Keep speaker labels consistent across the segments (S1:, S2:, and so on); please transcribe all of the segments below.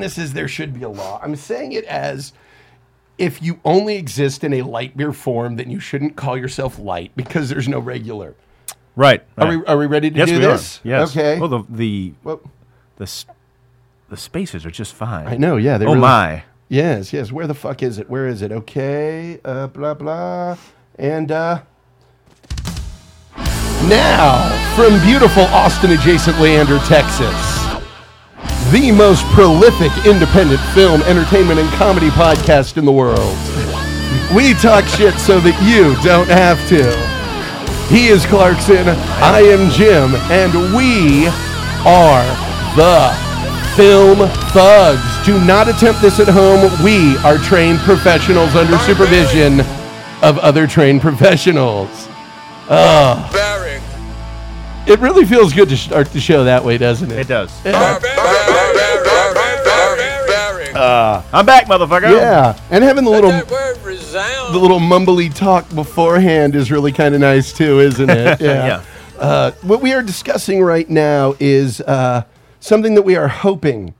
S1: this is there should be a law. I'm saying it as if you only exist in a light beer form, then you shouldn't call yourself light because there's no regular.
S2: Right.
S1: Are
S2: right.
S1: we, are we ready to
S2: yes,
S1: do
S2: we
S1: this?
S2: are. Yes.
S1: Okay.
S2: Well, the the
S1: Well,
S2: the, s- the spaces are just fine.
S1: I know, yeah,
S2: They
S1: they
S2: oh
S1: really-
S2: my.
S1: yes, yes. Where the fuck is it? Where is it? Okay. Uh, blah, blah. And uh, now, from beautiful Austin adjacent Leander, Texas. the most prolific independent film, entertainment, and comedy podcast in the world. We talk shit so that you don't have to. He is Clarkson, I am Jim, and we are the Film Thugs. Do not attempt this at home. We are trained professionals under supervision of other trained professionals.
S3: Barbaric.
S1: It really feels good to start the show that way, doesn't it?
S2: It does.
S3: Barbaric. Uh,
S2: I'm back, motherfucker.
S1: Yeah, and having the little
S3: that word resound.
S1: the little mumbly talk beforehand is really kind of nice too, isn't it?
S2: Yeah.
S1: Uh, what we are discussing right now is uh, something that we are hoping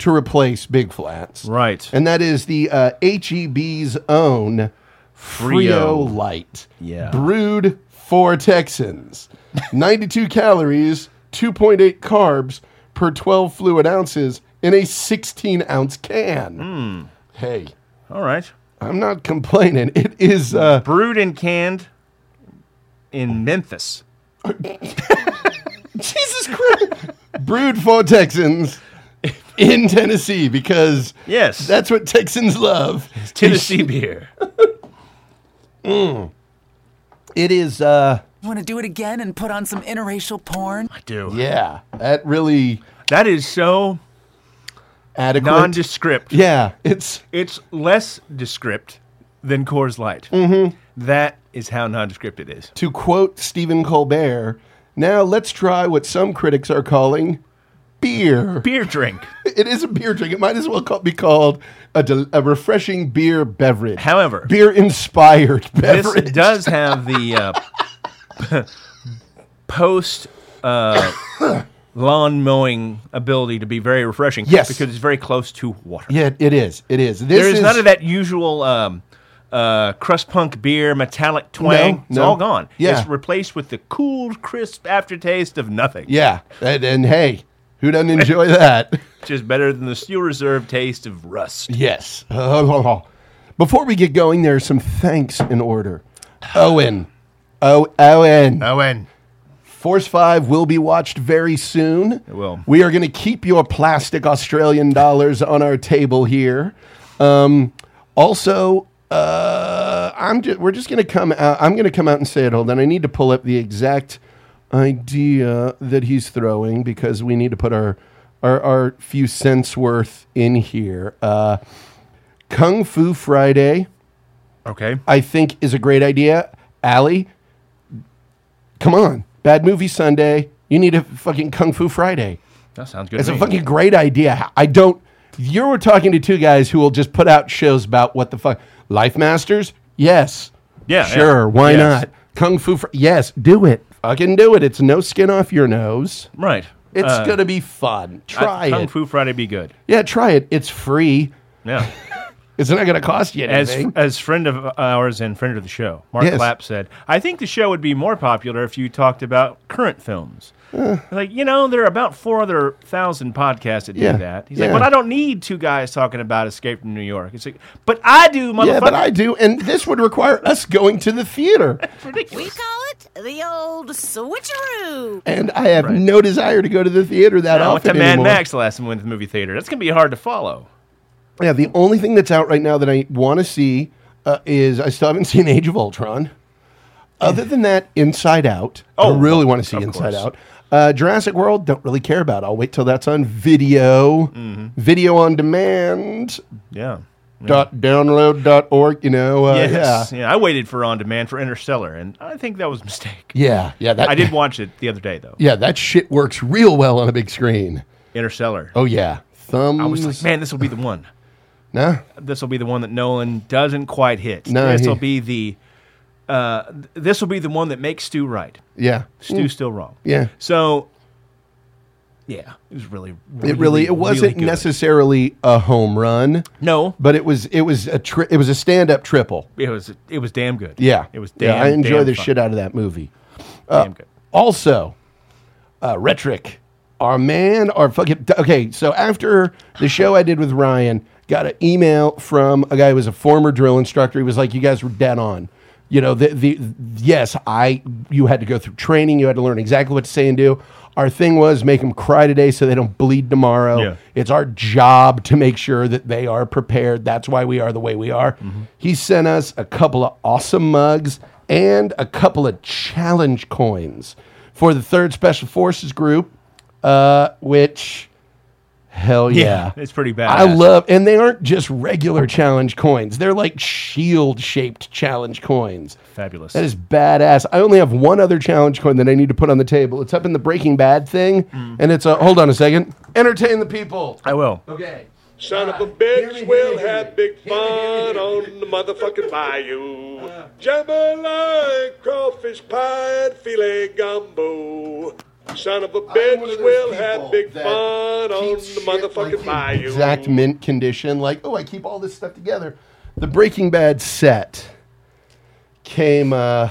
S1: to replace Big Flats.
S2: Right.
S1: And that is the uh, HEB's own Frio
S2: Frio.
S1: Light.
S2: Yeah.
S1: Brewed for Texans. 92 calories, 2.8 carbs per 12 fluid ounces in a 16 ounce can.
S2: Hmm.
S1: Hey.
S2: All right.
S1: I'm not complaining. It is uh,
S2: Brewed and canned in Memphis.
S1: Jesus Christ. Brewed for Texans in Tennessee because
S2: Yes.
S1: that's what Texans love.
S2: Tennessee beer.
S1: It is, uh,
S4: Want to do it again and put on some interracial porn?
S2: I do.
S1: yeah, that really
S2: That is so
S1: adequate.
S2: nondescript.
S1: yeah, it's
S2: It's less descript than Coors Light.
S1: Mm-hmm.
S2: That is how nondescript it is.
S1: to quote Stephen Colbert. Now let's try what some critics are calling beer.
S2: Beer drink.
S1: It is a beer drink. It might as well ca- be called a, del- a refreshing beer beverage.
S2: However,
S1: beer inspired
S2: this
S1: beverage.
S2: does have the uh, post uh, lawn mowing ability to be very refreshing.
S1: Yes.
S2: because it's very close to water.
S1: Yeah, it is. It is. This
S2: there is,
S1: is
S2: none of that usual um, uh, crust punk beer metallic twang. it's
S1: no.
S2: all gone.
S1: Yeah.
S2: It's replaced with the cool, crisp aftertaste of nothing.
S1: Yeah, and, and hey, who doesn't enjoy that?
S2: Which is better than the steel reserve taste of rust.
S1: yes. Before we get going, there are some thanks in order. Owen, oh Owen,
S2: Owen.
S1: Force Five will be watched very soon. It
S2: will.
S1: We are going to keep your plastic Australian dollars on our table here. Um, also. Uh, I'm just, we're just going to come out. I'm going to come out and say it. Hold on. I need to pull up the exact idea that he's throwing because we need to put our our, our few cents worth in here. Uh, Kung Fu Friday,
S2: Okay.
S1: I think, is a great idea. Allie, come on. Bad Movie Sunday. You need a fucking Kung Fu Friday.
S2: That sounds good.
S1: It's
S2: to
S1: a
S2: me.
S1: fucking great idea. I don't. You're talking to two guys who will just put out shows about what the fuck. Life Masters? Yes.
S2: Yeah,
S1: Sure.
S2: yeah.
S1: Why
S2: Yes.
S1: not? Kung Fu Fri- Yes. Do it. Fucking do it. It's no skin off your nose.
S2: Right.
S1: It's
S2: Uh,
S1: going to be fun.
S2: I-
S1: Try
S2: Kung
S1: it.
S2: Fu Friday be good.
S1: Yeah, try it. It's free.
S2: Yeah.
S1: It's not going to cost you
S2: As
S1: anything.
S2: as friend of uh, ours and friend of the show, Mark
S1: Yes.
S2: Clapp said, I think the show would be more popular if you talked about current films.
S1: Eh.
S2: Like, you know, there are about four other thousand podcasts that do
S1: Yeah.
S2: that. He's
S1: Yeah.
S2: like, but I don't need two guys talking about Escape from New York. It's like, but I do, motherfucker.
S1: yeah, but I do. And this would require us going to the theater.
S5: We call it the old switcheroo.
S1: And I have no desire to go to the theater that
S2: I went
S1: often
S2: to Mad
S1: anymore.
S2: Max last time we went to the movie theater. That's going to be hard to follow.
S1: Yeah, the only thing that's out right now that I want to see uh, is I still haven't seen Age of Ultron. Other than that, Inside Out.
S2: Oh,
S1: I really want to see
S2: of
S1: Inside
S2: course.
S1: Out. Uh, Jurassic World, don't really care about. I'll wait till that's on video, video on demand.
S2: Mm-hmm. Yeah.
S1: Dot download.org, you know. Uh,
S2: Yes.
S1: Yeah.
S2: Yeah. I waited for On Demand for Interstellar, and I think that was a mistake.
S1: Yeah. Yeah. That,
S2: I did watch it the other day, though.
S1: Yeah, that shit works real well on a big screen.
S2: Interstellar.
S1: Oh, yeah. Thumbs.
S2: I was like, man, this will be the one.
S1: nah.
S2: This will be the one that Nolan doesn't quite hit.
S1: No,
S2: this
S1: he-
S2: will be the uh, th- this will be the one that makes Stu right.
S1: Mm. Yeah.
S2: Stu's still wrong.
S1: Yeah.
S2: So Yeah, it was really.
S1: It really it wasn't
S2: good.
S1: necessarily a home run,
S2: No, but
S1: but it was it was a tri- it was a stand up triple.
S2: it was it was damn good.
S1: Yeah,
S2: it was
S1: Yeah,
S2: damn.
S1: I enjoy
S2: damn
S1: the
S2: fun.
S1: shit out of that movie.
S2: Damn good.
S1: Also, uh, Retrick, our man, our fucking. Okay, so after the show I did with Ryan, got an email from a guy who was a former drill instructor. He was like, "You guys were dead on." You know, the, the yes, I you had to go through training. You had to learn exactly what to say and do. Our thing was make them cry today so they don't bleed tomorrow.
S2: Yeah.
S1: It's our job to make sure that they are prepared. That's why we are the way we are. He sent us a couple of awesome mugs and a couple of challenge coins for the third Special Forces group, uh, which, hell yeah.
S2: it's pretty bad.
S1: I love, and they aren't just regular challenge coins. They're like shield shaped challenge coins.
S2: Fabulous.
S1: That is badass. I only have one other challenge coin that I need to put on the table. It's up in the Breaking Bad thing, and it's a hold on a second. Entertain the people.
S2: I will.
S1: Okay.
S6: Son of a
S1: Hear me, hear me,
S6: bitch, we'll
S1: hear me.
S6: have big
S1: Hear me, hear me, hear
S6: fun
S1: me.
S6: on the motherfucking bayou. Jambalaya, crawfish pie, and filet gumbo. Son of a
S1: I'm one of
S6: bitch,
S1: those
S6: we'll have
S1: people
S6: big
S1: that
S6: fun on
S1: keeps
S6: the
S1: shit,
S6: motherfucking
S1: like, in
S6: bayou.
S1: Exact mint condition. Like, oh, I keep all this stuff together. The Breaking Bad set came uh,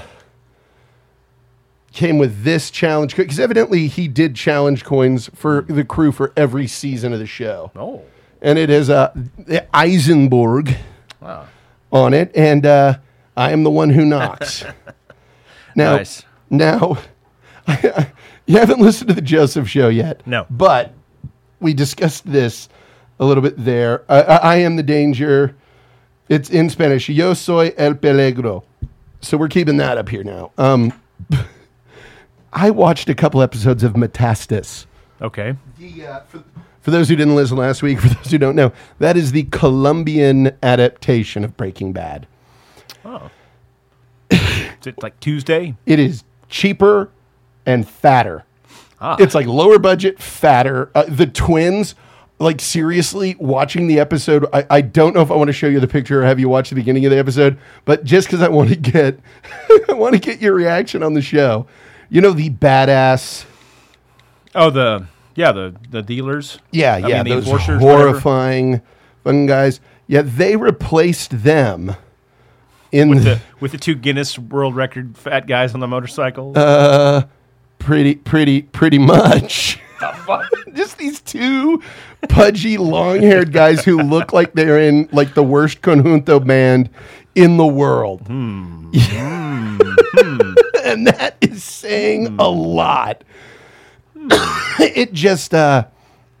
S1: came with this challenge because evidently he did challenge coins for the crew for every season of the show,
S2: Oh,
S1: and it is uh, the Eisenborg
S2: wow.
S1: on it, and uh, I am the one who knocks. now,
S2: Nice.
S1: now, you haven't listened to the Joseph Show yet.
S2: No.
S1: but we discussed this a little bit there. I, I, I am the danger. It's in Spanish. Yo soy el peligro. So we're keeping that up here now. Um, I watched a couple episodes of Metastas
S2: Okay.
S1: the, uh, for, for those who didn't listen last week, for those who don't know, that is the Colombian adaptation of Breaking Bad.
S2: Is it like Tuesday?
S1: It is cheaper and fatter.
S2: Ah.
S1: It's like lower budget, fatter. Uh, the twins, like seriously, watching the episode, I, I don't know if I want to show you the picture or have you watch the beginning of the episode, but just because I want to get, I want to get your reaction on the show. You know the badass.
S2: Oh, the yeah, the the dealers.
S1: Yeah,
S2: I
S1: yeah,
S2: mean, the
S1: those
S2: enforcers, whatever.
S1: horrifying fucking guys. Yeah, they replaced them in
S2: The- with the two Guinness World Record fat guys on the motorcycle.
S1: pretty, pretty, pretty much. Just these two pudgy, long-haired guys who look like they're in like the worst conjunto band in the world. and that is saying a lot. it just uh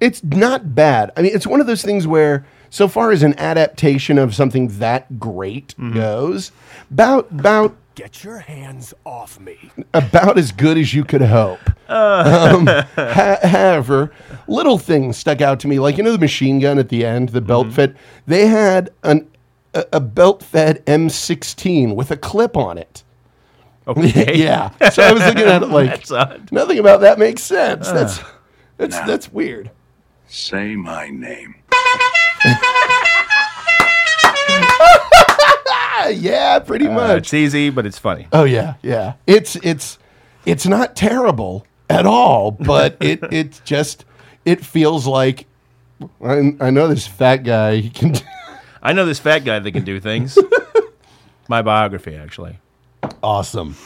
S1: it's not bad. I mean, it's one of those things where so far as an adaptation of something that great
S2: Mm-hmm.
S1: goes, about about
S7: Get your hands off me.
S1: about as good as you could hope.
S2: Uh.
S1: Um, ha- however, little things stuck out to me, like you know the machine gun at the end, the belt
S2: Mm-hmm.
S1: fit. They had an a, a belt fed M16 with a clip on it.
S2: okay.
S1: yeah. So I was looking at it like
S2: That's odd. Uh.
S1: nothing about that makes sense. that's that's that's weird.
S8: Say my name.
S1: Ah, yeah, pretty
S2: Uh,
S1: much.
S2: it's easy, but it's funny.
S1: Oh yeah, yeah. It's it's it's not terrible at all, but it it just it feels like I, I know this fat guy. He can.
S2: I know this fat guy that can do things. My biography, actually.
S1: awesome.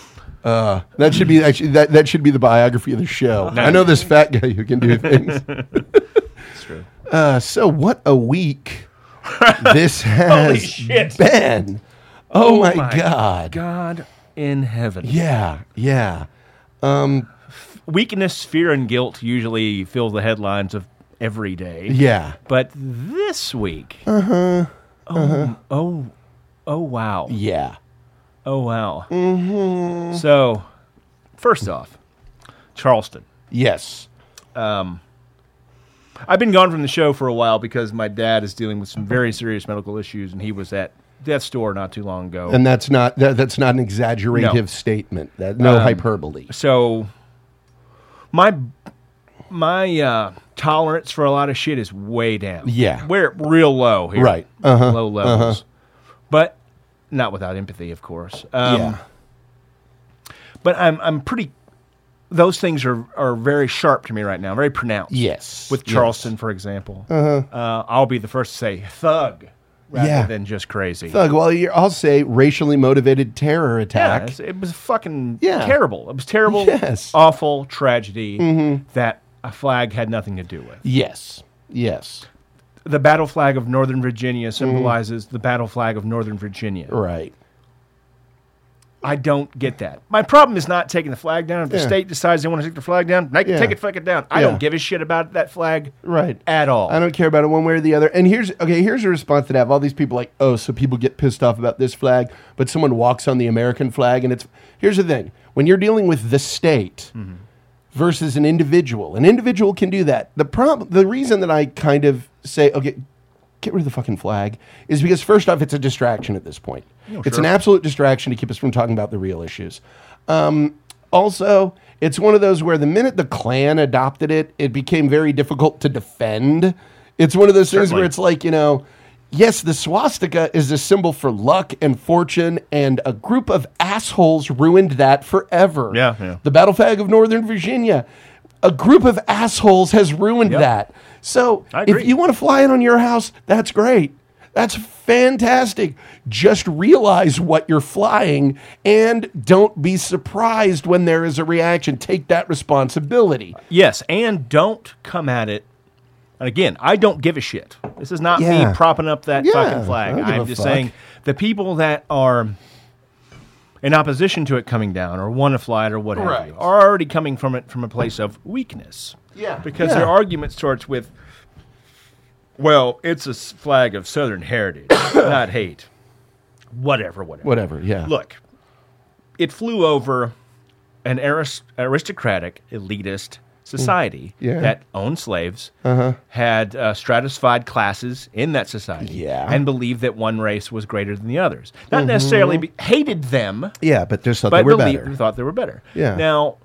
S1: Uh, that should be actually that, that should be the biography of the show. I know this fat guy who can do things.
S2: That's true.
S1: Uh, so what a week this has
S2: shit.
S1: been. Oh, my,
S2: my
S1: god.
S2: God in heaven.
S1: Yeah, yeah.
S2: Weakness, fear, and guilt usually fill the headlines of every day.
S1: Yeah.
S2: But this week. Uh huh. Oh, oh, oh, wow.
S1: Yeah.
S2: Oh, wow. Mm-hmm. So, first off, Charleston.
S1: Yes.
S2: I've been gone from the show for a while because my dad is dealing with some very serious medical issues, and he was at death's door not too long ago.
S1: And that's not that, that's not an exaggerative statement. That no hyperbole.
S2: so my my uh, tolerance for a lot of shit is way down.
S1: Yeah.
S2: we're real low here,
S1: Right. Uh-huh.
S2: Low levels, but Um, not without empathy, of course. Um,
S1: yeah.
S2: But I'm I'm pretty those things are, are very sharp to me right now, very pronounced.
S1: Yes,
S2: With
S1: yes. Uh-huh.
S2: Charleston, for example. Uh, I'll be the first to say thug rather
S1: Yeah.
S2: than just crazy.
S1: Thug, well, you're, I'll say racially motivated terror
S2: Yeah,
S1: attack.
S2: it's- it was fucking
S1: Yeah.
S2: terrible. It was terrible,
S1: Yes. Mm-hmm.
S2: awful tragedy that a flag had nothing to do with.
S1: Yes, yes,
S2: The battle flag of Northern Virginia symbolizes the battle flag of Northern Virginia.
S1: Mm-hmm. right.
S2: I don't get that. My problem is not taking the flag down. If the
S1: Yeah.
S2: state decides they want to take the flag down, they can
S1: Yeah.
S2: take it fucking down. I
S1: Yeah.
S2: don't give a shit about that flag
S1: Right.
S2: at all.
S1: I don't care about it one way or the other. And here's okay. Here's a response to that. All these people like, oh, so people get pissed off about this flag, but someone walks on the American flag, and it's here's the thing: when you're dealing with the state versus an individual, an individual can do that. The problem, the reason that I kind of say, okay, get rid of the fucking flag, is because first off, it's a distraction at this point. it's an absolute distraction to keep us from talking about the real issues. Um, also, it's one of those where the minute the Klan adopted it, it became very difficult to defend. It's one of those things where
S2: Certainly.
S1: it's like, you know, yes, the swastika is a symbol for luck and fortune, and a group of assholes ruined that forever.
S2: Yeah, yeah.
S1: The battle flag of Northern Virginia. A group of assholes has ruined
S2: Yep.
S1: that. So
S2: I
S1: if
S2: agree.
S1: you want to fly it on your house, that's great. That's fantastic. Just realize what you're flying and don't be surprised when there is a reaction. Take that responsibility.
S2: Yes, and don't come at it. And again, I don't give a shit. This is not
S1: Yeah.
S2: me propping up that
S1: Yeah,
S2: fucking flag.
S1: I don't give
S2: I'm
S1: a
S2: just
S1: fuck.
S2: saying the people that are in opposition to it coming down or want to fly it or whatever
S1: Right.
S2: are already coming from it from a place of weakness.
S1: Yeah.
S2: Because
S1: Yeah.
S2: their argument starts with, well, it's a s- flag of Southern heritage, not hate. Whatever, whatever.
S1: Whatever, yeah.
S2: Look, it flew over an aris- aristocratic, elitist society
S1: Mm, Yeah. Uh-huh.
S2: that owned slaves, had uh, stratified classes in that society,
S1: Yeah.
S2: and believed that one race was greater than the others. Not necessarily be- hated them,
S1: Yeah, but there's something
S2: but believed and thought they were better.
S1: Yeah.
S2: Now,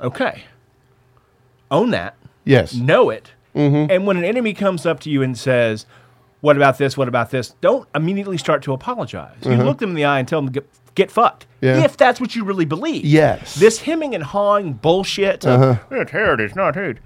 S2: okay, own that,
S1: Yes.
S2: know it,
S1: Mm-hmm.
S2: and when an enemy comes up to you and says, "What about this? What about this?" Don't immediately start to apologize. You look them in the eye and tell them to get, get fucked.
S1: Mm-hmm. Yeah.
S2: If that's what you really believe,
S1: Yes. Uh-huh.
S2: This hemming and hawing bullshit. of, it's heritage, not hate.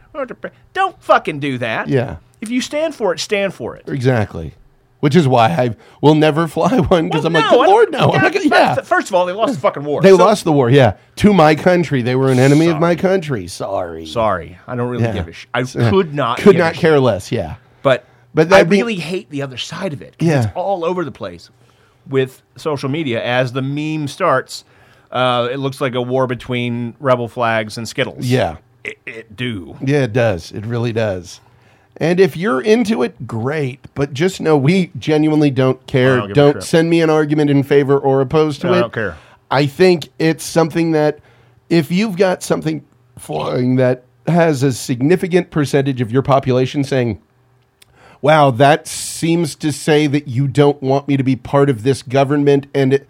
S2: Don't fucking do that.
S1: Yeah.
S2: If you stand for it, stand for it.
S1: Exactly. Which is why I will never fly one because
S2: Well,
S1: I'm like,
S2: Oh, no,
S1: good
S2: I
S1: Lord,
S2: don't-
S1: no. I'm not
S2: God,
S1: gonna- yeah.
S2: First of all, they lost the fucking war.
S1: They
S2: So-
S1: lost the war, yeah. To my country. They were an enemy of my country. Sorry.
S2: Sorry, I don't really
S1: Yeah.
S2: give a shit. I could not.
S1: Could
S2: give a
S1: not
S2: shit.
S1: care less, yeah.
S2: But
S1: But
S2: I
S1: that'd be-
S2: really hate the other side of it. 'cause
S1: Yeah.
S2: It's all over the place with social media. As the meme starts, uh, it looks like a war between rebel flags and Skittles.
S1: Yeah.
S2: It, it do.
S1: Yeah, it does. It really does. And if you're into it, great. But just know we genuinely don't care.
S2: I don't give a
S1: Don't,
S2: crap.
S1: send me an argument in favor or opposed to
S2: No,
S1: it.
S2: I don't care.
S1: I think it's something that if you've got something flying that has a significant percentage of your population saying, wow, that seems to say that you don't want me to be part of this government. And it,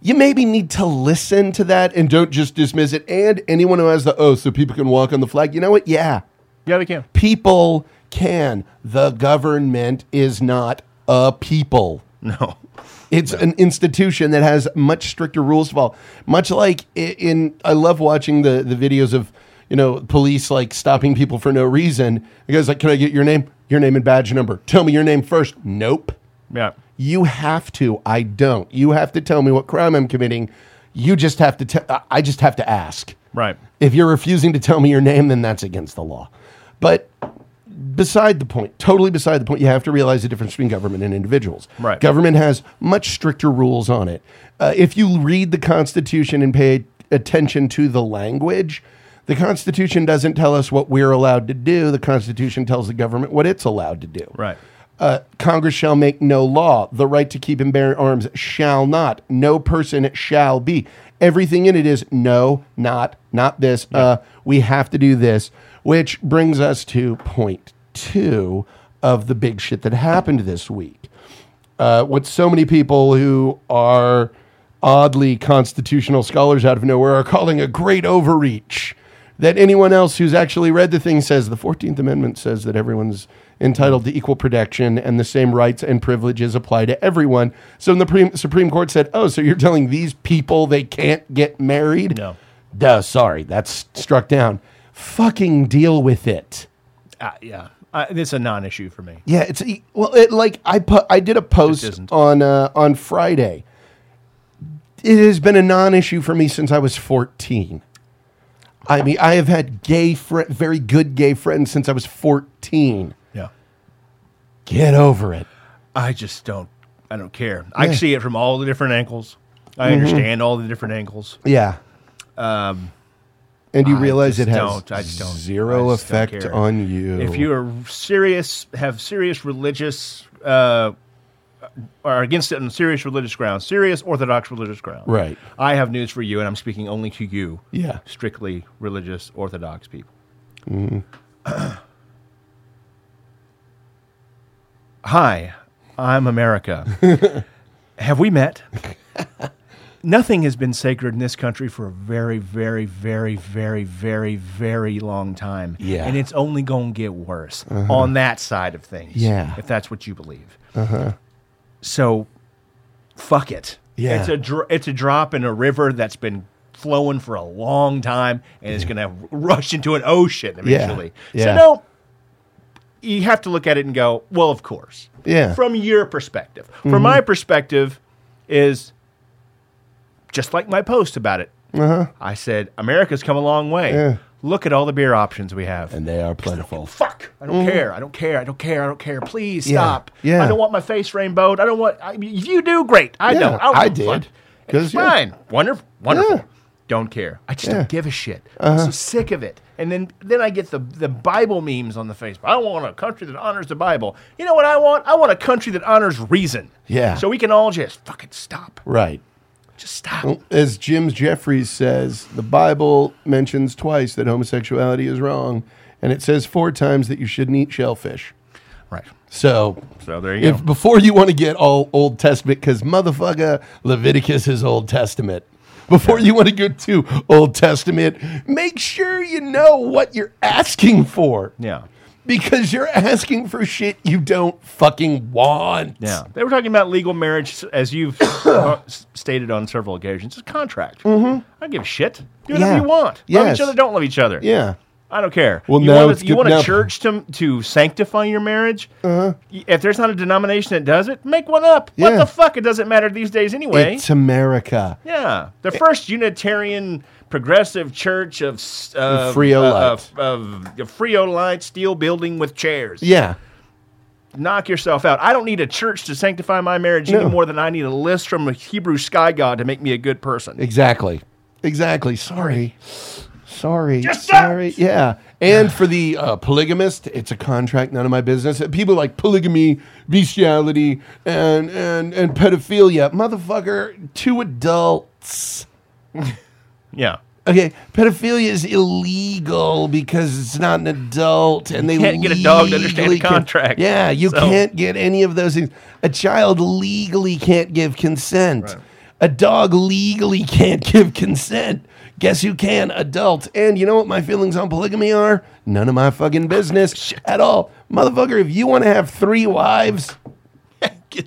S1: you maybe need to listen to that and don't just dismiss it. And anyone who has the, oh, so people can walk on the flag, you know what? Yeah,
S2: Yeah, they can.
S1: people can. The government is not a people.
S2: No.
S1: It's an institution that has much stricter rules to follow. Much like i- in, I love watching the the videos of you know police like stopping people for no reason. The guy's like, "Can I get your name? Your name and badge number. Tell me your name first. Nope.
S2: Yeah.
S1: You have to. I don't. You have to tell me what crime I'm committing. You just have to. Te- I- I just have to ask.
S2: Right.
S1: If you're refusing to tell me your name, then that's against the law. But beside the point, totally beside the point, you have to realize the difference between government and individuals.
S2: Right.
S1: Government has much stricter rules on it. Uh, if you read the Constitution and pay attention to the language, the Constitution doesn't tell us what we're allowed to do. The Constitution tells the government what it's allowed to do.
S2: Right.
S1: Uh, Congress shall make no law. The right to keep and bear arms shall not. No person shall be. Everything in it is no, not, not this. Uh, we have to do this, which brings us to point two of the big shit that happened this week. Uh, what so many people who are oddly constitutional scholars out of nowhere are calling a great overreach that anyone else who's actually read the thing says the 14th Amendment says that everyone's entitled to equal protection and the same rights and privileges apply to everyone. So when the pre- Supreme Court said, oh, so you're telling these people they can't get married?
S2: No.
S1: Duh, sorry, that's struck down. Fucking deal with it.
S2: Uh, yeah, uh, it's a non-issue for me.
S1: Yeah, it's e- well, it like I put I did a post
S2: isn't.
S1: on uh, on Friday. It has been a non-issue for me since I was fourteen. I mean, I have had gay, fri very good gay friends since I was fourteen.
S2: Yeah,
S1: Get over it.
S2: I just don't. I don't care. I can see it from all the different angles. I
S1: Mm-hmm.
S2: understand all the different angles.
S1: Yeah. Um, and you realize
S2: Um, just
S1: it has
S2: don't. I just don't-
S1: zero
S2: I just don't
S1: effect
S2: care.
S1: on you.
S2: If you are serious, have serious religious, uh, are against it on serious religious grounds, serious Orthodox religious grounds.
S1: Right.
S2: I have news for you, and I'm speaking only to you.
S1: Yeah.
S2: Strictly religious Orthodox people.
S1: Mm-hmm.
S2: Hi, I'm America. have we met? Nothing has been sacred in this country for a very, very, very, very, very, very long time.
S1: Yeah. Uh-huh.
S2: And it's only going to get worse on that side of things.
S1: Yeah. Uh-huh.
S2: If that's what you believe. Uh huh. So, fuck it.
S1: Yeah.
S2: It's a, dr- it's a drop in a river that's been flowing for a long time and it's going to rush into an ocean eventually.
S1: Mm. Yeah.
S2: So, no, you have to look at it and go, well, of course.
S1: Yeah. Mm-hmm.
S2: From your perspective. From my perspective, is just like my post about it. Uh-huh. I said, America's come a long way.
S1: Yeah.
S2: Look at all the beer options we have.
S1: and they are plentiful.
S2: Fuck! I don't care. I don't care. I don't care. I don't care. Please
S1: Mm-hmm. Yeah.
S2: stop.
S1: Yeah.
S2: I don't want my face rainbowed. I don't want. I, if you do, great. I
S1: Yeah,
S2: don't. I, don't
S1: I
S2: give a fuck.
S1: did. 'Cause,
S2: It's
S1: yeah.
S2: fine. Wonderful. Wonderful.
S1: Yeah.
S2: Don't care. I just
S1: Yeah. Uh-huh.
S2: don't give a shit. I'm so sick of it. And then then I get the the Bible memes on the Facebook. I want a country that honors the Bible. You know what I want? I want a country that honors reason.
S1: Yeah.
S2: So we can all just fucking stop.
S1: Right.
S2: Just stop.
S1: As Jim Jeffries says, the Bible mentions twice that homosexuality is wrong, and it says four times that you shouldn't eat shellfish.
S2: Right.
S1: So,
S2: So there you
S1: if
S2: go.
S1: before you want to get all Old Testament, because motherfucker, Leviticus is Old Testament. Before you want to go to Old Testament, make sure you know what you're asking for.
S2: Yeah.
S1: Because you're asking for shit you don't fucking want.
S2: Yeah, they were talking about legal marriage, as you've uh, s- stated on several occasions. It's a contract. Mm-hmm. I don't give a shit. Do whatever
S1: Yeah.
S2: you want. Love
S1: Yes.
S2: each other. Don't love each other.
S1: Yeah.
S2: I don't care.
S1: Well,
S2: you
S1: now
S2: want a,
S1: it's
S2: you
S1: good-
S2: want
S1: now-
S2: a church to to sanctify your marriage. Uh-huh. If there's not a denomination that does it, make one up. What
S1: Yeah.
S2: the fuck? It doesn't matter these days anyway.
S1: It's America.
S2: yeah, the first Unitarian progressive church of s- of
S1: Freolite.
S2: of, of, of Freolite steel building with chairs
S1: Yeah.
S2: knock yourself out. I don't need a church to sanctify my marriage
S1: No.
S2: any more than I need a list from a Hebrew sky god to make me a good person.
S1: Exactly. Exactly. Sorry. Sorry.
S2: Just
S1: Sorry. Yeah. And for the uh, polygamist, it's a contract, none of my business. People like polygamy, bestiality, and and and pedophilia. Motherfucker, two adults.
S2: yeah.
S1: Okay, pedophilia is illegal because it's not an adult, and they
S2: can't get a dog to understand the
S1: legally can't-
S2: contract.
S1: yeah, you
S2: So-
S1: can't get any of those things. A child legally can't give consent. A dog legally can't give consent. Guess who can? Adult. And you know what my feelings on polygamy are? None of my fucking business at all, motherfucker. If you want to have three wives, get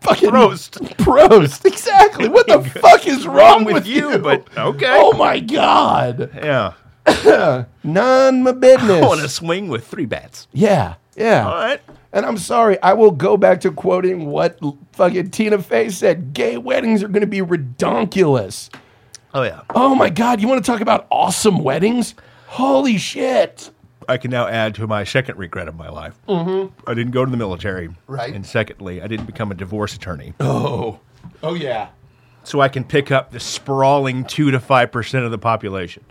S1: fucking
S2: Roast.
S1: Prost. Exactly. What the fuck is wrong
S2: with
S1: with
S2: you,
S1: you?
S2: but okay.
S1: Oh my god.
S2: Yeah.
S1: None my
S2: I want to
S1: business.
S2: swing with three bats.
S1: Yeah. Yeah.
S2: All right.
S1: And I'm sorry, I will go back to quoting what l- fucking Tina Fey said. Gay weddings are going to be redonkulous.
S2: Oh, yeah.
S1: Oh my god, you want to talk about awesome weddings? Holy shit.
S2: I can now add to my second regret of my life. Mm-hmm. I didn't go to the military.
S1: Right.
S2: And secondly, I didn't become a divorce attorney.
S1: Oh. Oh yeah.
S2: So I can pick up the sprawling 2 to 5% of the population.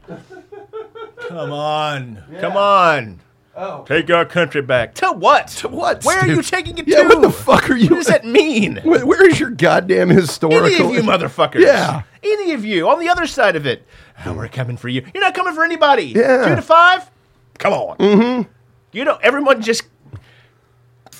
S2: Come on. Come on. Oh. Take our country back. To what? To
S1: what,
S2: Where are
S1: Stu?
S2: you taking it
S1: Yeah,
S2: to?
S1: what the fuck are you-
S2: What does that mean?
S1: Where, where is your goddamn historical?
S2: Any of you motherfuckers.
S1: Yeah.
S2: Any of you on the other side of it. Oh, we're coming for you. You're not coming for anybody.
S1: Yeah.
S2: Two to five? Come on. Mm-hmm. You know, everyone just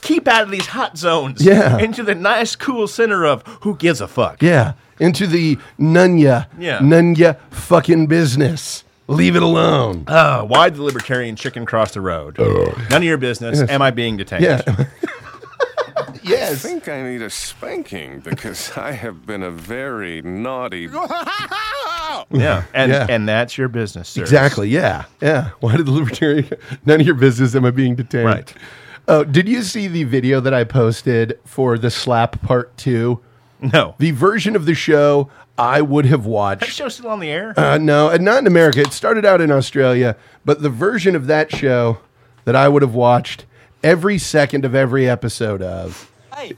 S2: keep out of these hot zones.
S1: Yeah.
S2: Into the nice, cool center of who gives a fuck.
S1: Yeah, into the nunya.
S2: Yeah.
S1: Nunya fucking business. Leave it alone.
S2: Uh, why'd the libertarian chicken cross the road? None of your business. Am I being detained?
S1: yeah. Yes.
S9: I think I need a spanking because I have been a very naughty.
S2: Yeah. And
S1: Yeah.
S2: and that's your business, sir.
S1: Exactly. Yeah. Yeah. Why did the libertarian? None of your business. Am I being detained?
S2: Right.
S1: Oh, did you see the video that I posted for the slap part two?
S2: No.
S1: The version of the show I would have
S2: that
S1: watched.
S2: show's still on the air?
S1: Uh, no, and not in America. It started out in Australia, but the version of that show that I would have watched every second of every episode of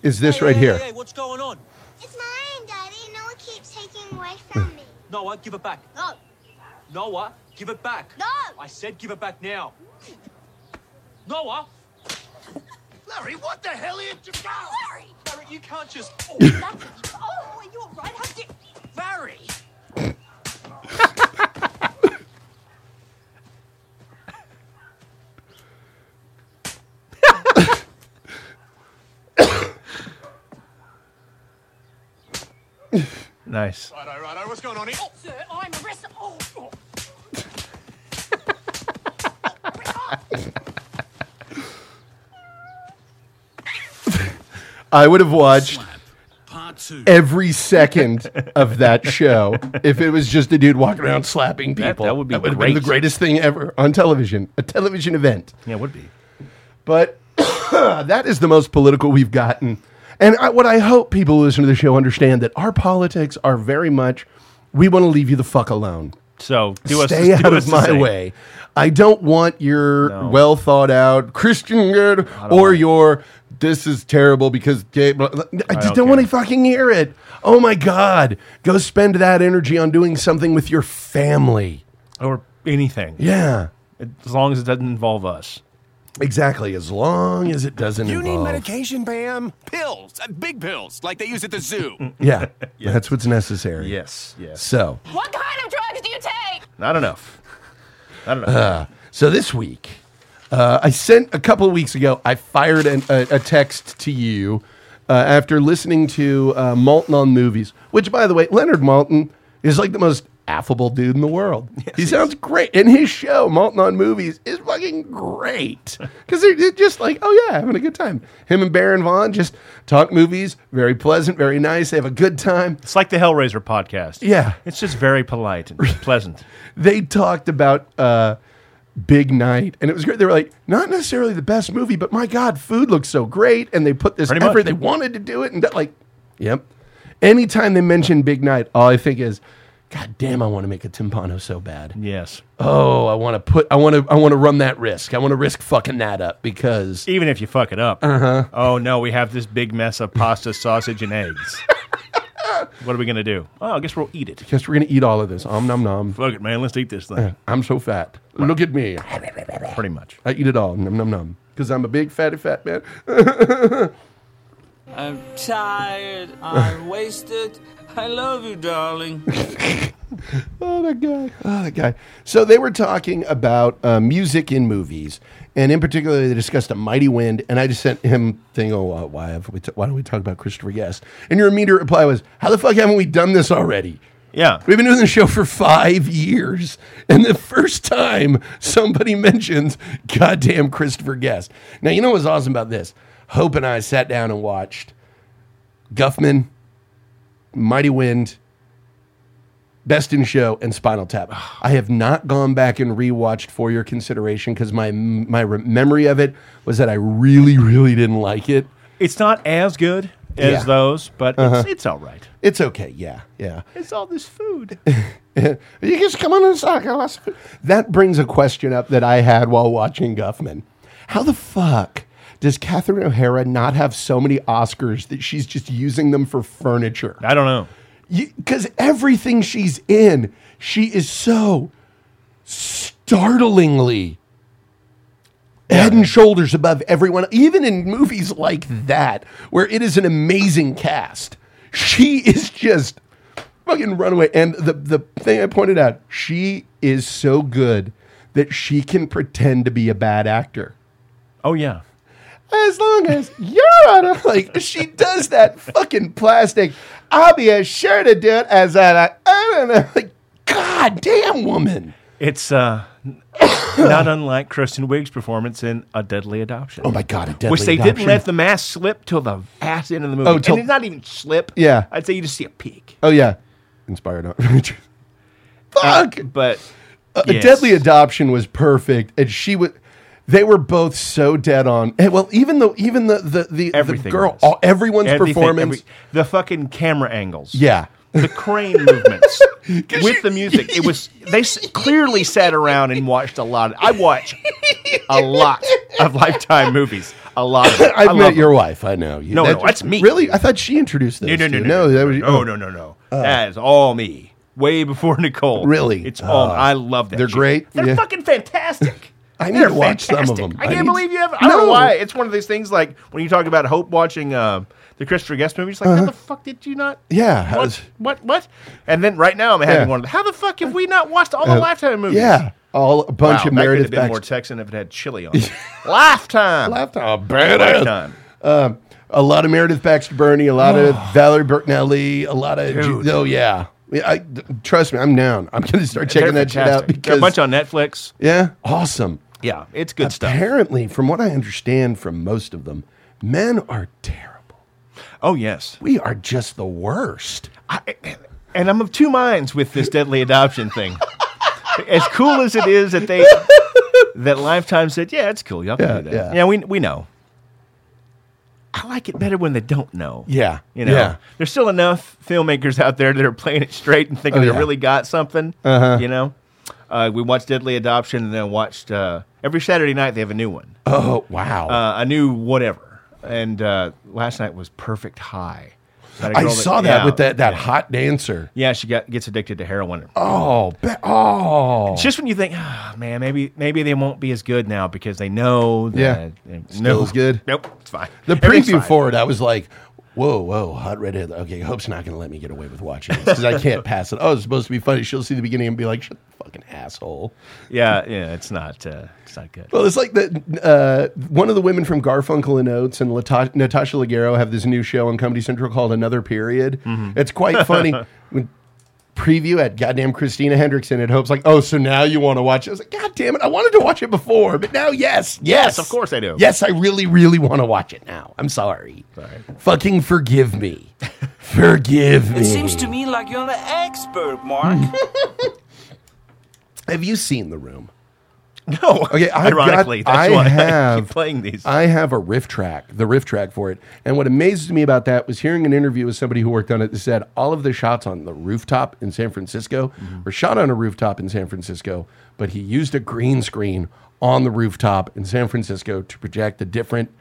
S1: is this right here.
S10: what's going on?
S11: It's mine, Daddy. Noah keeps taking away from me.
S10: Noah, give it back.
S11: No,
S10: Noah, give it back.
S11: no.
S10: I said give it back now. Noah! Larry, what the hell are you doing? Larry! Larry, you can't just. Oh, that's... oh are you alright? How did. Larry!
S2: nice.
S10: Alright, alright, what's going on here?
S11: Oh, sir, I'm arrested. Oh, oh.
S1: I would have watched every second of that show if it was just a dude walking around slapping people.
S2: That- that would be
S1: have been the
S2: great.
S1: greatest thing ever on television, a television event.
S2: Yeah, it would be.
S1: But that is the most political we've gotten. And I, what I hope people who listen to the show understand that our politics are very much we want to leave you the fuck alone.
S2: So do us
S1: Stay
S2: do
S1: out of
S2: us the
S1: my
S2: same.
S1: way. I don't want your
S2: No.
S1: well thought out Christian good or your this is terrible because gay. Blah, blah. I just
S2: don't
S1: don't, want to
S2: care.
S1: fucking hear it. Oh my god, go spend that energy on doing something with your family.
S2: Or anything.
S1: Yeah,
S2: As long as it doesn't involve us.
S1: exactly. As long as it doesn't
S7: You need
S1: involve.
S7: medication, Bam?
S10: Pills! Uh, big pills, like they use at the zoo.
S1: yeah, that's what's necessary.
S2: Yes, yes.
S1: So,
S5: What kind of drugs do you take?
S2: Not enough. I don't know.
S1: so this week, uh, I sent a couple of weeks ago. I fired an, a, a text to you uh, after listening to uh, Malton on movies. Which, by the way, Leonard Malton is like the most affable dude in the world. he sounds great, and his show Malton on movies is fucking great because they're, they're just like, oh yeah, having a good time. Him and Baron Vaughn just talk movies. Very pleasant, very nice. They have a good time.
S2: It's like the Hellraiser podcast.
S1: Yeah.
S2: It's just very polite and pleasant.
S1: they talked about uh, Big Night, and it was great. They were like, not necessarily the best movie, but my God, food looks so great, and they put this
S2: Pretty
S1: effort.
S2: much.
S1: They wanted to do it, and that, like, yep. Anytime they mention Big Night, all I think is, God damn, I want to make a timpano so bad.
S2: Yes.
S1: Oh, I want to put, I want to, I want to run that risk. I want to risk fucking that up because
S2: Even if you fuck it up. Uh-huh. Oh no, we have this big mess of pasta, sausage, and eggs. what are we gonna do? Oh, I guess we'll eat it.
S1: because we're gonna eat all of this. Om nom nom.
S2: Fuck it, man. Let's eat this thing.
S1: I'm so fat. Look at me.
S2: Pretty much.
S1: I eat it all. Nom nom nom. Because I'm a big fatty fat man.
S10: I'm tired. I'm wasted. I love you, darling.
S1: Oh, that guy. Oh, that guy. So they were talking about uh, music in movies, and in particular, they discussed A Mighty Wind. And I just sent him thing, oh, uh, why have we? T- why don't we talk about Christopher Guest? And your immediate reply was, "How the fuck haven't we done this already?
S2: Yeah.
S1: We've been doing the show for five years, and the first time somebody mentions goddamn Christopher Guest. Now you know what's awesome about this? Hope and I sat down and watched Guffman, Mighty Wind, Best in Show, and Spinal Tap. I have not gone back and rewatched for your consideration because my my re- memory of it was that I really, really didn't like it.
S2: It's not as good as
S1: Yeah.
S2: those, but it's, it's all right.
S1: It's okay, yeah, yeah.
S2: Uh-huh. It's all this food.
S1: you just come on inside. I'll ask you. That brings a question up that I had while watching Guffman. How the fuck does Catherine O'Hara not have so many Oscars that she's just using them for furniture?
S2: I don't know.
S1: Because everything she's in, she is so startlingly head and shoulders above everyone. Even in movies like that, where it is an amazing cast, she is just fucking runaway. And the the thing I pointed out, she is so good that she can pretend to be a bad actor
S2: Oh yeah.
S1: as long as you're on a like she does that fucking plastic i'll be as sure to do it as i like i don't know like god damn woman
S2: It's uh, not unlike Kristen Wiig's performance in A Deadly Adoption.
S1: Oh my God, A Deadly
S2: Which they
S1: Adoption.
S2: didn't let the mask slip till the ass end of the movie.
S1: Oh, till-
S2: and it's not even slip.
S1: Yeah.
S2: I'd say you just see a peek.
S1: Oh yeah, inspired. on- Fuck.
S2: But
S1: A
S2: Uh, yes.
S1: Uh, Deadly Adoption was perfect, and she was. They were both so dead on. and, well, even though even the the the, the
S2: everything
S1: girl,
S2: was.
S1: all, everyone's
S2: Everything,
S1: performance.
S2: every- the fucking camera angles.
S1: yeah,
S2: the crane movements with the music. It was they s- clearly sat around and watched a lot. I watch a lot of Lifetime movies. A lot. Of them.
S1: I've
S2: I love
S1: met your wife. I know. You,
S2: No, no, that's me.
S1: Really, I thought she introduced those.
S2: them. No, no,
S1: two.
S2: no, no,
S1: that was, oh.
S2: no, no, no, no. that is all me. Way before Nicole.
S1: Really?
S2: It's all.
S1: Uh,
S2: I love that.
S1: they're
S2: shit.
S1: great?
S2: They're
S1: Yeah.
S2: fucking fantastic.
S1: I need
S2: They're
S1: to watch some of
S2: fantastic.
S1: them.
S2: I
S1: I
S2: can't
S1: need-
S2: believe you haven't. I don't
S1: No.
S2: know why. It's one of these things like when you talk about Hope watching uh, the Christopher Guest movie. It's like, how the fuck did you not?
S1: Uh-huh. Yeah, I
S2: What?
S1: was-
S2: what? What? And then right now I'm having
S1: Yeah. Uh,
S2: one of the. How the fuck have we not watched all the Lifetime movies?
S1: Yeah, all a bunch
S2: Wow,
S1: of
S2: that could have
S1: Meredith
S2: been more
S1: Baxter.
S2: Texan if it had chili on it. Lifetime.
S1: Laptop,
S2: Lifetime.
S1: Um, a lot of Meredith Baxter Burney, a lot of Valerie Bertinelli, a lot of
S2: Dude.
S1: oh yeah. Yeah, I, d- trust me, I'm down. I'm going to start checking
S2: They're
S1: that shit out
S2: fantastic. There are
S1: because
S2: a bunch on Netflix.
S1: yeah, awesome.
S2: Yeah, it's good stuff.
S1: Apparently, from what I understand from most of them, men are terrible.
S2: Oh yes.
S1: We are just the worst.
S2: I, and I'm of two minds with this deadly adoption thing. as cool as it is that they that Lifetime said, "Yeah, it's cool. Y'all can
S1: Yeah,
S2: do
S1: yeah.
S2: that." Yeah. we we know. I like it better when they don't know.
S1: Yeah,
S2: you know,
S1: yeah.
S2: there's still enough filmmakers out there that are playing it straight and thinking
S1: Oh,
S2: they
S1: yeah.
S2: really got something. Uh-huh. You know, uh, we watched Deadly Adoption and then watched uh, every Saturday night they have a new one, uh,
S1: Oh wow!
S2: a new whatever. And uh, last night was Perfect High. About a
S1: I
S2: girl
S1: saw that
S2: yeah.
S1: with that that hot dancer.
S2: Yeah, she got, gets addicted to heroin.
S1: Oh, be- oh,
S2: It's just when you think, ah, man, maybe maybe they won't be as good now because they know
S1: Yeah.
S2: that. Yeah,
S1: Still as good.
S2: Nope, it's fine.
S1: the
S2: Everything's
S1: preview
S2: fine.
S1: for it, I was like, whoa, whoa, hot red head. Okay, Hope's not going to let me get away with watching this because I can't pass it. Oh, it's supposed to be funny. She'll see the beginning and be like, shut the fucking asshole.
S2: Yeah, yeah, it's not uh, it's not good.
S1: Well, it's like the uh, one of the women from Garfunkel and Oates and Lata- Natasha Leggero have this new show on Comedy Central called Another Period.
S2: Mm-hmm.
S1: It's quite funny. when preview at goddamn Christina Hendrickson at Hope's like, oh, so now you want to watch it? I was like, God damn it, I wanted to watch it before, but now yes, yes,
S2: of course I do.
S1: Yes, I really, really want to watch it now. I'm sorry. Fucking forgive me. forgive me.
S10: It seems to me like you're an expert, Mark.
S1: Have you seen the room?
S2: No,
S1: Okay, I've got-
S2: ironically, that's
S1: I
S2: why I
S1: have-
S2: keep playing these.
S1: I have a riff track, the riff track for it. And what amazed me about that was hearing an interview with somebody who worked on it that said all of the shots on the rooftop in San Francisco were shot on a rooftop in San Francisco, but he used a green screen on the rooftop in San Francisco to project a different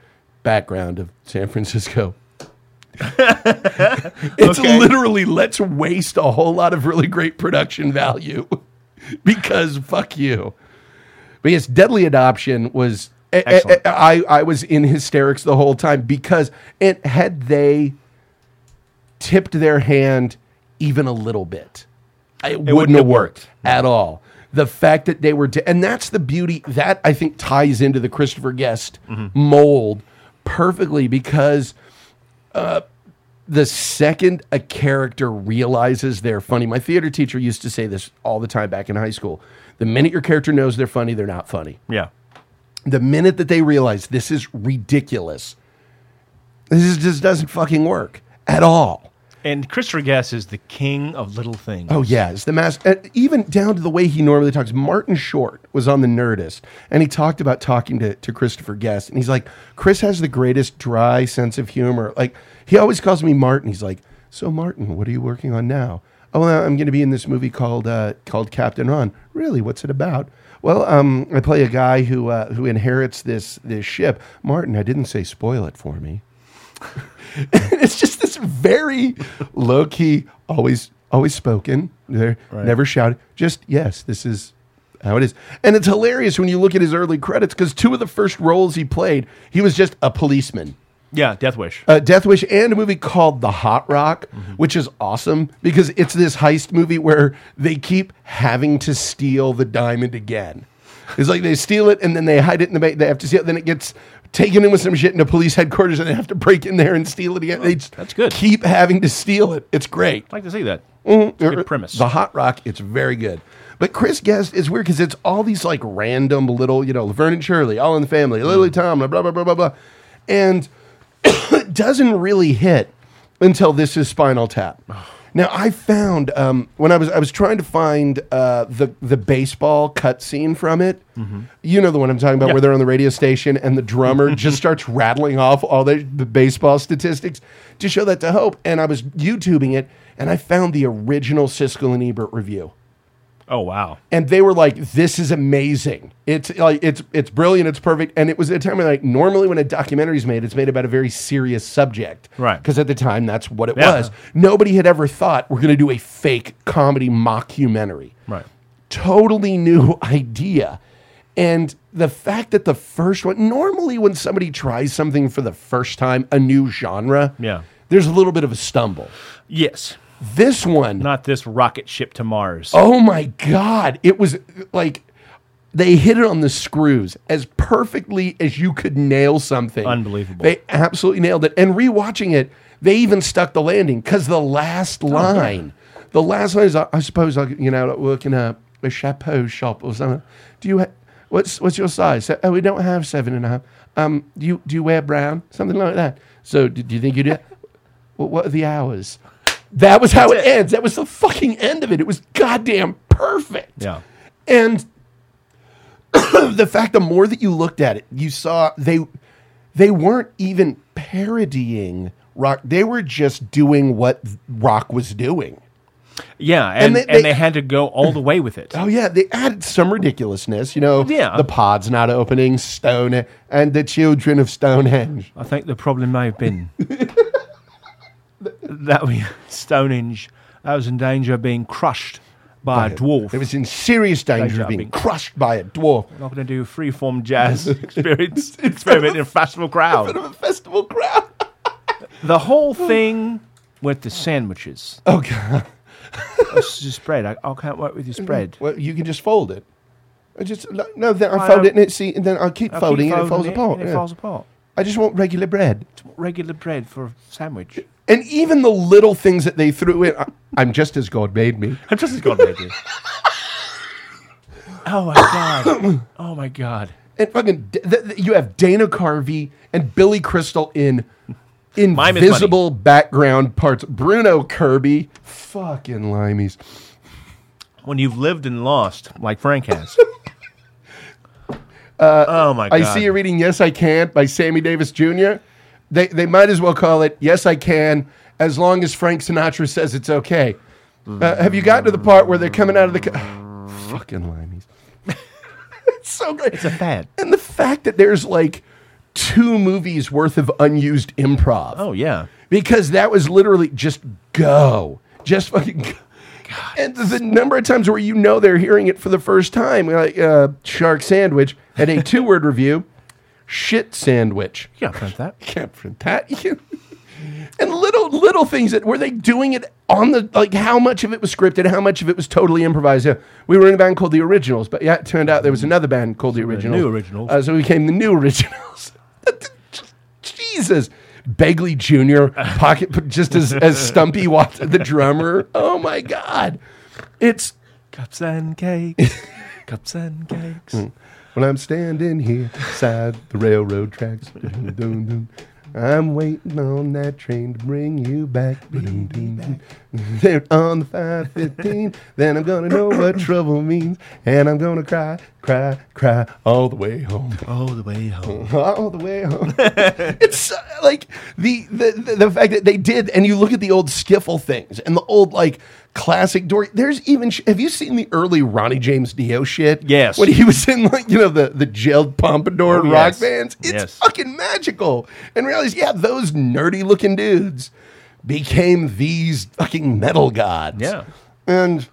S1: background of San Francisco. it's
S2: Okay.
S1: literally let's waste a whole lot of really great production value because fuck you. But yes, Deadly Adoption was. I,
S2: Excellent.
S1: I, I was in hysterics the whole time because it had they tipped their hand even a little bit, it, wouldn't, have worked, at all. The fact that they were, de- and that's the beauty that I think ties into the Christopher Guest mold perfectly because the second a character realizes they're funny, my theater teacher used to say this all the time back in high school. The minute your character knows they're funny, they're not funny.
S2: yeah,
S1: The minute that they realize this is ridiculous, this is, just doesn't fucking work at all.
S2: and Christopher Guest is the king of little things.
S1: Oh yeah, it's the mask. uh, Even down to the way he normally talks. Martin Short was on the Nerdist, and he talked about talking to, to Christopher Guest, and he's like, Chris has the greatest dry sense of humor. Like he always calls me Martin. He's like, so Martin, what are you working on now? Oh, well, I'm going to be in this movie called uh, called Captain Ron. Really, what's it about? Well, um, I play a guy who uh, who inherits this this ship. Martin, I didn't say spoil it for me it's just this very low key, always always spoken, there, never shouted. Just yes, this is how it is, and it's hilarious when you look at his early credits because two of the first roles he played, he was just a policeman.
S2: yeah, Death Wish.
S1: Uh, Death Wish and a movie called The Hot Rock, which is awesome because it's this heist movie where they keep having to steal the diamond again. It's like they steal it and then they hide it in the bank. They have to steal it. Then it gets taken in with some shit into police headquarters and they have to break in there and steal it again. They just
S2: That's good.
S1: keep having to steal it. It's great.
S2: I'd like to see that.
S1: Mm,
S2: good premise.
S1: The Hot Rock, it's very good. But Chris Guest is weird because it's all these like random little, you know, Laverne and Shirley, All in the Family,
S2: Mm.
S1: Lily Tomlin, blah, blah, blah, blah, blah. And it doesn't really hit until this is Spinal Tap. Now I found um, when I was I was trying to find uh, the the baseball cut scene from it. You know the one I'm talking about,
S2: Yeah.
S1: where they're on the radio station and the drummer just starts rattling off all the, the baseball statistics to show that to Hope. And I was YouTubing it, and I found the original Siskel and Ebert review
S2: Oh wow.
S1: and they were like, "This is amazing. It's like it's it's brilliant. It's perfect." And it was at a time where like normally when a documentary is made, it's made about a very serious subject,
S2: Right.
S1: Because at the time, that's what it
S2: Yeah.
S1: was. Nobody had ever thought we're going to do a fake comedy mockumentary,
S2: Right.
S1: totally new idea. And the fact that the first one, normally when somebody tries something for the first time, a new genre,
S2: Yeah.
S1: there's a little bit of a stumble.
S2: Yes.
S1: This one,
S2: Not this rocket ship to Mars.
S1: Oh my God. It was like they hit it on the screws as perfectly as you could nail something.
S2: Unbelievable.
S1: They absolutely nailed it. And rewatching it, they even stuck the landing because the last line, the last line is, I I suppose, I, could, you know, like working a, a chapeau shop or something. Do you, ha- what's, what's your size? Oh, we don't have seven and a half. Um, do you, do you wear brown? Something like that. So do, do you think you do? Well, what are the hours? That was how it, ends. That was the fucking end of it. It was goddamn perfect.
S2: Yeah.
S1: And the fact the more that you looked at it, you saw they they weren't even parodying rock. They were just doing what rock was doing.
S2: Yeah, and, and,
S1: they-
S2: they,
S1: they-
S2: had to go all the way with it.
S1: Oh yeah, they added some ridiculousness, you know.
S2: Yeah.
S1: The pod's not opening, Stone and the children of Stonehenge.
S2: I think the problem may have been that we Stonehenge I was in danger of being crushed by a dwarf.
S1: It was in serious danger
S2: Danger
S1: of
S2: of
S1: being
S2: being-
S1: crushed by a dwarf.
S2: We're not going to do freeform jazz experience experiment in a fashionable crowd.
S1: A festival crowd.
S2: The whole thing with the sandwiches,
S1: Oh god.
S2: the spread. I, I can't work with your spread.
S1: Well, you can just fold it. I just no, no then I
S2: I
S1: fold
S2: know.
S1: it and it see, and then I keep
S2: I keep
S1: folding and it falls
S2: folding
S1: apart.
S2: and it
S1: yeah.
S2: falls apart.
S1: I just want regular bread.
S2: Regular bread for a sandwich.
S1: And even the little things that they threw in, I, I'm just as God made me.
S2: I'm just as God made you. Oh my god! Oh my god!
S1: And fucking, d- th- th- you have Dana Carvey and Billy Crystal in
S2: Mime is money.
S1: invisible background parts. Bruno Kirby, fucking limeys.
S2: When you've lived and lost, like Frank has. oh my god!
S1: Uh, I see you reading "Yes I Can" by Sammy Davis Jr. They they might as well call it "Yes I Can" as long as Frank Sinatra says it's okay. Uh, have you gotten to the part where they're coming out of the ca- fucking limeys? it's so great. It's a
S2: fad.
S1: And the fact that there's like two movies worth of unused improv.
S2: Oh yeah.
S1: because that was literally just go, just fucking. Go. And the number of times where you know they're hearing it for the first time, like uh, shark sandwich had a two-word review, shit sandwich.
S2: Yeah, print that.
S1: Can't print that. and little little things that were they doing it on the like how much of it was scripted, how much of it was totally improvised. Yeah, we were in a band called the Originals, but yeah, it turned out there was another band called the Originals.
S2: New Originals.
S1: Uh, so we became the New Originals. Jesus. Begley Jr. pocket just as as Stumpy walked the drummer. Oh my God. It's
S2: Cups and cakes. Cups and cakes.
S1: Hmm. when I'm standing here beside the railroad tracks. I'm waiting on that train to bring you back. They're on the 515. then I'm gonna know what trouble means. And I'm gonna cry, cry, cry all the way home.
S2: All the way home.
S1: all the way home. it's uh, like the, the the the fact that they did, and you look at the old skiffle things and the old like classic Dory. There's even sh- have you seen the early Ronnie James Dio shit?
S2: Yes.
S1: when he was in like you know the the gelled pompadour
S2: Oh,
S1: rock
S2: yes.
S1: bands. It's
S2: Yes.
S1: fucking magical. And realize, yeah, those nerdy looking dudes became these fucking metal gods.
S2: Yeah.
S1: and.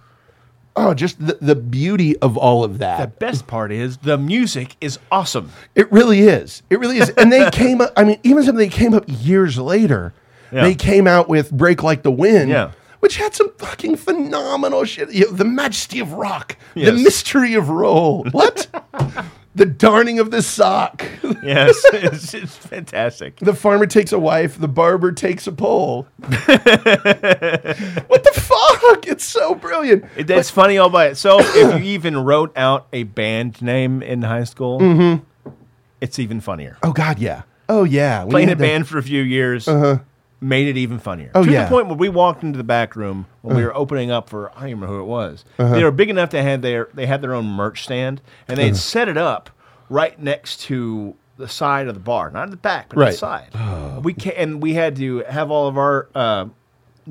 S1: Oh, just the, the beauty of all of that.
S2: The best part is the music is awesome.
S1: It really is. It really is. And they came up. I mean, even something they came up years later.
S2: Yeah.
S1: They came out with "Break Like the Wind,"
S2: Yeah.
S1: which had some fucking phenomenal shit. You know, the majesty of rock, the
S2: Yes.
S1: mystery of roll. What? The darning of the sock.
S2: Yes, it's, it's fantastic.
S1: The farmer takes a wife. The barber takes a pole. what the fuck? It's so brilliant.
S2: It- That's funny all by itself. if you even wrote out a band name in high school,
S1: Mm-hmm.
S2: it's even funnier.
S1: Oh God, yeah. Oh yeah. We
S2: Playing a
S1: had to-
S2: band for a few years made it even funnier.
S1: Uh-huh. Oh,
S2: to
S1: yeah. Uh-huh.
S2: the point where we walked into the back room when we were opening up for I don't even remember who it was. They were big enough to have their they had their own merch stand and
S1: Uh-huh.
S2: they had set it up right next to the side of the bar, not the back, but
S1: Right. Oh.
S2: the side. we ca- and we had to have all of our uh,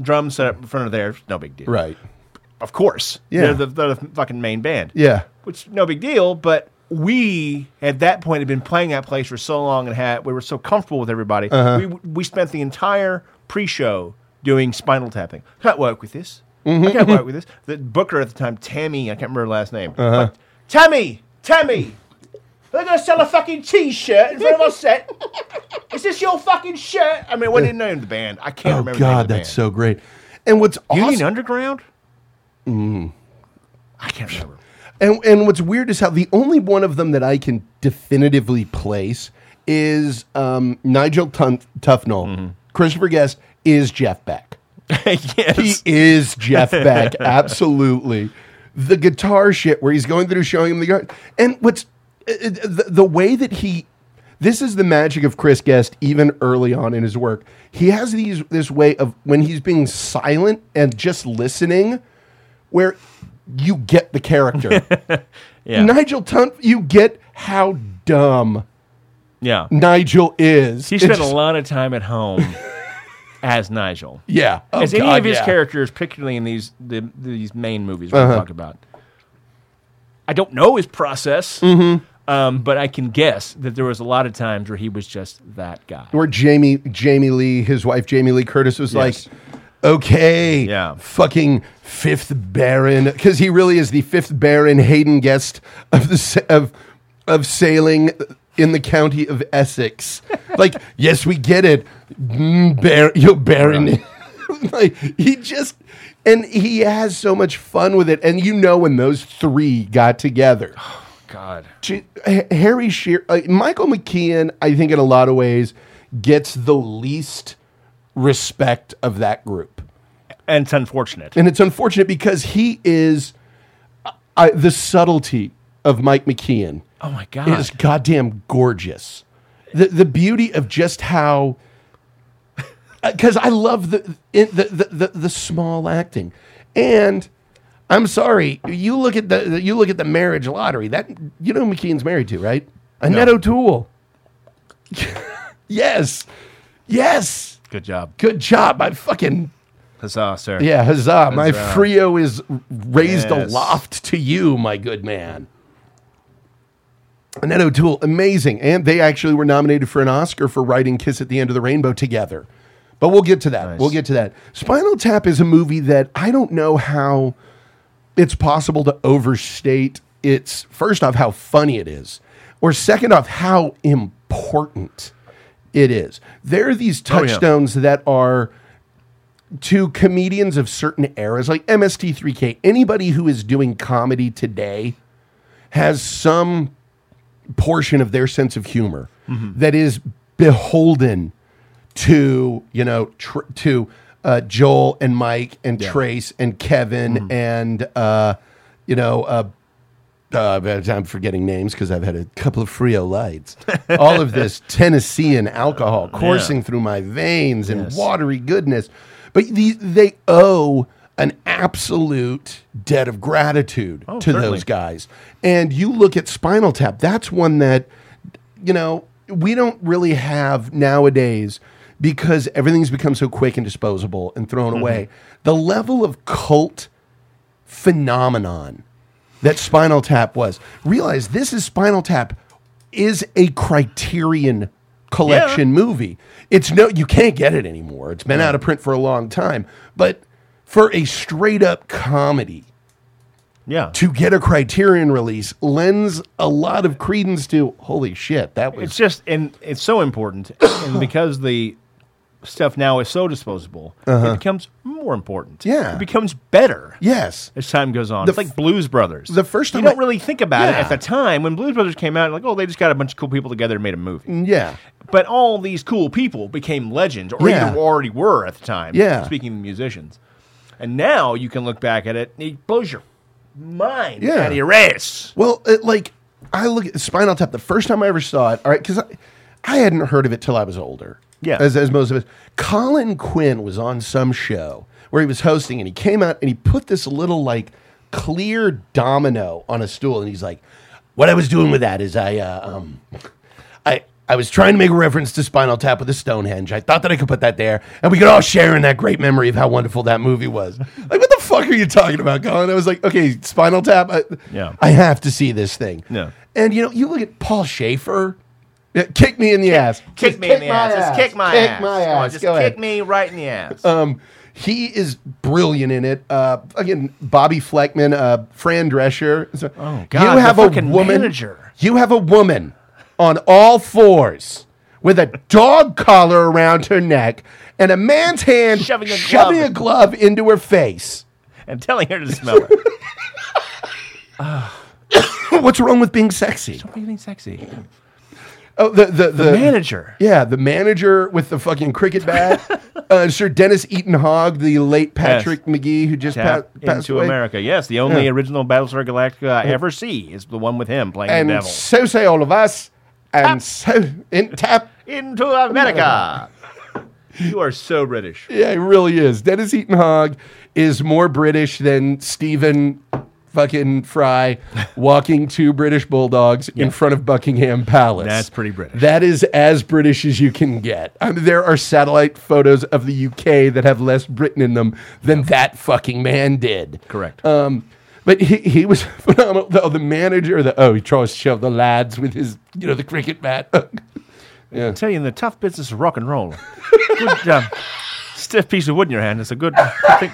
S2: drums set up in front of there. No big deal,
S1: Right.
S2: Of course,
S1: Yeah.
S2: They're the, they're the fucking main band
S1: Yeah.
S2: which no big deal, but we at that point had been playing that place for so long and had we were so comfortable with everybody. We
S1: Uh-huh.
S2: we spent the entire pre-show doing spinal tapping. I can't work with this.
S1: Mm-hmm.
S2: I can't work with this. The booker at the time, Tammy, I can't remember her last name.
S1: Uh-huh.
S2: But, Tammy, Tammy, they're gonna sell a fucking T-shirt in front of our set. Is this your fucking shirt? I mean, we didn't know the band. I can't
S1: Oh
S2: remember. the name
S1: God,
S2: of the
S1: that's
S2: band.
S1: so great. And what's
S2: Union
S1: awesome, Mm-hmm.
S2: Underground. Mm. I can't remember.
S1: and, and what's weird is how the only one of them that I can definitively place is um, Nigel Tun- Tufnell. Christopher Guest is Jeff Beck.
S2: yes.
S1: He is Jeff Beck, absolutely. The guitar shit where he's going through showing him the guitar. And what's uh, uh, the, the way that he this is the magic of Chris Guest even early on in his work. He has these this way of when he's being silent and just listening where you get the character.
S2: yeah.
S1: Nigel Tunt, you get how dumb
S2: yeah.
S1: Nigel is.
S2: He
S1: It's
S2: spent a
S1: just-
S2: lot of time at home as Nigel.
S1: Yeah. Oh,
S2: as any
S1: God,
S2: of his
S1: yeah. Uh-huh.
S2: characters, particularly in these the, these main movies we talk about. I don't know his process,
S1: Mm-hmm.
S2: um, but I can guess that there was a lot of times where he was just that guy.
S1: where Jamie Jamie Lee, his wife Jamie Lee Curtis, was
S2: Yes.
S1: like, "Okay,
S2: Yeah.
S1: fucking fifth Baron," because he really is the fifth Baron Hayden Guest of the sa- of of sailing in the county of Essex. like, yes, we get it, mm, Bar- you Baron. like he just and he has so much fun with it, and you know when those three got together.
S2: God,
S1: J- H- Harry Shearer, uh, Michael McKean, I think in a lot of ways gets the least respect of that group,
S2: and it's unfortunate.
S1: and it's unfortunate because he is I, the subtlety of Mike McKean
S2: Oh my God,
S1: is goddamn gorgeous. The the beauty of just how because I love the, it, the, the the the small acting, and I'm sorry you look at the you look at the marriage lottery that you know who McKean's married to right Annette O'Toole. yes, yes.
S2: good job,
S1: Good job. I fucking
S2: huzzah, sir.
S1: yeah, huzzah! My
S2: Huzzah.
S1: Frio is raised
S2: Yes.
S1: aloft to you, my good man. Annette O'Toole, amazing, and they actually were nominated for an Oscar for writing "Kiss at the End of the Rainbow" together. But we'll get to that.
S2: Nice.
S1: We'll get to that. Spinal Tap is a movie that I don't know how it's possible to overstate. It's first off how funny it is, or second off how important it is. There are these
S2: Oh, yeah.
S1: touchstones that are to comedians of certain eras, like MST3K, anybody who is doing comedy today has some portion of their sense of humor that is beholden to you know tr- to uh, Joel and Mike and Trace and Kevin and uh, you know. Uh, uh, I'm forgetting names because I've had a couple of Frio lights. All of this Tennessean alcohol coursing through my veins and watery goodness. But these, they owe an absolute debt of gratitude to
S2: certainly.
S1: those guys. And you look at Spinal Tap, that's one that, you know, we don't really have nowadays because everything's become so quick and disposable and thrown away. The level of cult phenomenon that Spinal Tap was. Realize this is Spinal Tap is a Criterion collection movie. It's no you can't get it anymore. It's been out of print for a long time, but for a straight up comedy
S2: yeah.
S1: to get a Criterion release lends a lot of credence to holy shit, that was
S2: It's just and it's so important, and because the stuff now is so disposable,
S1: Uh-huh.
S2: it becomes more important.
S1: Yeah.
S2: It becomes better.
S1: Yes.
S2: As time goes on.
S1: The
S2: it's like Blues Brothers.
S1: The first time
S2: you don't
S1: I-
S2: really think about
S1: Yeah.
S2: it at the time when Blues Brothers came out, like, oh, they just got a bunch of cool people together and made a movie.
S1: Yeah.
S2: But all these cool people became legends, or
S1: Yeah.
S2: either already were at the time.
S1: Yeah.
S2: Speaking of musicians. And now you can look back at it, and it blows your mind
S1: Yeah.
S2: out of your ass.
S1: Well, it, like I look at Spinal Tap the first time I ever saw it. All right, because I, I hadn't heard of it till I was older.
S2: Yeah.
S1: as as most of us. Colin Quinn was on some show where he was hosting, and he came out and he put this little like clear domino on a stool, and he's like, "What I was doing with that is I uh, um." I, I was trying to make a reference to Spinal Tap with a Stonehenge. I thought that I could put that there, and we could all share in that great memory of how wonderful that movie was. Like, what the fuck are you talking about, Colin? I was like, okay, Spinal Tap. I,
S2: Yeah.
S1: I have to see this thing.
S2: Yeah.
S1: And you know, you look at Paul Schaefer. yeah, Kick me in the ass.
S2: Kick
S1: Just
S2: me in the ass. Just kick my
S1: kick
S2: ass.
S1: my
S2: Come on,
S1: ass.
S2: Just
S1: Go ahead.
S2: kick me right in the ass.
S1: Um, he is brilliant in it. Uh, again, Bobby Fleckman, uh, Fran Drescher. So-
S2: Oh, God, the fucking manager.
S1: You have a woman on all fours with a dog collar around her neck and a man's hand
S2: Shoving a
S1: shoving
S2: glove.
S1: a glove into her face.
S2: and telling her to smell it.
S1: Oh, What's wrong with being sexy?
S2: Don't be anything sexy.
S1: Oh, the the, the,
S2: manager.
S1: Yeah, the manager with the fucking cricket bat. uh, Sir Dennis Eaton Hogg, the late Patrick McGee, who just pa-
S2: Tap
S1: passed
S2: into
S1: away.
S2: America. Yes, the only
S1: Yeah.
S2: original Battlestar Galactica I ever see is the one with him playing
S1: And
S2: the devil.
S1: so say all of us. And so in tap.
S2: Into America. you are so British.
S1: Yeah, it really is. Dennis Eaton Hogg is more British than Stephen fucking Fry walking two British bulldogs in front of Buckingham Palace.
S2: That's pretty British.
S1: That is as British as you can get. I mean, there are satellite photos of the UK that have less Britain in them than that fucking man did.
S2: Correct.
S1: Um, but he, he was phenomenal. The, the manager, the oh, he tries to shove the lads with his, you know, the cricket bat.
S2: I tell you, in the tough business of rock and roll, good um, stiff piece of wood in your hand is a good, good thing.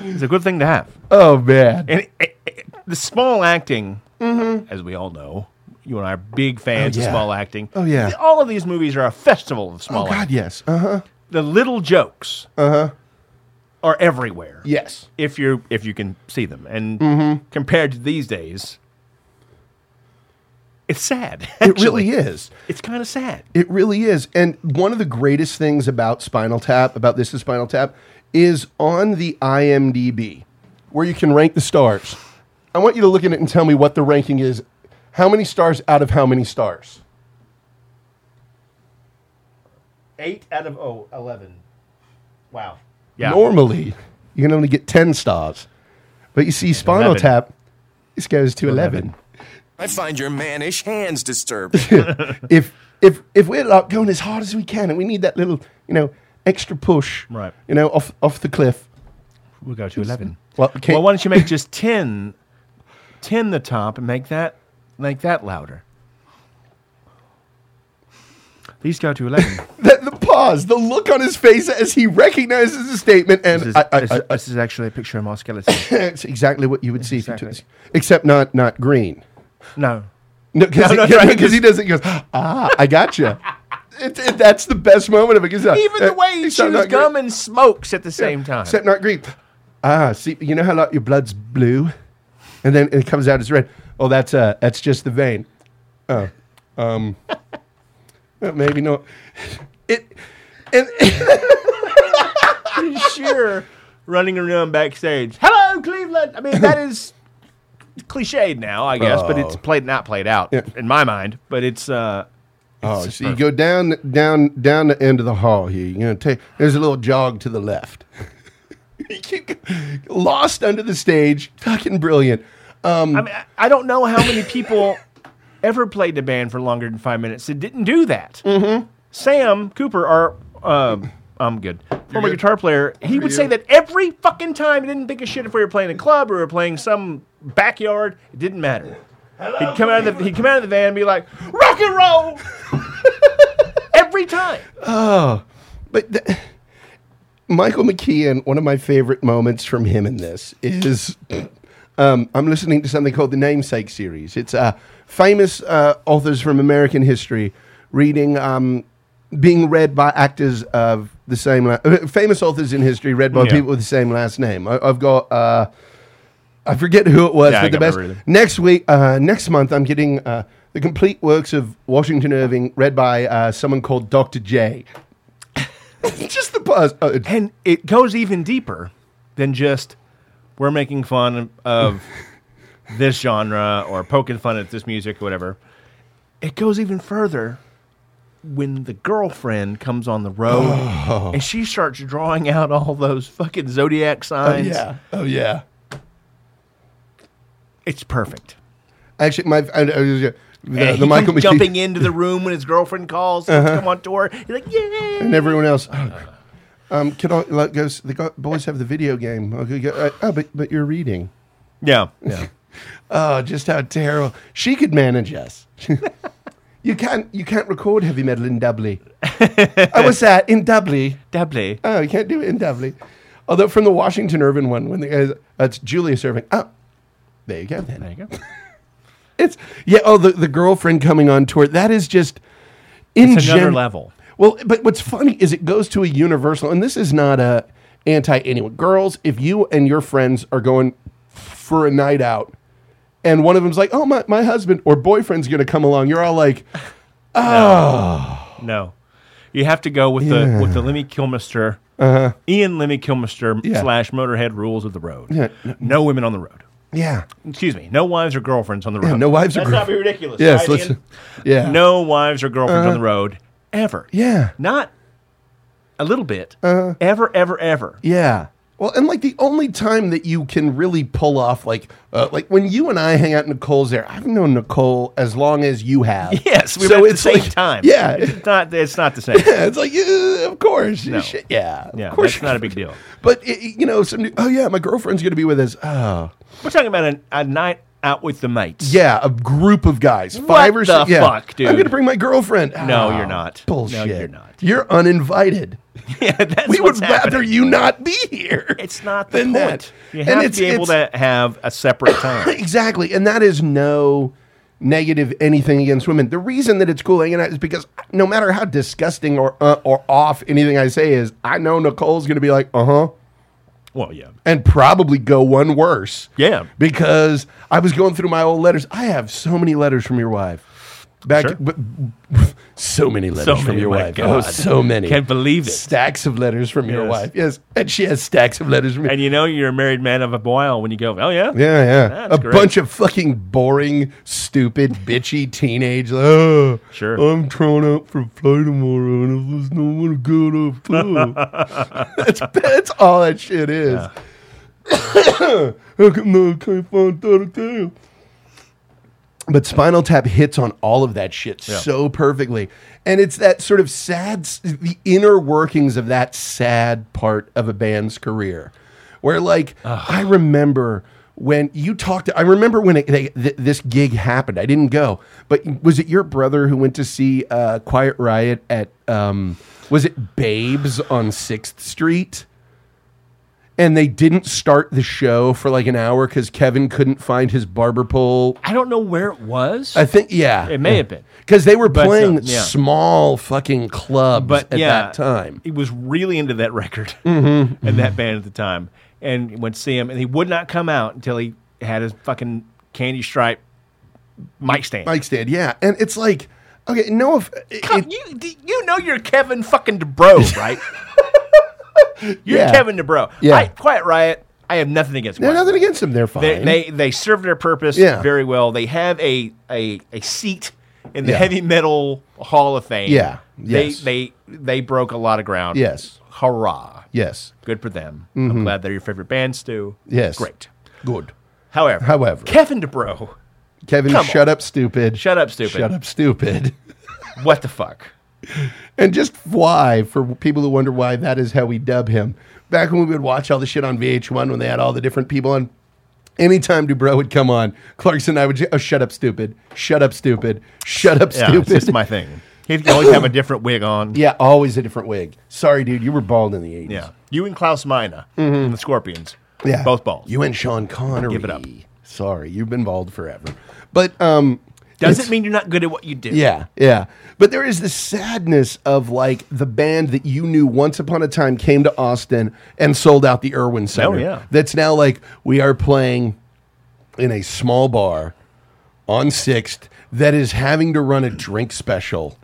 S2: It's a good thing to have.
S1: oh, man.
S2: And it, it, it- the small acting, as we all know, you and I are big fans
S1: yeah.
S2: of small acting.
S1: Mm-hmm. Oh, yeah.
S2: All of these movies are a festival of
S1: Oh,
S2: small
S1: God, Uh-huh.
S2: acting.
S1: yes. Uh huh.
S2: The little jokes are everywhere.
S1: Yes.
S2: If you if you can see them, and
S1: Mm-hmm.
S2: compared to these days, it's sad.
S1: It really is.
S2: It's kind of sad.
S1: It really is. And one of the greatest things about Spinal Tap, about this is Spinal Tap, is on the IMDb, where you can rank the stars. I want you to look at it and tell me what the ranking is. How many stars out of how many stars?
S2: Eight out of oh, 11. Wow. Yeah.
S1: Normally, you can only get 10 stars. But you see, Spinal
S2: 11.
S1: Tap, this goes to 11.
S9: I find your mannish hands disturbing.
S1: if if if we're like going as hard as we can and we need that little, you know, extra push,
S2: Right.
S1: you know, off, off the cliff,
S2: We'll go to 11.
S1: Well,
S2: Well,
S1: okay.
S2: why don't you make just 10, 10 the top and make that make that louder? These go to 11.
S1: The, the pause, the look on his face as he recognizes the statement, and
S2: this, is,
S1: I, I,
S2: this,
S1: I-
S2: is, this is actually a picture of my skeleton.
S1: it's exactly what you would see, if you took
S2: Exactly.
S1: this- except not not green.
S2: no.
S1: No, because
S2: no,
S1: he,
S2: no,
S1: does he does it. He goes, ah, I gotcha. it, it- that's the best moment of it. 'cause, uh,
S2: Even the way
S1: uh,
S2: he
S1: except
S2: chews
S1: not
S2: gum
S1: green.
S2: and smokes at the same time.
S1: except not green. Ah, see, you know how like your blood's blue, and then it comes out as red. Oh, that's uh, that's just the vein. Oh, um, uh, maybe not. It and.
S2: sure running around backstage. Hello, Cleveland. I mean, that is cliched now, I guess, but it's
S1: Oh.
S2: played not played out
S1: Yeah.
S2: in my mind. But it's uh,
S1: Oh, so you go down, down, down the end of the hall here. You're gonna take. There's a little jog to the left. you keep go- lost under the stage. Fucking brilliant. Um,
S2: I mean, I- I don't know how many people ever played the band for longer than five minutes that didn't do that. Mm-hmm. Sam Cooper, our uh, I'm good former guitar player, he would say that every fucking time. He didn't think a shit if we were playing a club or we were playing some backyard. It didn't matter. he'd come out of the he'd come out of the van and be like, "Rock and roll." Every time,
S1: but the, Michael McKean, one of my favorite moments from him in this is um, I'm listening to something called the Namesake series. It's uh, famous uh, authors from American history reading um, being read by actors of the same la- uh, famous authors in history read by
S2: Yeah.
S1: people with the same last name. I, I've got uh, I forget who it was,
S2: Yeah, I
S1: but the
S2: can't
S1: best
S2: remember either.
S1: next week uh, next month I'm getting uh, the complete works of Washington Irving read by uh, someone called Doctor J. Just the buzz. Oh, it-
S2: And it goes even deeper than just we're making fun of this genre or poking fun at this music or whatever. It goes even further when the girlfriend comes on the road and she starts drawing out all those fucking zodiac
S1: oh
S2: signs.
S1: yeah. Oh yeah.
S2: It's perfect.
S1: Actually, my I, I, the,
S2: And
S1: the
S2: he
S1: Michael
S2: comes
S1: McKean
S2: jumping into the room when his girlfriend calls to come on tour. He's like, yeah.
S1: and everyone else. "Oh, um, can I like goes? The guy, boys have the video game. Okay, go, uh, oh, but but you're reading.
S2: Yeah. Yeah.
S1: Oh, just how terrible. She could manage us. you can't you can't record heavy metal in Dublin. I was that in Dublin.
S2: Doubly.
S1: Oh, you can't do it in Dublin. Although from the Washington Irving one, when the guys that's Julius Irving. Oh, there you go. Then
S2: There you go.
S1: it's yeah. Oh, the, the girlfriend coming on tour. That is just in
S2: It's another
S1: gen-
S2: level.
S1: Well, but what's funny is it goes to a universal, and this is not a anti anyone. Girls, if you and your friends are going for a night out, and one of them's like, "Oh, my my husband or boyfriend's going to come along," you're all like,
S2: No, you have to go with the with the Lemmy Kilmister, Ian Lemmy Kilmister
S1: Uh-huh. Yeah.
S2: slash Motorhead rules of the road.
S1: Yeah.
S2: No women on the road.
S1: "Yeah,
S2: Excuse me, no wives or girlfriends on the road.
S1: no wives or
S2: Let's not be
S1: girlfriends.
S2: ridiculous.
S1: yes,
S2: right,
S1: let's,
S2: Ian?
S1: yeah, Uh-huh.
S2: No wives or girlfriends on the road ever.
S1: yeah, Uh-huh.
S2: Not a little bit. Ever, ever, ever.
S1: yeah." Well, and like the only time that you can really pull off, like, uh, like when you and I hang out, Nicole's there. I've known Nicole as long as you have.
S2: Yes, we
S1: So
S2: went at
S1: it's
S2: the same
S1: like-
S2: time.
S1: yeah.
S2: it's not. It's not the same.
S1: Yeah, it's like, yeah, of course.
S2: No.
S1: Shit, yeah,
S2: Yeah,
S1: of course.
S2: that's not a big deal.
S1: But i- i- you know, some new- oh yeah, my girlfriend's gonna be with us. Oh
S2: We're talking about an, a night out with the mates.
S1: yeah, a group of guys, five or
S2: the
S1: six. yeah.
S2: fuck, dude?
S1: I'm gonna bring my girlfriend.
S2: No,
S1: Oh,
S2: you're not. No,
S1: Bullshit.
S2: you're not.
S1: You're uninvited.
S2: yeah. That's
S1: we would
S2: what's
S1: rather
S2: happening.
S1: you not be here.
S2: It's not the
S1: than
S2: point.
S1: that.
S2: You
S1: And
S2: have
S1: it's-
S2: to be able
S1: it's-
S2: to have a separate time.
S1: exactly, and that is no negative anything against women. The reason that it's cool hanging out is because no matter how disgusting or uh, or off anything I say is, I know Nicole's gonna be like, uh huh.
S2: well, yeah,
S1: and probably go one worse.
S2: Yeah.
S1: Because I was going through my old letters. I have so many letters from your wife. Back
S2: Sure.
S1: but, so many letters from
S2: many,
S1: your
S2: my
S1: wife.
S2: God.
S1: Oh, so many.
S2: Can't believe it.
S1: Stacks of letters from your
S2: Yes.
S1: wife. Yes. And she has stacks of letters from
S2: and you know you're a married man of a boil when you go, oh yeah,
S1: yeah, yeah.
S2: That's
S1: a
S2: great.
S1: bunch of fucking boring, stupid, bitchy teenage. Like, oh,
S2: Sure.
S1: I'm trying out for a flight tomorrow, and if there's no one good, I flew. that's that's all that shit is. How come no, I can't find that again? But Spinal Tap hits on all of that shit
S2: Yeah.
S1: so perfectly. And it's that sort of sad, s- the inner workings of that sad part of a band's career. Where, like, I remember when you talked, I remember when it, they, th- this gig happened. I didn't go, but was it your brother who went to see uh, Quiet Riot at, um, was it Babes on 6th Street? And they didn't start the show for like an hour because Kevin couldn't find his barber pole
S2: I don't know where it was,
S1: I think yeah,
S2: It may have been.
S1: because they were
S2: But, uh,
S1: playing
S2: yeah.
S1: small fucking clubs
S2: but
S1: at
S2: yeah,
S1: that time. Mm-hmm,
S2: he was really into that record and that band at the time, and went to see him, and he would not come out until he had his fucking candy stripe mic stand.
S1: Mike stand, yeah, and it's like okay, no, if
S2: Come-
S1: it,
S2: you d- you know you're Kevin fucking DeBro, right? you're
S1: Yeah.
S2: Kevin DeBro.
S1: Yeah.
S2: I, Quiet Riot. I have nothing against.
S1: no,
S2: Quiet
S1: nothing
S2: Riot.
S1: against them, they're fine.
S2: They, they they serve their purpose
S1: Yeah.
S2: very well. They have a a, a seat in the
S1: Yeah.
S2: heavy metal Hall of Fame.
S1: Yeah. Yes.
S2: They they they broke a lot of ground.
S1: Yes.
S2: Hurrah.
S1: yes,
S2: Good for them. I'm glad they're your favorite band, Stu.
S1: yes,
S2: Great.
S1: good.
S2: However,
S1: However.
S2: Kevin DeBro,
S1: Kevin,
S2: Come
S1: shut up, stupid.
S2: Shut up, stupid.
S1: Shut up, stupid.
S2: what the fuck?
S1: And just why, for people who wonder why that is how we dub him. Back when we would watch all the shit on VH1 when they had all the different people on, anytime Dubrow would come on, Clarkson and I would just, oh, shut up, stupid. Shut up, stupid. Shut up,
S2: Yeah, it's
S1: stupid.
S2: just my thing. He can always have a different wig on.
S1: yeah, always a different wig. Sorry, dude, you were bald in the 80s.
S2: Yeah. You and Klaus Meine from the Scorpions.
S1: Mm-hmm. Yeah.
S2: Both balls.
S1: You and Sean Connery.
S2: Give it up.
S1: Sorry, you've been bald forever. But um,
S2: Doesn't mean you're not good at what you do.
S1: Yeah, yeah. But there is the sadness of like the band that you knew once upon a time came to Austin and sold out the Irwin Center.
S2: Oh, yeah.
S1: That's now like we are playing in a small bar on 6th that is having to run a drink special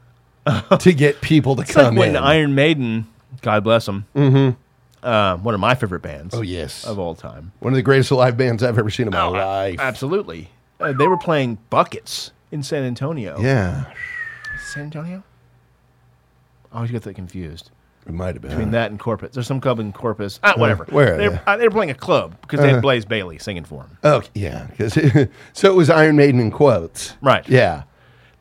S1: to get people to
S2: It's like
S1: come
S2: when
S1: in.
S2: Iron Maiden, God bless them, mm-hmm. uh, one of my favorite bands.
S1: Oh, yes.
S2: of all time.
S1: One of the greatest live bands I've ever seen in my
S2: Oh,
S1: life.
S2: Absolutely, uh, they were playing buckets in San Antonio.
S1: yeah.
S2: San Antonio. I always get that confused
S1: It might have been.
S2: between that and Corpus. There's some club in Corpus. Ah, whatever.
S1: where are
S2: they?
S1: they? Uh-huh.
S2: were- Uh, they were playing a club because they had Blaze Bailey singing for them.
S1: Oh, yeah. 'cause so it was Iron Maiden in quotes.
S2: Right.
S1: Yeah.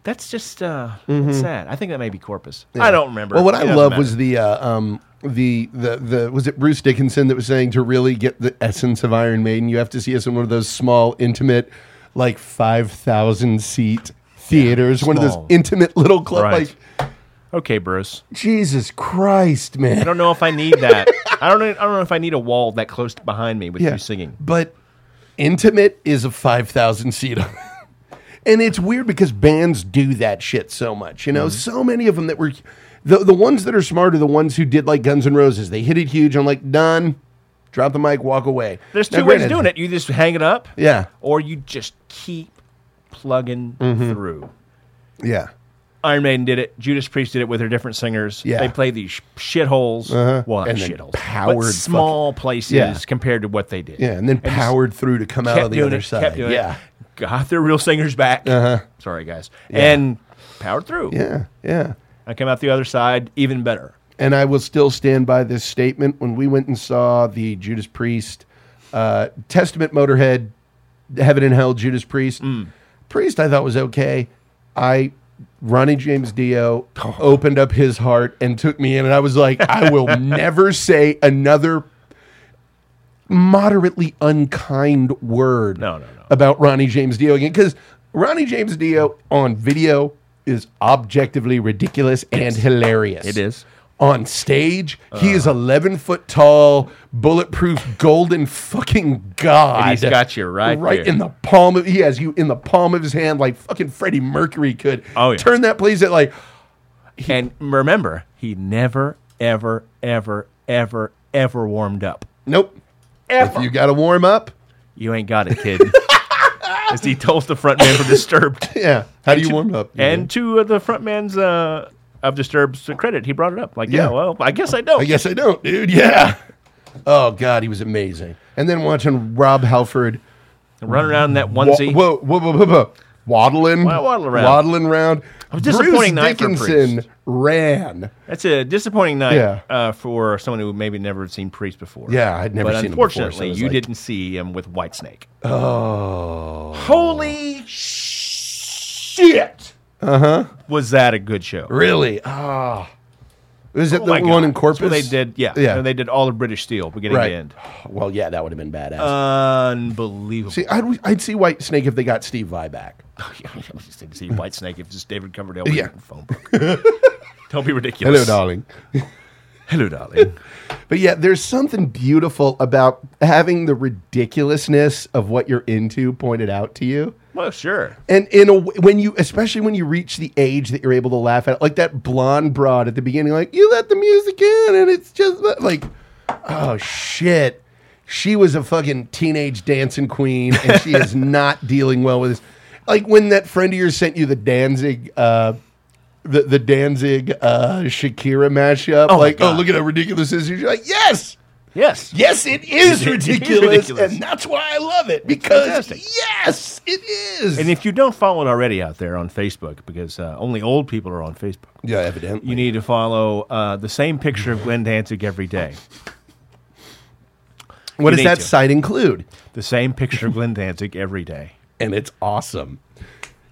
S2: That's just uh, it's sad. I think that may be Corpus. I don't remember.
S1: Mm-hmm. Well, what
S2: It
S1: I
S2: doesn't
S1: love
S2: matter.
S1: was the uh, um, the the the was it Bruce Dickinson that was saying to really get the essence of Iron Maiden, you have to see us in one of those small, intimate, like five thousand seat theaters, one of those
S2: small.
S1: intimate little clubs.
S2: Right.
S1: Like
S2: okay, Bruce.
S1: Jesus Christ,
S2: I
S1: man!
S2: don't know if I need that. I don't. know- I don't know if I need a wall that close behind me with you singing.
S1: but intimate is a five thousand seat. And it's weird because bands do that shit so much. You know,
S2: Mm-hmm.
S1: so many of them that were the, the ones that are smart are the ones who did like Guns N' Roses. They hit it huge. I'm like, done. Drop the mic, walk away.
S2: There's
S1: Now,
S2: two ways of
S1: granted-
S2: doing it. You just hang it up,
S1: Yeah.
S2: or you just keep plugging through.
S1: Mm-hmm. Yeah.
S2: Iron Maiden did it. Judas Priest did it with their different singers.
S1: Yeah. Uh-huh.
S2: They played these sh- shitholes. uh Well,
S1: And
S2: and
S1: then
S2: shitholes.
S1: powered
S2: but small places
S1: Yeah.
S2: compared to what they did.
S1: Yeah. And then powered through to come out
S2: kept
S1: on the
S2: doing
S1: other
S2: it,
S1: side.
S2: Kept doing
S1: yeah. Uh-huh.
S2: It. Got their real singers back. Sorry, guys. And powered through.
S1: Yeah. Yeah.
S2: I came out the other side even better.
S1: And I will still stand by this statement. When we went and saw the Judas Priest, uh, Testament Motorhead, Heaven and Hell, Judas Priest, Priest I thought was okay. I. Ronnie James Dio opened up his heart and took me in, and I was like, I will never say another moderately unkind word
S2: No, no, no.
S1: about Ronnie James Dio again because Ronnie James Dio on video is objectively ridiculous and hilarious.
S2: It is.
S1: On stage, he is
S2: Uh-huh.
S1: 11 foot tall, bulletproof, golden fucking god.
S2: And he's got you right
S1: Right
S2: there.
S1: in the palm of, he has you in the palm of his hand like fucking Freddie Mercury could.
S2: Oh, yeah.
S1: Turn that place at like,
S2: and remember, he never, ever, ever, ever, ever warmed up.
S1: nope. If you got to warm up,
S2: You ain't got it, kid. As he told the front man for Disturbed.
S1: yeah. How do you warm up?
S2: And to uh, the front man's uh, of Disturbed's credit, he brought it up. Like, yeah,
S1: Yeah.
S2: well, I guess I don't.
S1: I guess I don't, dude. Yeah. Oh God, he was amazing. And then watching Rob Halford
S2: Run around in that
S1: wa-
S2: onesie.
S1: whoa, whoa, whoa, whoa, whoa, waddling,
S2: Wa- waddle around.
S1: waddling around.
S2: was disappointing
S1: Bruce
S2: night for
S1: Dickinson
S2: Priest.
S1: ran.
S2: That's a disappointing night
S1: Yeah.
S2: uh, for someone who maybe never had seen Priest before.
S1: Yeah, I'd never
S2: but
S1: seen him before, so
S2: unfortunately,
S1: it was
S2: you
S1: like- Oh.
S2: didn't see him with Whitesnake. Oh. Holy shit. Uh huh. Was that a good show?
S1: Really? Ah, was it
S2: Oh
S1: the
S2: my
S1: one
S2: God.
S1: in Corpus?
S2: That's what they did, yeah.
S1: Yeah.
S2: And they did all of British Steel beginning
S1: Right.
S2: to end.
S1: Well, yeah, that would have been badass.
S2: Uh, Unbelievable.
S1: see, I'd, I'd see White Snake if they got Steve Vai back.
S2: see White Snake if it's David Coverdale with
S1: Yeah.
S2: a phone book. Don't be ridiculous.
S1: Hello, darling.
S2: Hello, darling.
S1: But yeah, there's something beautiful about having the ridiculousness of what you're into pointed out to you.
S2: well, sure.
S1: And in a w- when you especially when you reach the age that you're able to laugh at like that blonde broad at the beginning, like you let the music in and it's just li- like, oh shit, she was a fucking teenage dancing queen and she is not dealing well with this. Like when that friend of yours sent you the Danzig, uh, the the Danzig uh, Shakira mashup,
S2: Oh my
S1: like oh
S2: God.
S1: look at how ridiculous this is. You're like Uh, yes.
S2: Yes.
S1: Yes, it is
S2: It is
S1: ridiculous,
S2: ridiculous.
S1: and that's why I love it because
S2: fantastic.
S1: yes, it is.
S2: And if you don't follow it already out there on Facebook, because uh, only old people are on Facebook,
S1: yeah, evidently.
S2: you need to follow uh, the same picture of Glenn Danzig every day.
S1: What
S2: You
S1: does
S2: need
S1: that
S2: to.
S1: site include?
S2: The same picture of Glenn Danzig every day.
S1: And it's awesome.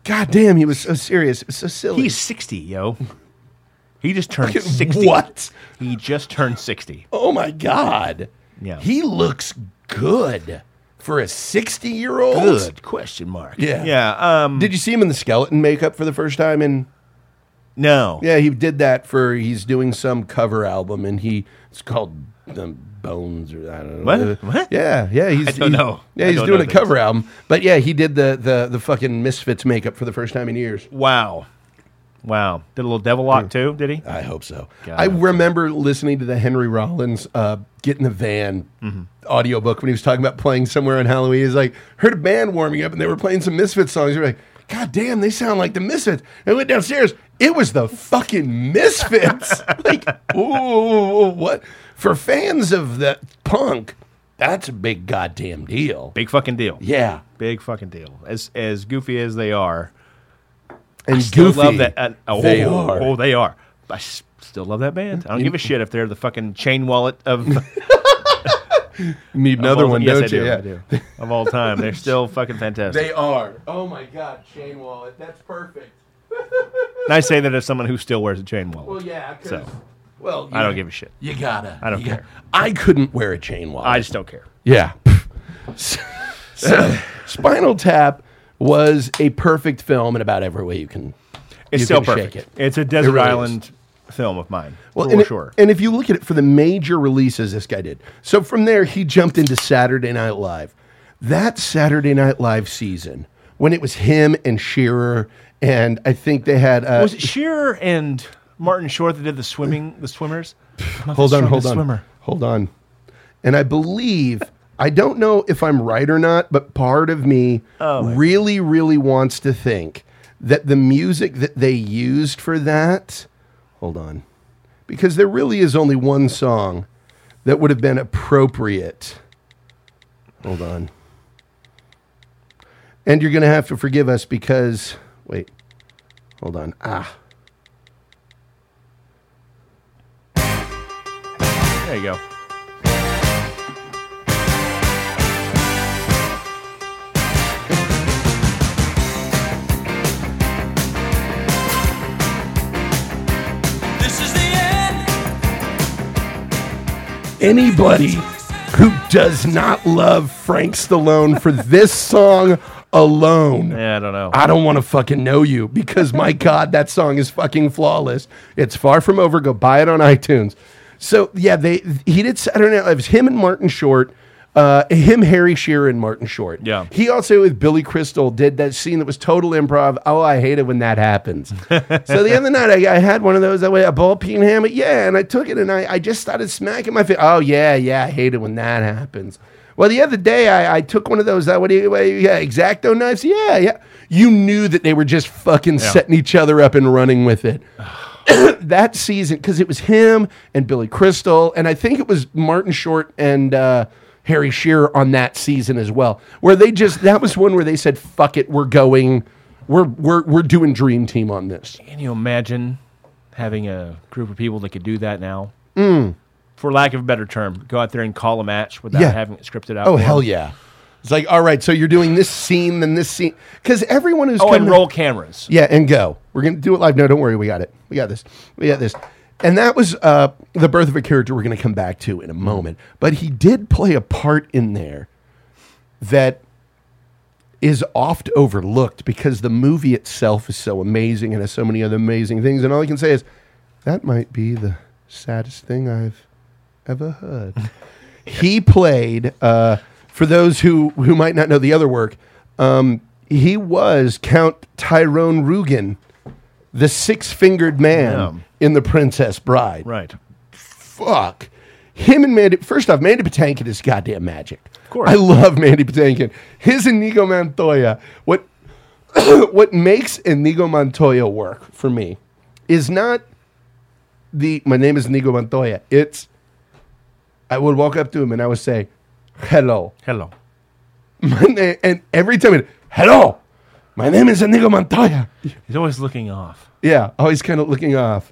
S1: God damn, he was so serious. It was so silly.
S2: He's 60, yo. He just turned 60.
S1: what?
S2: He just turned 60.
S1: Oh my god.
S2: Yeah.
S1: He looks good for a sixty-year-old.
S2: Good question mark.
S1: Yeah.
S2: Yeah. Um,
S1: Did you see him in the skeleton makeup for the first time? And
S2: no.
S1: yeah, he did that for. He's doing some cover album, and he it's called the bones or I don't know.
S2: What? What?
S1: Yeah, yeah. He's,
S2: I
S1: he's-
S2: don't know.
S1: Yeah,
S2: I
S1: he's
S2: don't
S1: doing
S2: know
S1: a
S2: things.
S1: cover album. But yeah, he did the the the fucking Misfits makeup for the first time in years.
S2: Wow. Wow. Did a little devil
S1: Hmm.
S2: lock too, did he?
S1: I hope so.
S2: God,
S1: I
S2: I hope so.
S1: remember listening to the Henry Rollins uh, "Get in the Van"
S2: Mm-hmm.
S1: audiobook when he was talking about playing somewhere on Halloween. He's like, heard a band warming up and they were playing some Misfits songs. You're like, God damn, they sound like the Misfits. And I went downstairs. It was the fucking Misfits. like, ooh, what? For fans of the punk, that's a big goddamn deal.
S2: Big fucking deal.
S1: Yeah,
S2: Big fucking deal. As as goofy as they are.
S1: and
S2: still
S1: goofy.
S2: love that. uh, oh,
S1: they
S2: oh,
S1: are.
S2: oh, they are. I s- still love that band. I don't give a shit if they're the fucking chain wallet of of
S1: Need another
S2: all-
S1: one,
S2: Yes,
S1: don't
S2: I do.
S1: you? Yeah.
S2: I do. Of all time, they're still fucking fantastic.
S1: They are. Oh my God, chain wallet. That's perfect.
S2: and I say that as someone who still wears a chain wallet.
S1: Well, yeah. 'cause-
S2: So,
S1: well,
S2: I don't
S1: you-
S2: give a shit.
S1: You gotta.
S2: I don't
S1: you gotta-
S2: care.
S1: I couldn't wear a chain wallet.
S2: I just don't care.
S1: yeah. so, Spinal Tap was a perfect film in about every way you can.
S2: It's
S1: you
S2: still
S1: can
S2: perfect.
S1: Shake it.
S2: It's a desert
S1: really is.
S2: island film of mine.
S1: Well,
S2: for
S1: and, it-
S2: sure.
S1: and if you look at it for the major releases, this guy did. So from there, he jumped into Saturday Night Live. That Saturday Night Live season, when it was him and Shearer, and I think they had. Uh,
S2: was it Shearer and Martin Short that did the swimming, the swimmers?
S1: hold on,
S2: Strongest
S1: hold on,
S2: swimmer.
S1: hold on. And I believe I don't know if I'm right or not, but part of me
S2: Oh
S1: really, really wants to think that the music that they used for that, hold on, because there really is only one song that would have been appropriate. Hold on. And you're going to have to forgive us because, wait, hold on. Ah,
S2: There you go.
S10: This is the end.
S1: anybody who does not love Frank Stallone for this song alone.
S2: Yeah, I don't know.
S1: I don't want to fucking know you because my God, that song is fucking flawless. It's far from over. Go buy it on iTunes. So yeah, they he did. I don't know. It was him and Martin Short, uh, him Harry Shearer and Martin Short.
S2: Yeah.
S1: He also with Billy Crystal did that scene that was total improv. Oh, I hate it when that happens. so the other night I, I had one of those. I went a ball peen hammer. Yeah, and I took it and I I just started smacking my face. Oh yeah, yeah, I hate it when that happens. Well, the other day I, I took one of those. Uh, what do you? What, do you- yeah, exacto knives. Yeah, yeah. You knew that they were just fucking setting each other up and running with it. that season, because it was him and Billy Crystal, and I think it was Martin Short and uh, Harry Shearer on that season as well, where they just that was one where they said, "Fuck it, we're going, we're we're we're doing Dream Team on this."
S2: Can you imagine having a group of people that could do that now? For lack of a better term, go out there and call a match without
S1: Mm. Yeah.
S2: having it scripted out.
S1: Oh
S2: for 'em.
S1: hell yeah! It's like, all right, so you're doing this scene, then this scene, because everyone who's
S2: Oh, and
S1: coming-
S2: roll cameras.
S1: Yeah, and go. We're gonna do it live. No, don't worry. We got it. We got this. We got this. And that was uh, the birth of a character we're gonna come back to in a moment. But he did play a part in there that is oft overlooked because the movie itself is so amazing and has so many other amazing things. And all I can say is that might be the saddest thing I've ever heard. he played uh, for those who who might not know the other work. Um, he was Count Tyrone Rugen, the six fingered man
S2: Yeah. Um,
S1: in The Princess Bride.
S2: Right.
S1: Fuck. Him and Mandy. First off, Mandy Patinkin is goddamn magic. Of
S2: course.
S1: I love Mandy Patinkin. His Inigo Montoya. What what makes Inigo Montoya work for me is not the my name is Inigo Montoya. It's I would walk up to him and I would say, "Hello."
S2: Hello.
S1: My name, and every time, it, "Hello." My name is Inigo Montoya.
S2: He's always looking off.
S1: Yeah, always kind of looking off.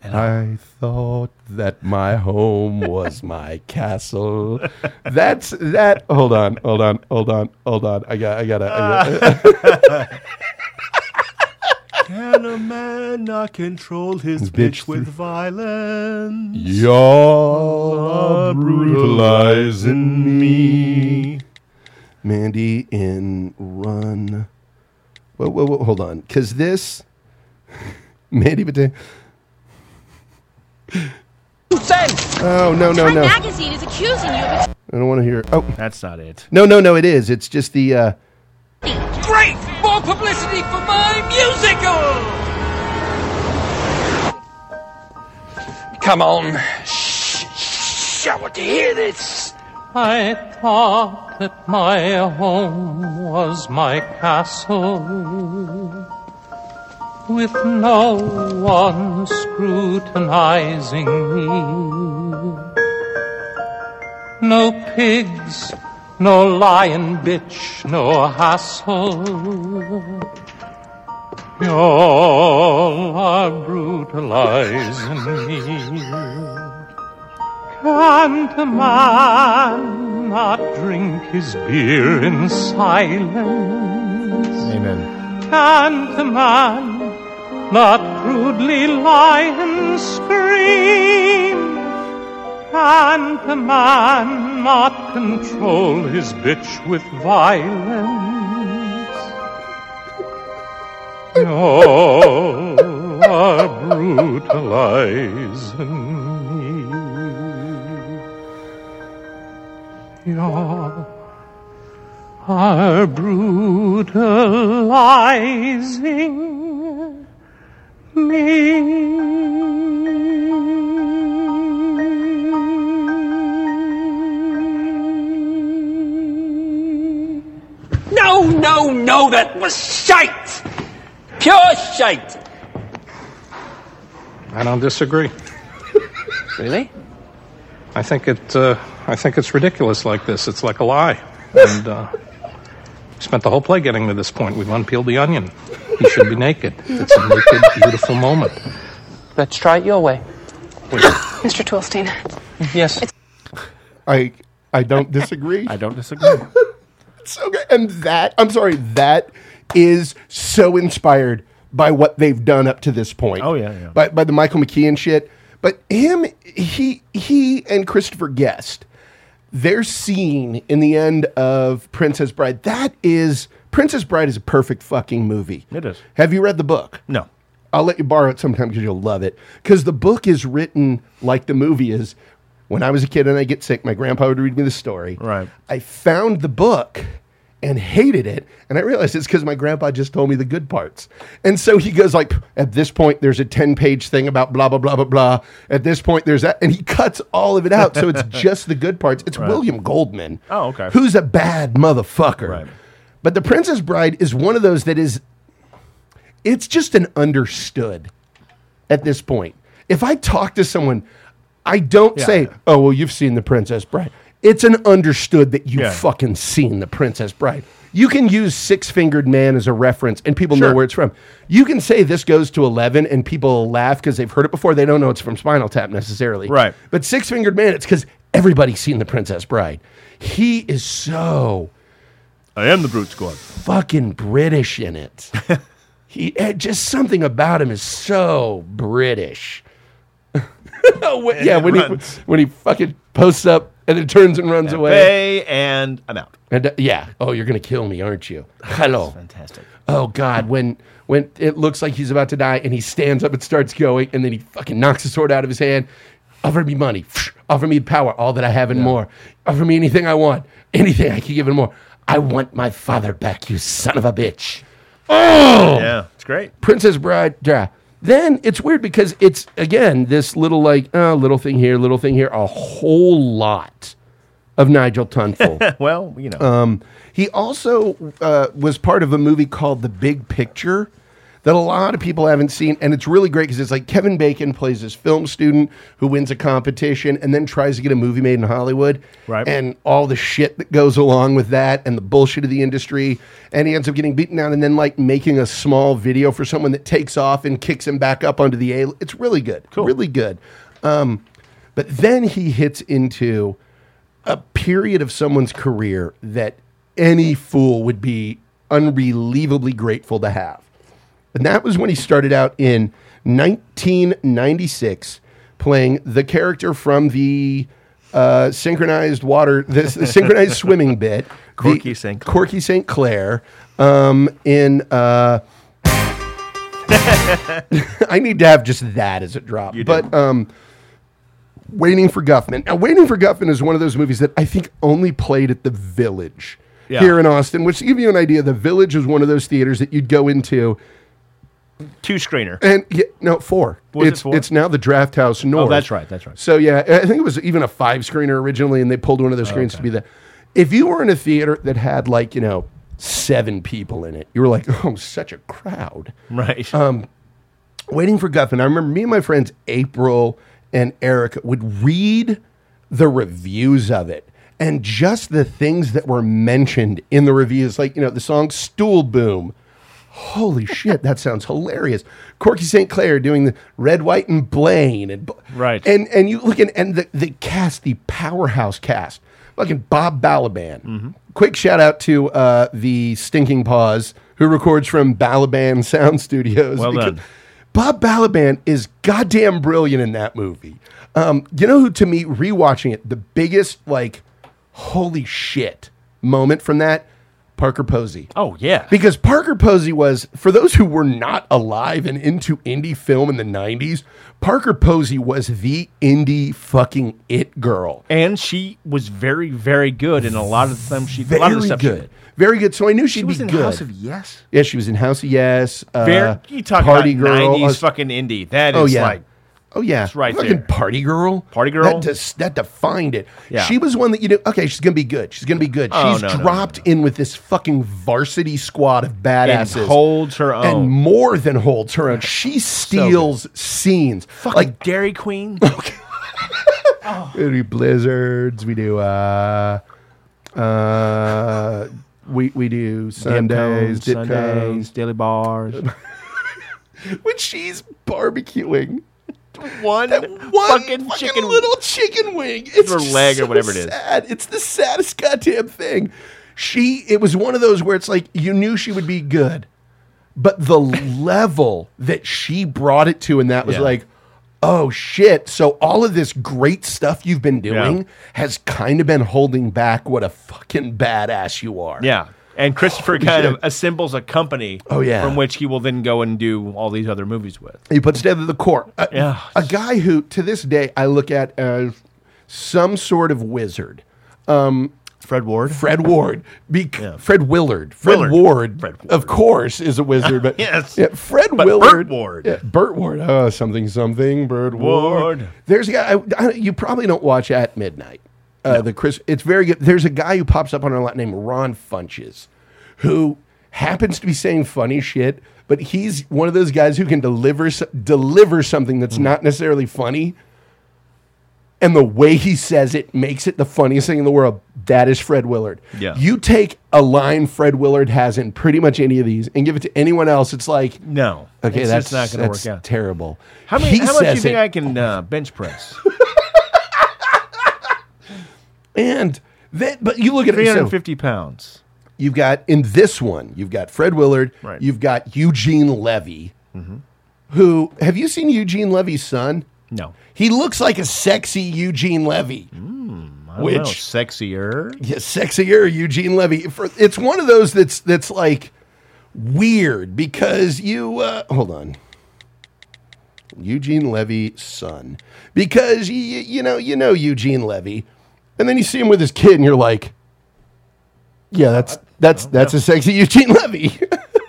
S1: And I thought that my home was my castle. That's that. Hold on, hold on, hold on, hold on. I got, I got, to I got.
S2: Can a man not control his
S1: Bitch
S2: bitch with violence?
S1: You're brutalizing me, Mandy. In run. Whoa, whoa, whoa, hold on, because this, Mandy, but
S10: cents.
S1: Oh, no, no,
S12: Time
S1: no. I
S12: magazine is accusing you of
S1: don't want to hear. Oh.
S2: That's not it.
S1: No, no, no, it is. It's just the. Uh,
S12: ex-
S10: Great! More publicity for my musical!
S3: Come on. Shh. Shh. I want to hear this.
S13: I thought that my home was my castle with no one scrutinizing me. No pigs, no lion bitch, no hassle. Y'all are brutalizing me. Can't a man not drink his beer in silence?
S2: Amen.
S13: Can't a man not crudely lie and scream? Can't a man not control his bitch with violence? Y'all are brutalizing me. Y'all are brutalizing me.
S10: No, no, no, that was shite! Pure shite!
S14: I don't disagree.
S10: really?
S14: I think it. Uh, I think it's ridiculous like this. It's like a lie. And uh, we spent the whole play getting to this point. We've unpeeled the onion. He should be naked. It's a naked, beautiful moment.
S13: Let's try it your way.
S12: Mr. Twilstein.
S13: Yes.
S1: I I don't disagree. I
S2: don't disagree.
S1: it's okay. And that I'm sorry, that is so inspired by what they've done up to this point.
S2: Oh, yeah, yeah.
S1: By by the Michael McKean shit. But him he he and Christopher Guest, their scene in the end of Princess Bride, that is Princess Bride is a perfect fucking movie.
S2: It is.
S1: Have you read the book?
S2: No.
S1: I'll let you borrow it sometime because you'll love it. Because the book is written like the movie is. When I was a kid and I get sick, my grandpa would read me the story. Right. I found the book and hated it, and I realized it's because my grandpa just told me the good parts. And so he goes like, at this point, there's a ten-page thing about blah blah blah blah blah. At this point, there's that, and he cuts all of it out, so it's just the good parts. It's
S2: Right.
S1: William Goldman.
S2: Oh, okay.
S1: Who's a bad motherfucker. But The Princess Bride is one of those that is it's just an understood at this point. If I talk to someone, I don't
S2: Yeah.
S1: say, "Oh, well, you've seen The Princess Bride." It's an understood that you've
S2: Yeah.
S1: fucking seen The Princess Bride. You can use Six Fingered Man as a reference, and people know where it's from. You can say this goes to eleven, and people laugh because they've heard it before. They don't know it's from Spinal Tap necessarily, right? But Six Fingered Man, it's because everybody's seen The Princess Bride. He is so
S2: I am the brute squad.
S1: fucking British in it. he eh, just something about him is so British. When- yeah,
S2: it
S1: when he
S2: runs.
S1: when he fucking posts up and it turns and runs away.
S2: Bay and I'm out.
S1: And uh, yeah, oh, you're gonna kill me, aren't you? Hello.
S2: Fantastic.
S1: Oh God, when when it looks like he's about to die and he stands up and starts going, and then he fucking knocks the sword out of his hand. Offer me money. Offer me power, all that I have and more. Offer me anything I want, anything I can give and more. I want my father back, you son of a bitch. Oh
S2: Yeah, it's great.
S1: Princess Bride. yeah. Then it's weird because it's again this little like uh, little thing here, little thing here, a whole lot of Nigel Tunful.
S2: well, you know.
S1: Um, he also uh, was part of a movie called The Big Picture that a lot of people haven't seen, and it's really great because it's like Kevin Bacon plays this film student who wins a competition and then tries to get a movie made in Hollywood, right? And all the shit that goes along with that, and the bullshit of the industry, and he ends up getting beaten down, and then like making a small video for someone that takes off and kicks him back up onto the A. It's really good, cool. really good. Um, but then he hits into a period of someone's career that any fool would be unbelievably grateful to have. And that was when he started out in 1996 playing the character from the uh, synchronized water, the, the synchronized swimming bit.
S2: Corky
S1: the-
S2: St. Clair.
S1: Corky St. Clair um, in. Uh, I need to have just that as a drop. but um, Waiting for Guffman. Now, Waiting for Guffman is one of those movies that I think only played at the Village
S2: Yeah.
S1: here in Austin, which to give you an idea, the Village is one of those theaters that you'd go into
S2: Two screener.
S1: and yeah, no four.
S2: Was it
S1: it's
S2: four? Oh,
S1: it's now the Draft House North.
S2: that's right, that's right.
S1: So yeah, I think it was even a five screener originally, and they pulled one of
S2: Oh,
S1: those screens to be that. If you were in a theater that had like you know seven people in it, you were like, oh, such a crowd.
S2: Right.
S1: Um, waiting for Guffin. I remember me and my friends April and Erica would read the reviews of it. And just the things that were mentioned in the reviews, like, you know, the song Stool Boom. Holy shit, that sounds hilarious. Corky St. Clair doing the red, white, and Blaine. And,
S2: Right.
S1: And and you look at and the, the cast, the powerhouse cast. Fucking Bob Balaban.
S2: Mm-hmm.
S1: Quick shout out to uh, the Stinking Paws, who records from Balaban Sound Studios.
S2: Well
S1: Because
S2: done.
S1: Bob Balaban is goddamn brilliant in that movie. Um, you know who, to me, rewatching it, the biggest, like, holy shit moment from that? Parker Posey.
S2: Oh yeah.
S1: Because Parker Posey was, for those who were not alive and into indie film in the 90s, Parker Posey was the indie fucking it girl.
S2: And she was very, very good in a lot of them. She a lot of
S1: Very
S2: the stuff she
S1: good.
S2: did.
S1: Very good. So I knew she'd
S2: She was
S1: be
S2: in
S1: good.
S2: House of Yes.
S1: yeah, she was in House of Yes. Uh,
S2: Very, you talk
S1: Party
S2: about
S1: Girl.
S2: 90s
S1: Us-
S2: fucking indie. That is
S1: oh, yeah.
S2: like
S1: oh, yeah.
S2: it's right
S1: fucking
S2: there.
S1: Party Girl.
S2: Party Girl?
S1: That, des- that defined it.
S2: Yeah.
S1: She was one that you knew, okay, she's going to be good. She's going to be good.
S2: Oh,
S1: she's
S2: no, no, no,
S1: dropped in with this fucking varsity squad of badasses.
S2: and holds her
S1: and
S2: own.
S1: more than holds her own. She steals scenes. like
S2: like Dairy Queen.
S1: we do blizzards, we do uh uh we we do Sundays,
S2: Dip cones, Sundays,
S1: Sundays,
S2: Daily Bars.
S1: when she's barbecuing.
S2: One,
S1: That one fucking,
S2: chicken-
S1: little chicken wing. It's
S2: Or
S1: just
S2: leg or
S1: so
S2: whatever it is.
S1: Sad. It's the saddest goddamn thing. She. It was one of those where it's like you knew she would be good, but the level that she brought it to, and that was
S2: Yeah.
S1: like, oh shit. So all of this great stuff you've been doing
S2: Yeah.
S1: has kind of been holding back what a fucking badass you are.
S2: Yeah. And Christopher
S1: Holy
S2: kind of
S1: shit.
S2: assembles a company
S1: Oh, yeah.
S2: from which he will then go and do all these other movies with.
S1: He puts together the court. A,
S2: Yeah.
S1: a guy who, to this day, I look at as some sort of wizard. Um,
S2: Fred Ward.
S1: Fred Ward. Bec- Fred Willard. Fred
S2: Willard.
S1: Ward,
S2: Fred Ward.
S1: Of course, is a wizard. But
S2: Yes.
S1: yeah, Fred
S2: But Burt
S1: Willard.
S2: Ward.
S1: Yeah, Burt Ward. Oh, something, something. Burt Ward.
S2: Ward.
S1: There's a guy. I, I, you probably don't watch at midnight. Uh, The Chris. It's very good. There's a guy who pops up on our lot named Ron Funches, who happens to be saying funny shit. But he's one of those guys who can deliver so- deliver something
S2: Mm.
S1: that's not necessarily funny, and the way he says it makes it the funniest thing in the world. That is Fred Willard.
S2: Yeah.
S1: You take a line Fred Willard has in pretty much any of these and give it to anyone else, it's like,
S2: No.
S1: okay,
S2: It's
S1: that's
S2: just not going to
S1: that's
S2: work out.
S1: Terrible.
S2: How, many,
S1: He
S2: how much do you
S1: says
S2: think
S1: it,
S2: I can uh, bench press?
S1: and that, but you look at it. So
S2: 350 pounds.
S1: you've got in this one, you've got Fred Willard.
S2: Right. Mm-hmm.
S1: You've got Eugene Levy, who have you seen Eugene Levy's son?
S2: No.
S1: He looks like a sexy Eugene Levy.
S2: Hmm, I don't
S1: Which-
S2: know, sexier?
S1: yeah, sexier Eugene Levy. For, it's one of those that's that's like weird because you uh, hold on. Eugene Levy son because you, you know you know Eugene Levy, and then you see him with his kid and you're like, yeah, that's that's that's a sexy Eugene Levy.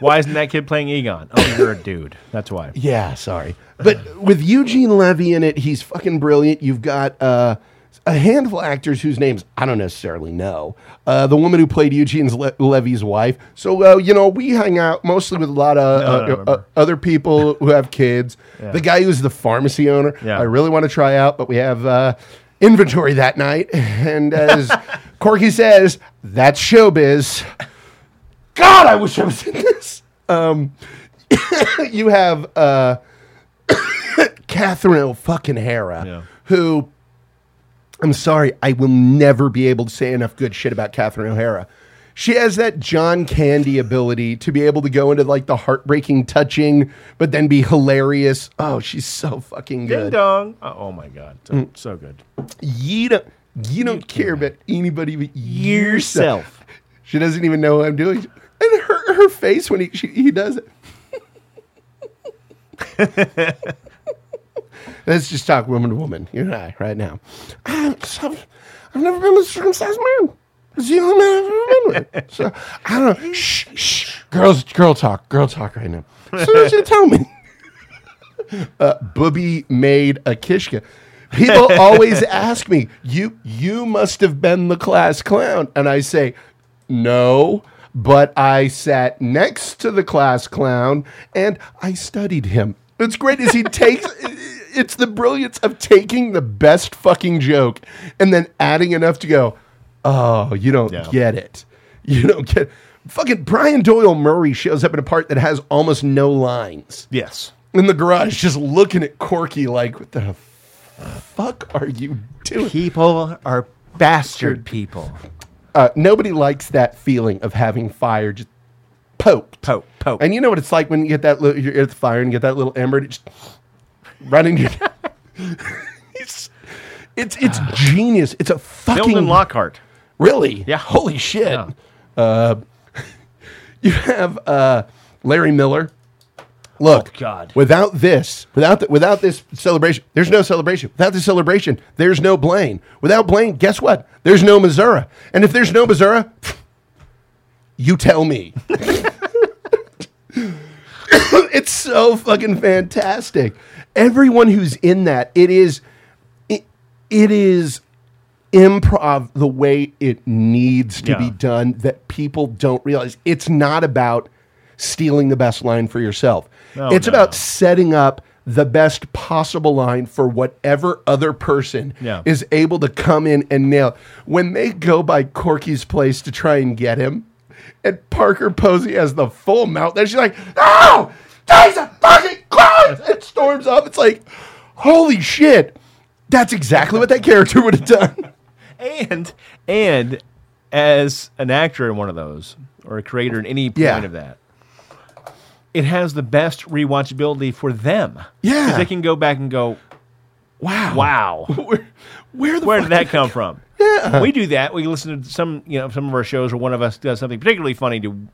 S2: Why isn't that kid playing Egon? Oh, you're a dude. That's why.
S1: Yeah, sorry. But with Eugene Levy in it, he's fucking brilliant. You've got uh, a handful of actors whose names I don't necessarily know. Uh, the woman who played Eugene Le- Levy's wife. So, uh, you know, we hang out mostly with a lot of
S2: No, I don't
S1: uh, uh,
S2: remember.
S1: other people who have kids.
S2: Yeah.
S1: The guy who's the pharmacy owner,
S2: Yeah.
S1: I really want to try out, but we have uh, inventory that night. And as Corky says, that's showbiz. God, I wish I was in this. Um, you have uh, Catherine fucking O'Fuckinghara,
S2: Yeah.
S1: who I'm sorry, I will never be able to say enough good shit about Catherine O'Hara. She has that John Candy ability to be able to go into like the heartbreaking touching, but then be hilarious. Oh, she's so fucking
S2: Ding
S1: good. Mm.
S2: dong. Oh, oh my God. So, so good.
S1: You don't, you don't care about anybody but yourself.
S2: Yourself.
S1: She doesn't even know what I'm doing. And her, her face when he, she, he does it. Let's just talk woman to woman. You and I, right now. I'm so- I've never been with a circumcised man. It's the only man I've ever been with. So I don't know. Shh, shh. Girls, girl talk. Girl talk right now. So what you tell me? Uh, Booby made a kishka. People always ask me, "You you must have been the class clown," and I say, "No." But I sat next to the class clown and I studied him. What's great is he takes it's the brilliance of taking the best fucking joke and then adding enough to go, oh, you don't get it. You don't get fucking Brian Doyle Murray shows up in a part that has almost no lines.
S2: Yes.
S1: In the garage, just looking at Corky like, what the fuck are you doing?
S15: People are bastard people.
S1: Uh, nobody likes that feeling of having fire just poked. Poke, poke. And you know what it's like when you get that little, you're at the fire and you get that little ember, and it just running your. it's, it's, it's genius. It's a fucking.
S2: Milton Lockhart.
S1: Really? Yeah. Holy shit. Uh, you have uh, Larry Miller. Look,
S2: God.
S1: without this, without the, without this celebration, there's no celebration. Without this celebration, there's no Blaine. Without Blaine, guess what? There's no Missouri. And if there's no Missouri, you tell me. it's so fucking fantastic. Everyone who's in that, it is, it, it is improv the way it needs to be
S2: Yeah.
S1: done that people don't realize. It's not about stealing the best line for yourself.
S2: No,
S1: it's
S2: no,
S1: about setting up the best possible line for whatever other person
S2: Yeah.
S1: is able to come in and nail. When they go by Corky's place to try and get him, and Parker Posey has the full mount, then she's like, "No, he's a fucking clown!" It storms off. It's like, holy shit, that's exactly what that character would have done.
S2: and and as an actor in one of those or a creator in any point
S1: Yeah.
S2: of that it has the best rewatchability for them
S1: Yeah.
S2: 'Cause they can go back and go
S1: wow
S2: wow
S1: where, where, the
S2: where
S1: fuck
S2: did that come from
S1: Yeah.
S2: we do that we listen to some you know some of our shows where one of us does something particularly funny to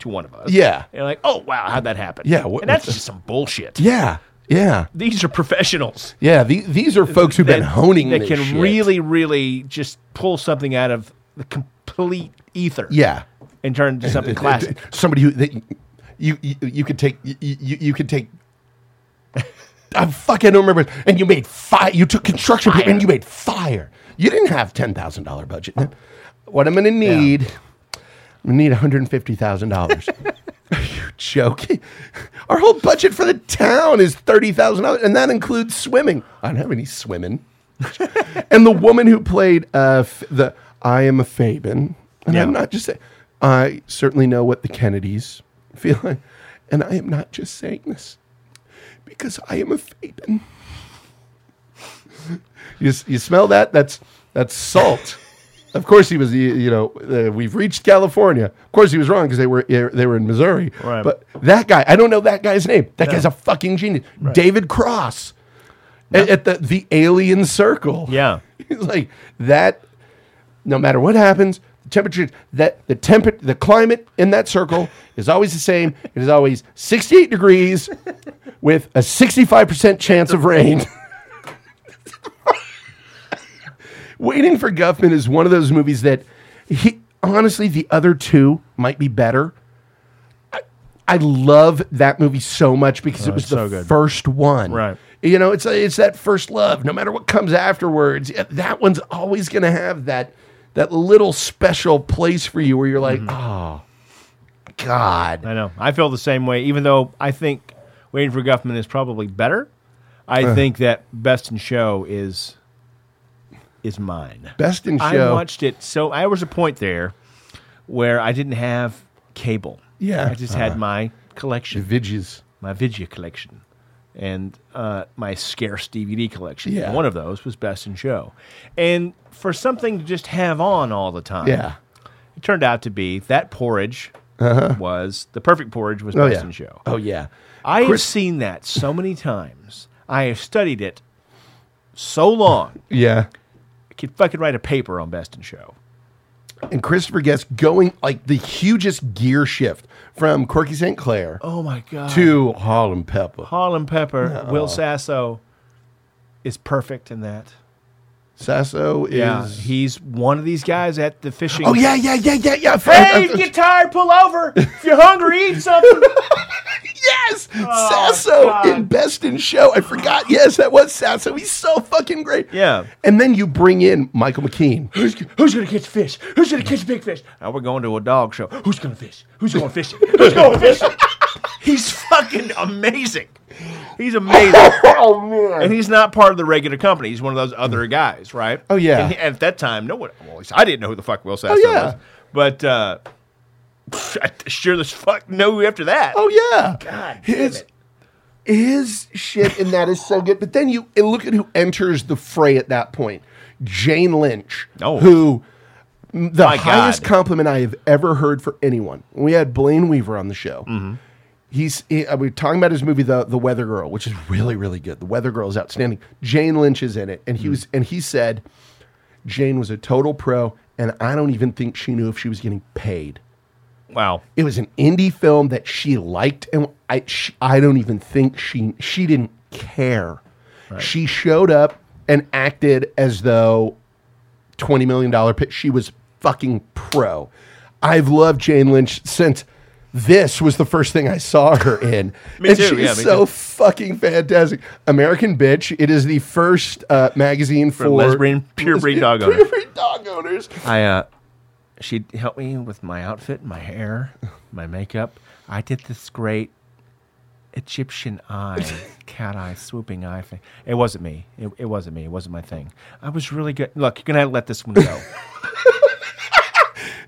S2: to one of us
S1: Yeah.
S2: and like oh wow how'd that happen
S1: Yeah, what-
S2: and that's just some bullshit
S1: Yeah, yeah,
S2: these are professionals
S1: yeah. the- these are folks who've been
S2: that-
S1: honing
S2: that
S1: this
S2: can
S1: shit.
S2: really, really just pull something out of the complete ether.
S1: Yeah.
S2: and turn it into something
S1: Uh, uh,
S2: classic.
S1: uh, Somebody who that you you, you could take you, you you could take. I fucking don't remember. And you made fire. You took construction paper and you made fire. You didn't have ten thousand dollar budget. man. What I'm gonna need, I'm gonna need one hundred fifty thousand dollars. Are you joking? Our whole budget for the town is thirty thousand dollars, and that includes swimming. I don't have any swimming. and the woman who played uh, f- the I am a Fabin, and I'm not just saying, I certainly know what the Kennedys feel like, and I am not just saying this because I am a Fabin. you, s- you smell that? That's that's salt. of course, he was. You, you know, uh, we've reached California. Of course, he was wrong because they were eh, they were in Missouri.
S2: Right.
S1: But that guy, I don't know that guy's name. That guy's a fucking genius. David Cross at, at the the alien circle.
S2: Yeah.
S1: He's like that. No matter what happens, the temperature that the temp the climate in that circle is always the same. It is always sixty eight degrees with a sixty five percent chance of rain. Waiting for Guffman is one of those movies that he honestly the other two might be better. I- I love that movie so much because
S2: Oh,
S1: it was the first one.
S2: Right.
S1: You know, it's it's that first love. No matter what comes afterwards, that one's always going to have that that little special place for you where you're like, oh, God.
S2: Mm-hmm. I know. I feel the same way. Even though I think Waiting for Guffman is probably better, I
S1: Uh.
S2: think that Best in Show is is mine.
S1: Best in
S2: I
S1: Show.
S2: watched it. So I was a point there where I didn't have cable.
S1: Yeah.
S2: I just
S1: Uh.
S2: had my collection,
S1: Vidges.
S2: my Vidya collection, and uh, my scarce DVD collection.
S1: Yeah.
S2: And One of those was Best in Show, and for something to just have on all the time.
S1: Yeah.
S2: It turned out to be that porridge
S1: Uh-huh.
S2: was the perfect porridge was
S1: Oh,
S2: Best
S1: yeah.
S2: in Show.
S1: Oh, yeah.
S2: I have
S1: Chris-
S2: seen that so many times. I have studied it so long.
S1: Yeah.
S2: I could fucking write a paper on Best in Show.
S1: And Christopher Guest going like the hugest gear shift from Corky St. Clair
S2: Oh my god.
S1: to Harlem Pepper.
S2: Harlem Pepper,
S1: No.
S2: Will Sasso, is perfect in that.
S1: Sasso is.
S2: Yeah, he's one of these guys at the fishing.
S1: Oh, yeah, yeah, yeah, yeah, uh, yeah.
S2: Hey, you tired? Pull over. If you're hungry, eat something.
S1: yes,
S2: Oh,
S1: Sasso in Best in Show. I forgot. Yes, that was Sasso. He's so fucking great.
S2: Yeah.
S1: And then you bring in Michael McKean.
S2: Who's, who's gonna catch fish? Who's gonna catch big fish? Now we're going to a dog show. Who's gonna fish? Who's going fishing? Who's going fishing? he's fucking amazing. He's amazing.
S1: oh man!
S2: And he's not part of the regular company. He's one of those other guys, right?
S1: Oh, yeah.
S2: And he- at that time, no one. Well, at least I didn't know who the fuck Will Sasso
S1: yeah.
S2: was, but uh, I sure as fuck know who after that.
S1: Oh yeah.
S2: God damn
S1: his,
S2: it.
S1: his shit in that is so good. But then you and look at who enters the fray at that point. Jane Lynch.
S2: Oh.
S1: Who m- the
S2: My God.
S1: highest compliment I have ever heard for anyone. We had Blaine Weaver on the show.
S2: Mm-hmm.
S1: He's he, uh, we were talking about his movie the the Weather Girl, which is really really good. The Weather Girl is outstanding. Jane Lynch is in it, and he
S2: Mm-hmm.
S1: was and he said Jane was a total pro, and I don't even think she knew if she was getting paid.
S2: Wow.
S1: It was an indie film that she liked, and I sh I don't even think she she didn't care. She showed up and acted as though twenty million dollar pitch. She was fucking pro. I've loved Jane Lynch since this was the first thing I saw her in,
S2: Me
S1: and
S2: too,
S1: she's
S2: yeah, me
S1: so
S2: too.
S1: fucking fantastic. American Bitch. It is the first uh, magazine for,
S2: For lesbian purebred dog owners.
S1: purebred dog owners.
S2: I uh, she helped me with my outfit, my hair, my makeup. I did this great Egyptian eye, cat eye, swooping eye thing. It wasn't me. It, it wasn't me. It wasn't my thing. I was really good. Look, you're gonna let this one go.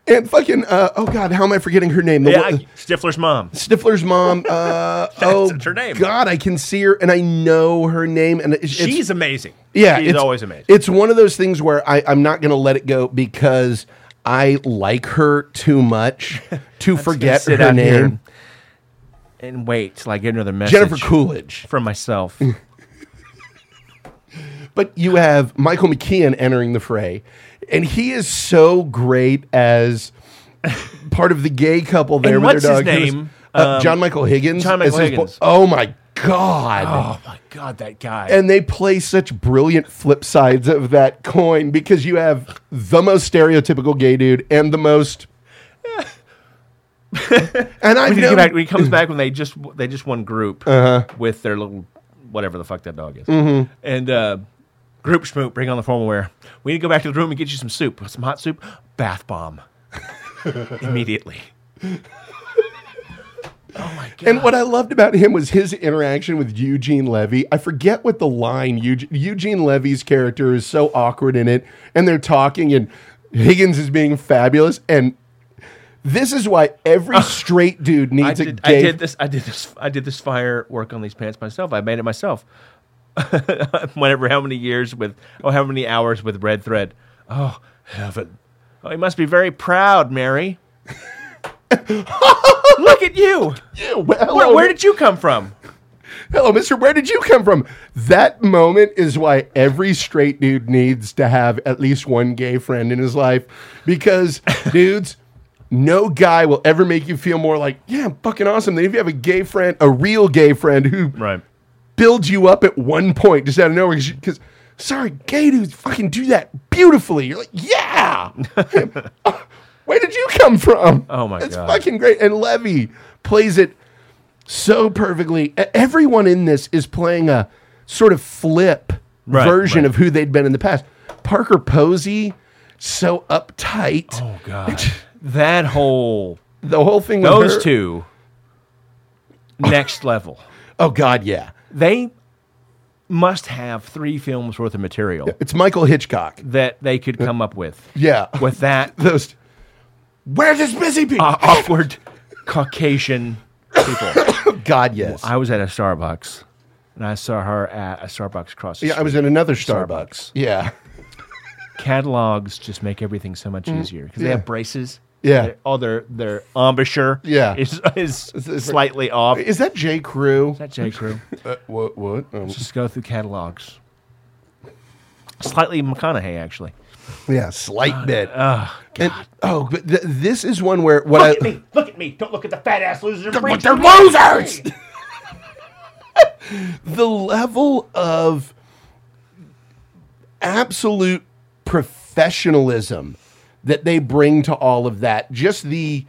S1: And fucking uh, oh god, how am I forgetting her name? The
S2: yeah,
S1: one-
S2: I, Stifler's mom.
S1: Stifler's mom. Uh, oh,
S2: her name.
S1: God, I can see her and I know her name. And it's, it's-
S2: She's amazing.
S1: yeah,
S2: she's
S1: it's-
S2: always amazing.
S1: It's one of those things where I, I'm not going to let it go because I like her too much to forget
S2: sit
S1: her
S2: out here
S1: name.
S2: and wait till I get another message.
S1: Jennifer Coolidge.
S2: from myself.
S1: But you have Michael McKean entering the fray, and he is so great as part of the gay couple there
S2: And
S1: with
S2: what's
S1: their
S2: his
S1: dog. who's-
S2: name?
S1: Uh,
S2: Um,
S1: John Michael Higgins.
S2: John
S1: as
S2: Michael
S1: his bo-
S2: Higgins.
S1: oh my God.
S2: oh my god, that guy.
S1: and they play such brilliant flip sides of that coin because you have the most stereotypical gay dude and the most. and I
S2: when he, get
S1: know
S2: back, when he comes back when they just they just one group
S1: Uh-huh.
S2: with their little whatever the fuck that dog is,
S1: Mm-hmm.
S2: and uh, group schmoop, bring on the formal wear. We need to go back to the room and get you some soup, some hot soup, bath bomb, immediately.
S1: And what I loved about him was his interaction with Eugene Levy. I forget what the line Eugene, Eugene Levy's character is so awkward in it, and they're talking, and Higgins is being fabulous, and this is why every straight dude
S2: I
S1: needs
S2: did,
S1: a
S2: I
S1: gay.
S2: did this. I did this. I did this fire work on these pants myself. I made it myself. Whenever how many years with oh how many hours with red thread? Oh heaven! Oh, you must be very proud, Mary. Look at you.
S1: Yeah, well,
S2: Where, where did you come from?
S1: Hello, mister. Where did you come from? That moment is why every straight dude needs to have at least one gay friend in his life because, dudes, no guy will ever make you feel more like, yeah, I'm fucking awesome than if you have a gay friend, a real gay friend who
S2: Right.
S1: builds you up at one point just out of nowhere because, sorry, gay dudes fucking do that beautifully. You're like, yeah. Uh, Where did you come from?
S2: Oh, my
S1: it's
S2: God.
S1: fucking great. And Levy plays it so perfectly. E- Everyone in this is playing a sort of flip
S2: Right,
S1: version
S2: right.
S1: of who they'd been in the past. Parker Posey, so uptight.
S2: Oh god. that whole
S1: The whole thing. with
S2: those
S1: her-
S2: two next level.
S1: Oh God, yeah.
S2: They must have three films worth of material
S1: It's Michael Hitchcock.
S2: that they could come up with.
S1: Yeah.
S2: With that
S1: Those. Where's this busy bee?
S2: uh, awkward Caucasian people.
S1: God, yes.
S2: I was at a Starbucks and I saw her at a Starbucks across the
S1: yeah, I was
S2: street.
S1: in another Starbucks. Yeah.
S2: catalogs just make everything so much easier because they
S1: Mm. yeah.
S2: have braces.
S1: Yeah.
S2: Their- all their their embouchure
S1: Yeah.
S2: is, is slightly off. Is
S1: Is that J. Crew?
S2: that J. Crew?
S1: Uh, what? What? Um,
S2: Just go through catalogs. Slightly McConaughey, actually.
S1: yeah, slight bit. And- oh, but th- this is one where what I.
S2: me! Look at me! Don't look at the fat ass loser.
S1: But Uh, they're losers. the level of absolute professionalism that they bring to all of that. Just the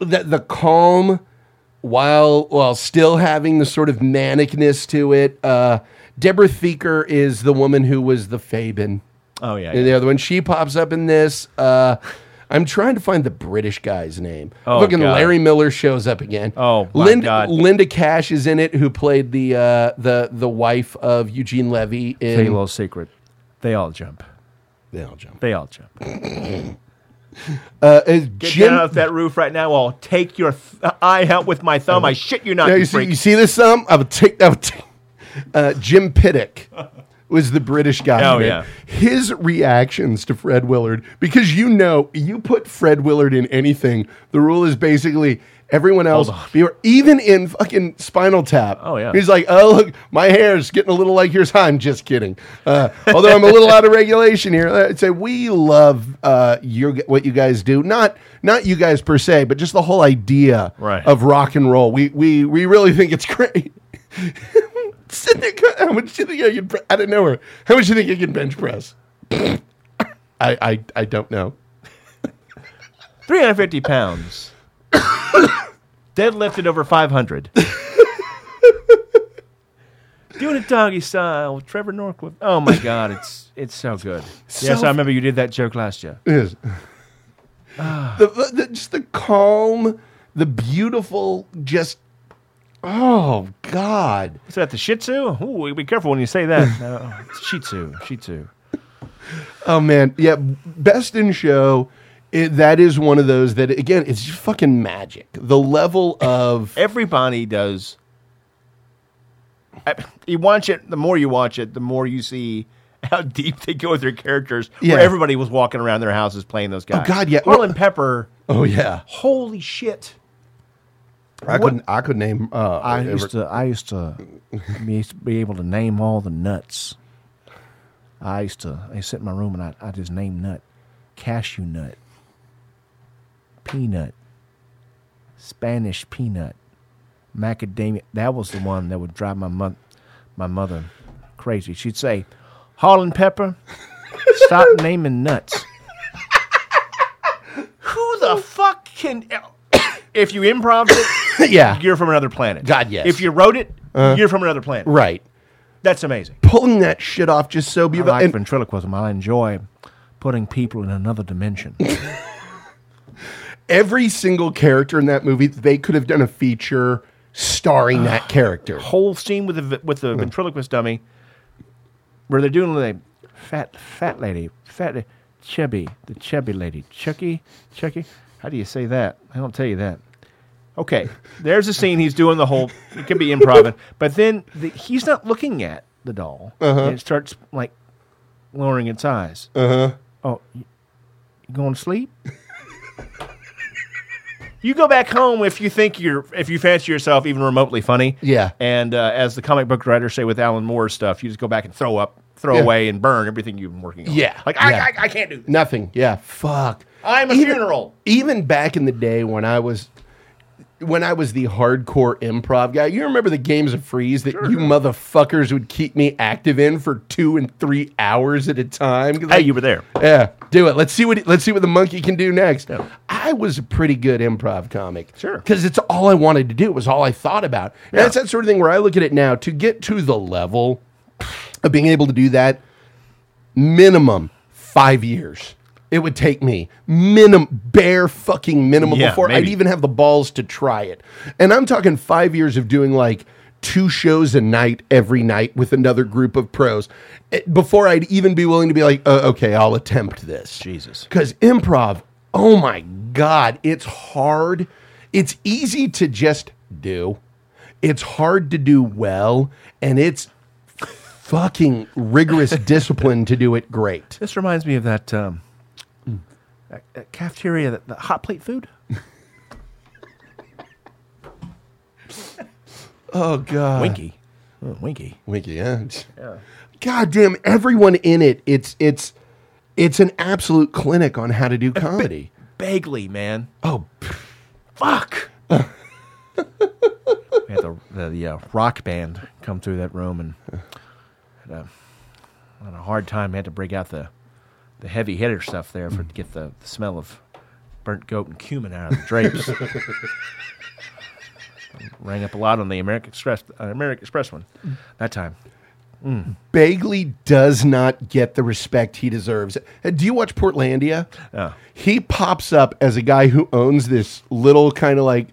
S1: the, the calm while while still having the sort of manicness to it. Uh, Deborah Theaker is the woman who was the Fabin.
S2: Oh yeah,
S1: And the other one, she pops up in this. Uh, I'm trying to find the British guy's name.
S2: Oh,
S1: Fucking
S2: God.
S1: Larry Miller shows up again.
S2: Oh, my
S1: Linda,
S2: God.
S1: Linda Cash is in it, who played the uh, the the wife of Eugene Levy in
S2: Tell you a little secret. They all jump.
S1: They all jump.
S2: They all jump.
S1: Uh, is
S2: Get
S1: Jim-
S2: down off that roof right now. I'll take your th- eye out with my thumb. I shit you not,
S1: Now,
S2: you
S1: you, see,
S2: freak.
S1: you see this? Um, I would take. I would take uh, Jim Piddick was the British guy.
S2: Oh,
S1: in it.
S2: yeah.
S1: His reactions to Fred Willard, because you know, you put Fred Willard in anything, the rule is basically everyone else, be- even in fucking Spinal Tap.
S2: Oh, yeah.
S1: He's like, oh, look, my hair's getting a little like yours. I'm just kidding. Uh, although I'm a little out of regulation here. I'd say we love uh, your, what you guys do. Not, not you guys per se, but just the whole idea
S2: Right.
S1: of rock and roll. We, we, we really think it's great. Sit there, go- how much do you think I can? pre- I don't know her. How much do you think you can bench press? I, I I don't know.
S2: 350 pounds. Deadlifted over 500. Doing it doggy style, Trevor Norquist. Oh my God, it's it's so good. yes,
S1: So-
S2: I remember you did that joke last year.
S1: Yes.
S2: Ah.
S1: the, the, the- just the calm, the beautiful, just oh god.
S2: Is that the Shih Tzu? Ooh, be careful when you say that. No, it's Shih Tzu, Shih Tzu.
S1: Oh man, yeah. Best in show. It, that is one of those that again, it's just fucking magic. The level of
S2: Everybody does. I, you watch it. The more you watch it, the more you see how deep they go with their characters. Where
S1: Yeah. Oh,
S2: everybody was walking around their houses playing those guys.
S1: God, yeah.
S2: Harlan Pepper.
S1: oh yeah.
S2: Holy shit.
S1: I
S2: What-
S1: couldn't. I could name. Uh,
S2: I
S1: ever-
S2: used to I used to be, be able to name all the nuts. I used to I sit in my room and I I just name nut, cashew nut, peanut, Spanish peanut, macadamia. That was the one that would drive my mo- my mother crazy. She'd say, "Harlan Pepper, stop naming nuts." Who the fuck can? If you improv it,
S1: Yeah.
S2: you're from another planet.
S1: God, yes.
S2: If you wrote it,
S1: Uh,
S2: you're from another planet.
S1: right.
S2: That's amazing.
S1: Pulling that shit off just so
S2: I
S1: beautiful.
S2: like
S1: And-
S2: ventriloquism. I enjoy putting people in another dimension.
S1: every single character in that movie, they could have done a feature starring that character.
S2: Whole scene with the with the ventriloquist dummy, where they're doing the fat fat lady, fat la- chubby, the chubby lady, Chucky, Chucky. How do you say that? I don't tell you that. Okay, there's a scene he's doing the whole. It could be improv, but then the, he's not looking at the doll.
S1: Uh-huh.
S2: And it starts like lowering its eyes.
S1: Uh huh.
S2: Oh, you you going to sleep? you go back home if you think you're if you fancy yourself even remotely funny.
S1: Yeah.
S2: And uh, as the comic book writers say with Alan Moore's stuff, you just go back and throw up, throw
S1: Yeah.
S2: away, and burn everything you've been working on.
S1: Yeah.
S2: Like I,
S1: Yeah.
S2: I, I can't do. This.
S1: Nothing. Yeah. Fuck.
S2: I'm a funeral.
S1: Even back in the day when I was. When I was the hardcore improv guy, you remember the games of freeze that you motherfuckers would keep me active in for two and three hours at a time? 'Cause,
S2: Hey,
S1: like,
S2: you were there.
S1: Yeah, do it. Let's see what let's see what the monkey can do next. I was a pretty good improv comic,
S2: Sure.
S1: because it's all I wanted to do. It was all I thought about. And That's that sort of thing where I look at it now to get to the level of being able to do that. Minimum five years it would take me minimum bare fucking minimum
S2: Yeah,
S1: before I'd
S2: maybe.
S1: even have the balls to try it. And I'm talking five years of doing like two shows a night every night with another group of pros eh, before I'd even be willing to be like, uh, okay, I'll attempt this.
S2: Jesus.
S1: Because improv, oh my God, it's hard. It's easy to just do, it's hard to do well, and it's fucking rigorous discipline to do it great.
S2: This reminds me of that um, that, that cafeteria, that, that hot plate food.
S1: Oh God.
S2: Winky, oh, Winky.
S1: Winky, yeah. God damn, everyone in it, it's it's it's an absolute clinic on how to do comedy.
S2: Bagley, man.
S1: Oh,
S2: fuck. we had the the, the, uh, rock band come through that room and had a on a hard time. Had to break out the the heavy hitter stuff there for to get the, the smell of burnt goat and cumin out of the drapes. Rang up a lot on the American Express uh, American Express one that time. Mm.
S1: Bagley does not get the respect he deserves. Uh, Do you watch Portlandia? He pops up as a guy who owns this little kind of like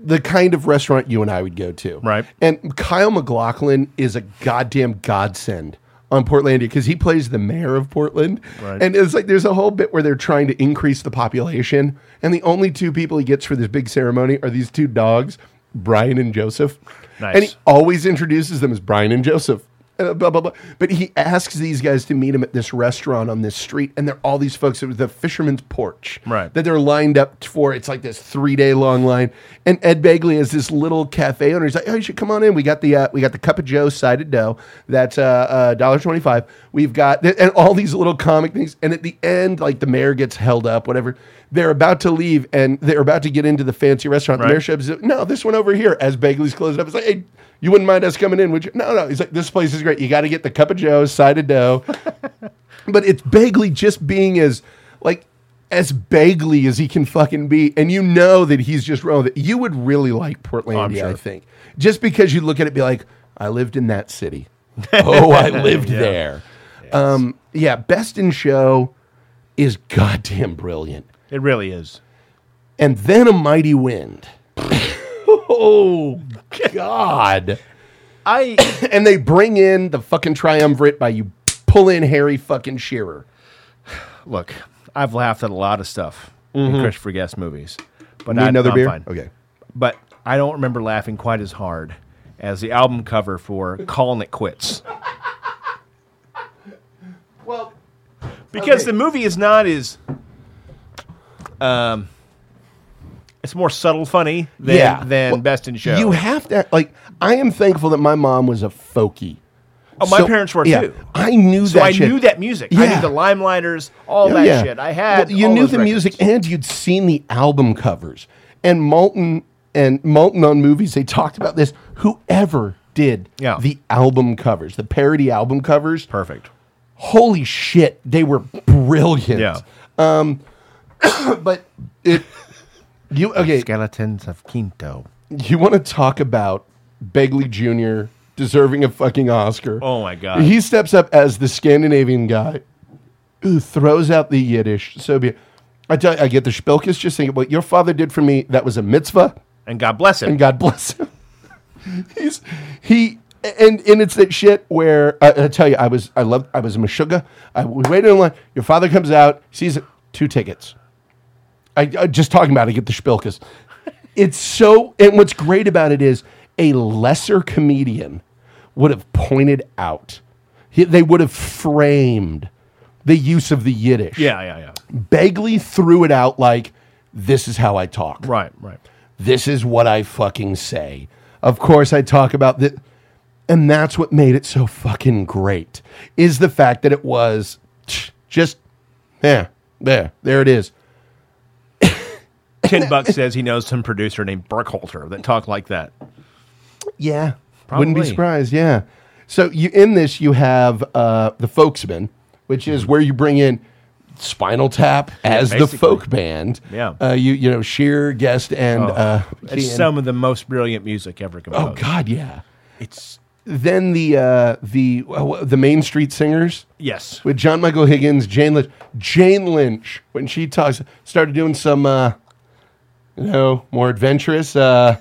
S1: the kind of restaurant you and I would go to. Right. And Kyle McLaughlin is a goddamn godsend on Portlandia because he plays the mayor of Portland.
S16: Right.
S1: And it's like there's a whole bit where they're trying to increase the population. And the only two people he gets for this big ceremony are these two dogs, Brian and Joseph.
S2: Nice.
S1: And he always introduces them as Brian and Joseph. uh, blah, blah, blah. But he asks these guys to meet him at this restaurant on this street, and they're all these folks. It was the Fisherman's Porch
S2: Right.
S1: that they're lined up for. It's like this three day long line. And Ed Begley is this little cafe owner. He's like, "Oh, you should come on in. We got the uh, we got the cup of Joe sided dough. That's uh, uh, $1.25. We've got th- and all these little comic things. And at the end, like the mayor gets held up, whatever. They're about to leave, and they're about to get into the fancy restaurant. The
S2: Right.
S1: mayor shows up, no, this one over here. As Begley's closing up, it's like, hey. You wouldn't mind us coming in, would you? No, no. He's like, this place is great. You got to get the cup of Joe, side of dough, but it's Bagley just being as like as Bagley as he can fucking be, and you know that he's just wrong. That you would really like Portlandia,
S2: sure.
S1: I think, just because you look at it, be like, I lived in that city. oh, I lived
S2: Yeah.
S1: there. Um, yeah, Best in Show is goddamn brilliant,
S2: It really is.
S1: and then a mighty wind. oh God.
S2: I
S1: and they bring in the fucking triumvirate by you pull in Harry fucking Shearer.
S2: Look, I've laughed at a lot of stuff
S1: Mhm.
S2: in Christopher Guest movies, but
S1: Need
S2: I,
S1: another
S2: I'm
S1: beer?
S2: fine.
S1: Okay.
S2: but I don't remember laughing quite as hard as the album cover for "Calling It Quits"
S1: Well,
S2: because the movie is not as um, it's more subtle funny than than
S1: Well,
S2: Best in Show.
S1: You have to like. I am thankful that my mom was a folky.
S2: Oh, my
S1: So-
S2: parents were
S1: yeah,
S2: too.
S1: I knew
S2: so
S1: that.
S2: I
S1: shit.
S2: knew that music. I
S1: Yeah.
S2: knew the limelighters, all
S1: Oh,
S2: that
S1: yeah.
S2: shit. I had.
S1: Well, you
S2: all
S1: knew
S2: those
S1: the
S2: records.
S1: music, and you'd seen the album covers. And Moulton and Moulton on movies, they talked about this. Whoever did the album covers, the parody album covers,
S2: perfect.
S1: Holy shit, they were brilliant.
S2: Yeah.
S1: Um, but it you okay?
S2: Skeletons of Quinto.
S1: You want to talk about Begley Jr. deserving a fucking Oscar?
S2: Oh my God.
S1: He steps up as the Scandinavian guy who throws out the Yiddish. So be it. I tell you, I get the Spilkis just thinking what your father did for me. That was a mitzvah,
S2: and God bless him.
S1: and God bless him. He's he. And, and it's that shit where I, I tell you I was I loved I was a mashuga. I we waited in line. Your father comes out, sees it, two tickets. I, I just talking about it, get the spilkas. It's so, and what's great about it is a lesser comedian would have pointed out, he- they would have framed the use of the Yiddish.
S2: Yeah, yeah, yeah.
S1: Begley threw it out like, this is how I talk.
S2: Right, right.
S1: This is what I fucking say. Of course, I talk about that. And that's what made it so fucking great is the fact that it was just, yeah, there, there it is.
S2: Ken Buck says he knows some producer named Burkholter that talked like that.
S1: Yeah. Wouldn't
S2: Probably.
S1: be surprised. Yeah. So you in this you have uh, the folksman, which is where you bring in Spinal Tap as the
S2: Mm-hmm. basically.
S1: folk band.
S2: Yeah.
S1: Uh, you you know Sheer Guest and
S2: Oh,
S1: uh,
S2: it's
S1: Keane.
S2: some of the most brilliant music ever
S1: oh
S2: composed.
S1: God, yeah.
S2: It's
S1: Then the uh, the uh, the Main Street Singers.
S2: Yes.
S1: With John Michael Higgins, Jane Lynch. Jane Lynch when she talks started doing some uh, you know more adventurous uh,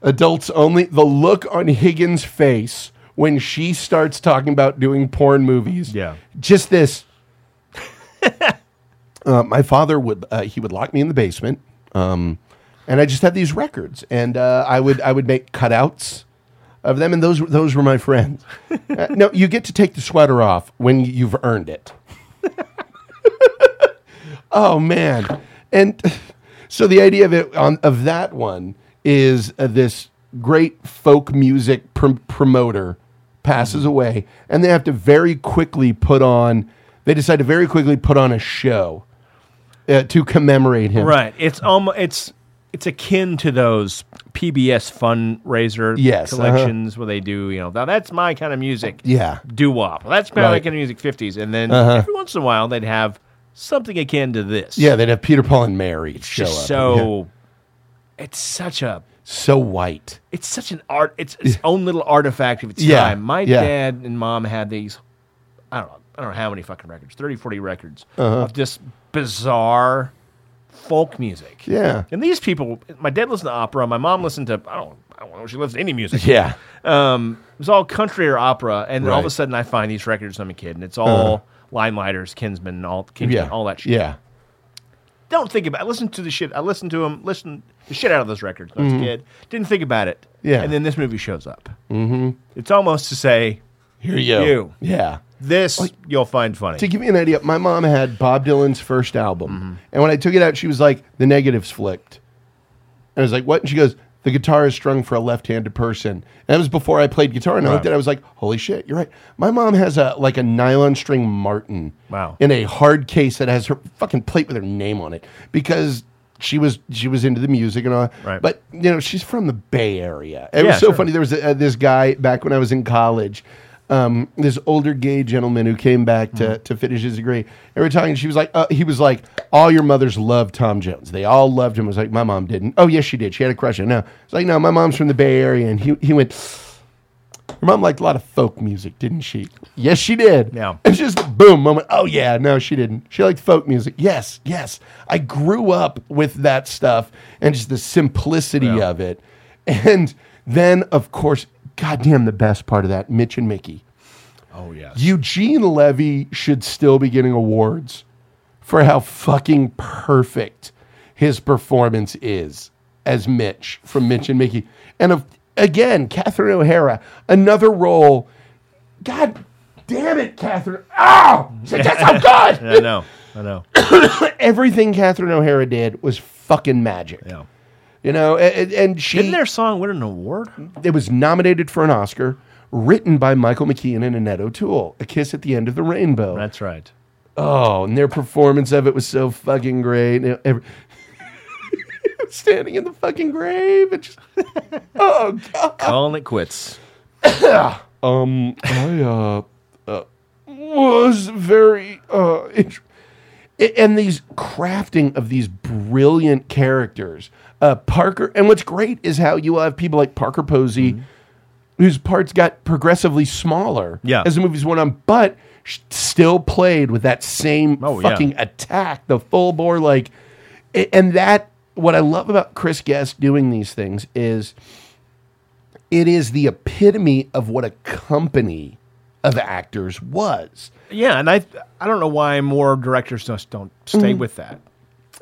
S1: adults only. The look on Higgins' face when she starts talking about doing porn movies.
S2: Yeah.
S1: Just this. uh, my father would uh, he would lock me in the basement, um, and I just had these records, and uh, I would I would make cutouts of them, and those were- those were my friends. Uh, no, you get to take the sweater off when you've earned it. oh man, and so the idea of it on of that one is uh, this great folk music prom- promoter passes
S2: Mm-hmm.
S1: away, and they have to very quickly put on. They decide to very quickly put on a show uh, to commemorate him.
S2: right. It's almost it's it's akin to those PBS fundraiser
S1: Yes, uh-huh.
S2: collections where they do, you know, now that's my kind of music.
S1: Yeah.
S2: Doo wop. Well, that's my
S1: Right.
S2: kind of music 50s. And then
S1: Uh-huh.
S2: every once in a while they'd have something akin to this.
S1: Yeah, they'd have Peter, Paul, and Mary
S2: It's
S1: show
S2: just
S1: up. Yeah.
S2: so, it's such a,
S1: so white.
S2: it's such an art, it's its own little artifact of its
S1: Yeah,
S2: time. My
S1: yeah.
S2: dad and mom had these, I don't know, I don't know how many fucking records, 30, 40 records
S1: Uh-huh.
S2: of this bizarre folk music.
S1: Yeah.
S2: And these people, my dad listened to opera. My mom listened to, I don't, I don't know, she listened to any music.
S1: Yeah.
S2: Um, it was all country or opera. And then
S1: Right.
S2: all of a
S1: Uh-huh.
S2: sudden I find these records when I'm a kid and it's all Limelighters, Kinsmen, all, Kinsmen,
S1: yeah.
S2: all that shit.
S1: Yeah.
S2: Don't think about it. Listen to the shit. I listened to them, listen the shit out of those records when I
S1: Mhm.
S2: was a kid. Didn't think about it.
S1: Yeah.
S2: And then this movie shows up.
S1: Mm-hmm.
S2: It's almost to say,
S1: Here you go. Yeah.
S2: This you'll find funny.
S1: To give you an idea, my mom had Bob Dylan's first album.
S2: Mm-hmm.
S1: And when I took it out, she was like, the negatives flipped. And I was like, what? And she goes, the guitar is strung for a left handed person. And that was before I played guitar. And I looked
S2: Wow.
S1: at it, I was like, holy shit, you're right. My mom has a like a nylon string Martin
S2: Wow.
S1: in a hard case that has her fucking plate with her name on it because. She was she was into the music and all,
S2: Right.
S1: but you know she's from the Bay Area. It
S2: Yeah,
S1: was so
S2: sure.
S1: funny. There was uh, this guy back when I was in college, um, this older gay gentleman who came back to,
S2: Mm-hmm.
S1: to finish his degree. And we were talking. She was like, uh, he was like, all your mothers loved Tom Jones. They all loved him. I was like, my mom didn't. Oh yes, she did. She had a crush on. him. No, it's like no, my mom's from the Bay Area, and he he went. Your mom liked a lot of folk music, didn't she? Yes, she did. Yeah. It's just a boom moment. Oh yeah, no, she didn't. She liked folk music. Yes, yes. I grew up with that stuff and just the simplicity of it. And then of course, goddamn the best part of that, Mitch and Mickey.
S2: Oh, yeah.
S1: Eugene Levy should still be getting awards for how fucking perfect his performance is as Mitch from Mitch and Mickey. And of, again, Catherine O'Hara, another role. God damn it, Catherine. Oh, she did so good.
S2: I know. I know.
S1: Everything Catherine O'Hara did was fucking magic.
S2: Yeah.
S1: You know, a- a- and, she. Didn't
S2: their song win an award?
S1: It was nominated for an Oscar, written by Michael McKean and Annette O'Toole, A Kiss at the End of the Rainbow.
S2: That's right.
S1: Oh, and their performance of it was so fucking great. You know, every- Standing in the fucking grave. And just, oh, God.
S2: Calling it quits.
S1: um, I uh, uh, was very uh, int- a- and these crafting of these brilliant characters, uh, Parker. And what's great is how you have people like Parker Posey, whose parts got progressively smaller
S2: Yeah.
S1: as the movies went on, but sh- still played with that same
S2: Oh, yeah.
S1: fucking attack, the full bore, like, a- and that. What I love about Chris Guest doing these things is it is the epitome of what a company of actors was.
S2: Yeah, and I I don't know why more directors just don't stay
S1: Mhm.
S2: with that.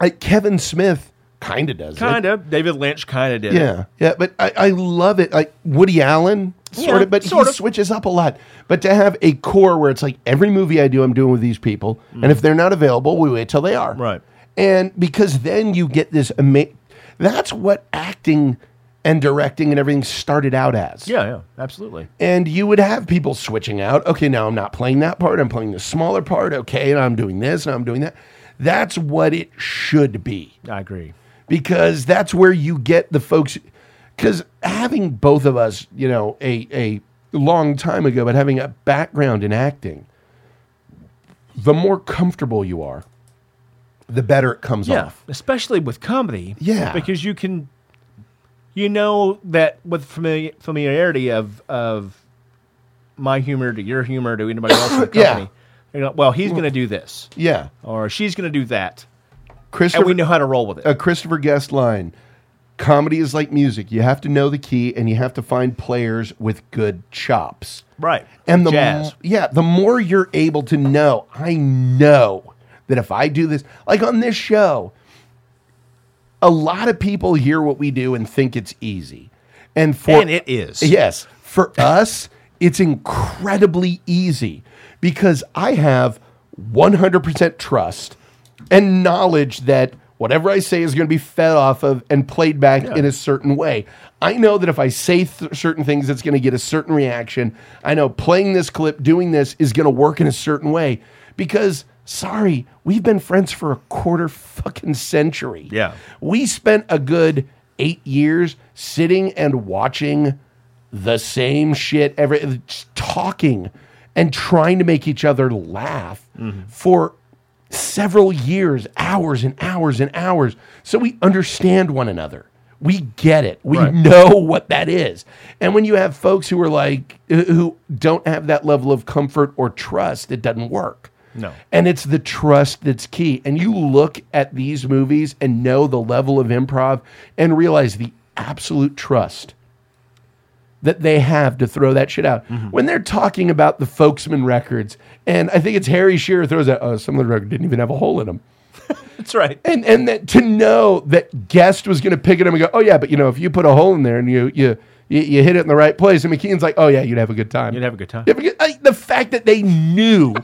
S1: Like Kevin Smith kind of does
S2: Kind
S1: it.
S2: of. David Lynch kind of did. it.
S1: Yeah, yeah, but I, I love it. Like Woody Allen, sort
S2: Yeah,
S1: of, but
S2: sort
S1: he
S2: of.
S1: switches up a lot. But to have a core where it's like every movie I do, I'm doing with these people, and if they're not available, we wait till they are. Right. And because then you get this amazing. That's what acting and directing and everything started out as.
S2: Yeah, yeah, absolutely.
S1: And you would have people switching out. Okay, now I'm not playing that part. I'm playing the smaller part. Okay, and I'm doing this and I'm doing that. That's what it should be
S2: I agree.
S1: because that's where you get the folks. Because having both of us, you know, a, a long time ago, but having a background in acting, the more comfortable you are, the better it comes
S2: yeah,
S1: off.
S2: especially with comedy.
S1: Yeah.
S2: because you can, you know that with familiar, familiarity of of my humor to your humor to anybody else in the
S1: Yeah.
S2: company. you know, well, he's going to do this.
S1: Yeah.
S2: or she's going to do that.
S1: Christopher,
S2: and we know how to roll with it.
S1: a Christopher Guest line comedy is like music. You have to know the key and you have to find players with good chops.
S2: Right.
S1: And the
S2: Jazz.
S1: m- yeah, the more you're able to know, I know that if I do this, like on this show, a lot of people hear what we do and think it's easy. And for
S2: And it is.
S1: Yes. For us, it's incredibly easy because I have 100% trust and knowledge that whatever I say is going to be fed off of and played back in a certain way. I know that if I say th- certain things, it's going to get a certain reaction. I know playing this clip, doing this is going to work in a certain way because Sorry, we've been friends for a quarter fucking century.
S2: Yeah.
S1: We spent a good eight years sitting and watching the same shit, every just talking and trying to make each other laugh
S2: Mm-hmm.
S1: for several years, hours and hours and hours. So we understand one another. We get it. We
S2: Right.
S1: know what that is. And when you have folks who are like, who don't have that level of comfort or trust, it doesn't work.
S2: No.
S1: And it's the trust that's key. And you look at these movies and know the level of improv and realize the absolute trust that they have to throw that shit out. When they're talking about the Folksman records, and I think it's Harry Shearer throws out, oh, some of the record didn't even have a hole in them.
S2: That's right.
S1: And and that to know that guest was going to pick it up and go, oh yeah, but you know if you put a hole in there and you you you, you hit it in the right place, and McKean's like, oh yeah, you'd have a good time. You'd
S2: have a good time.
S1: I- the fact that they knew,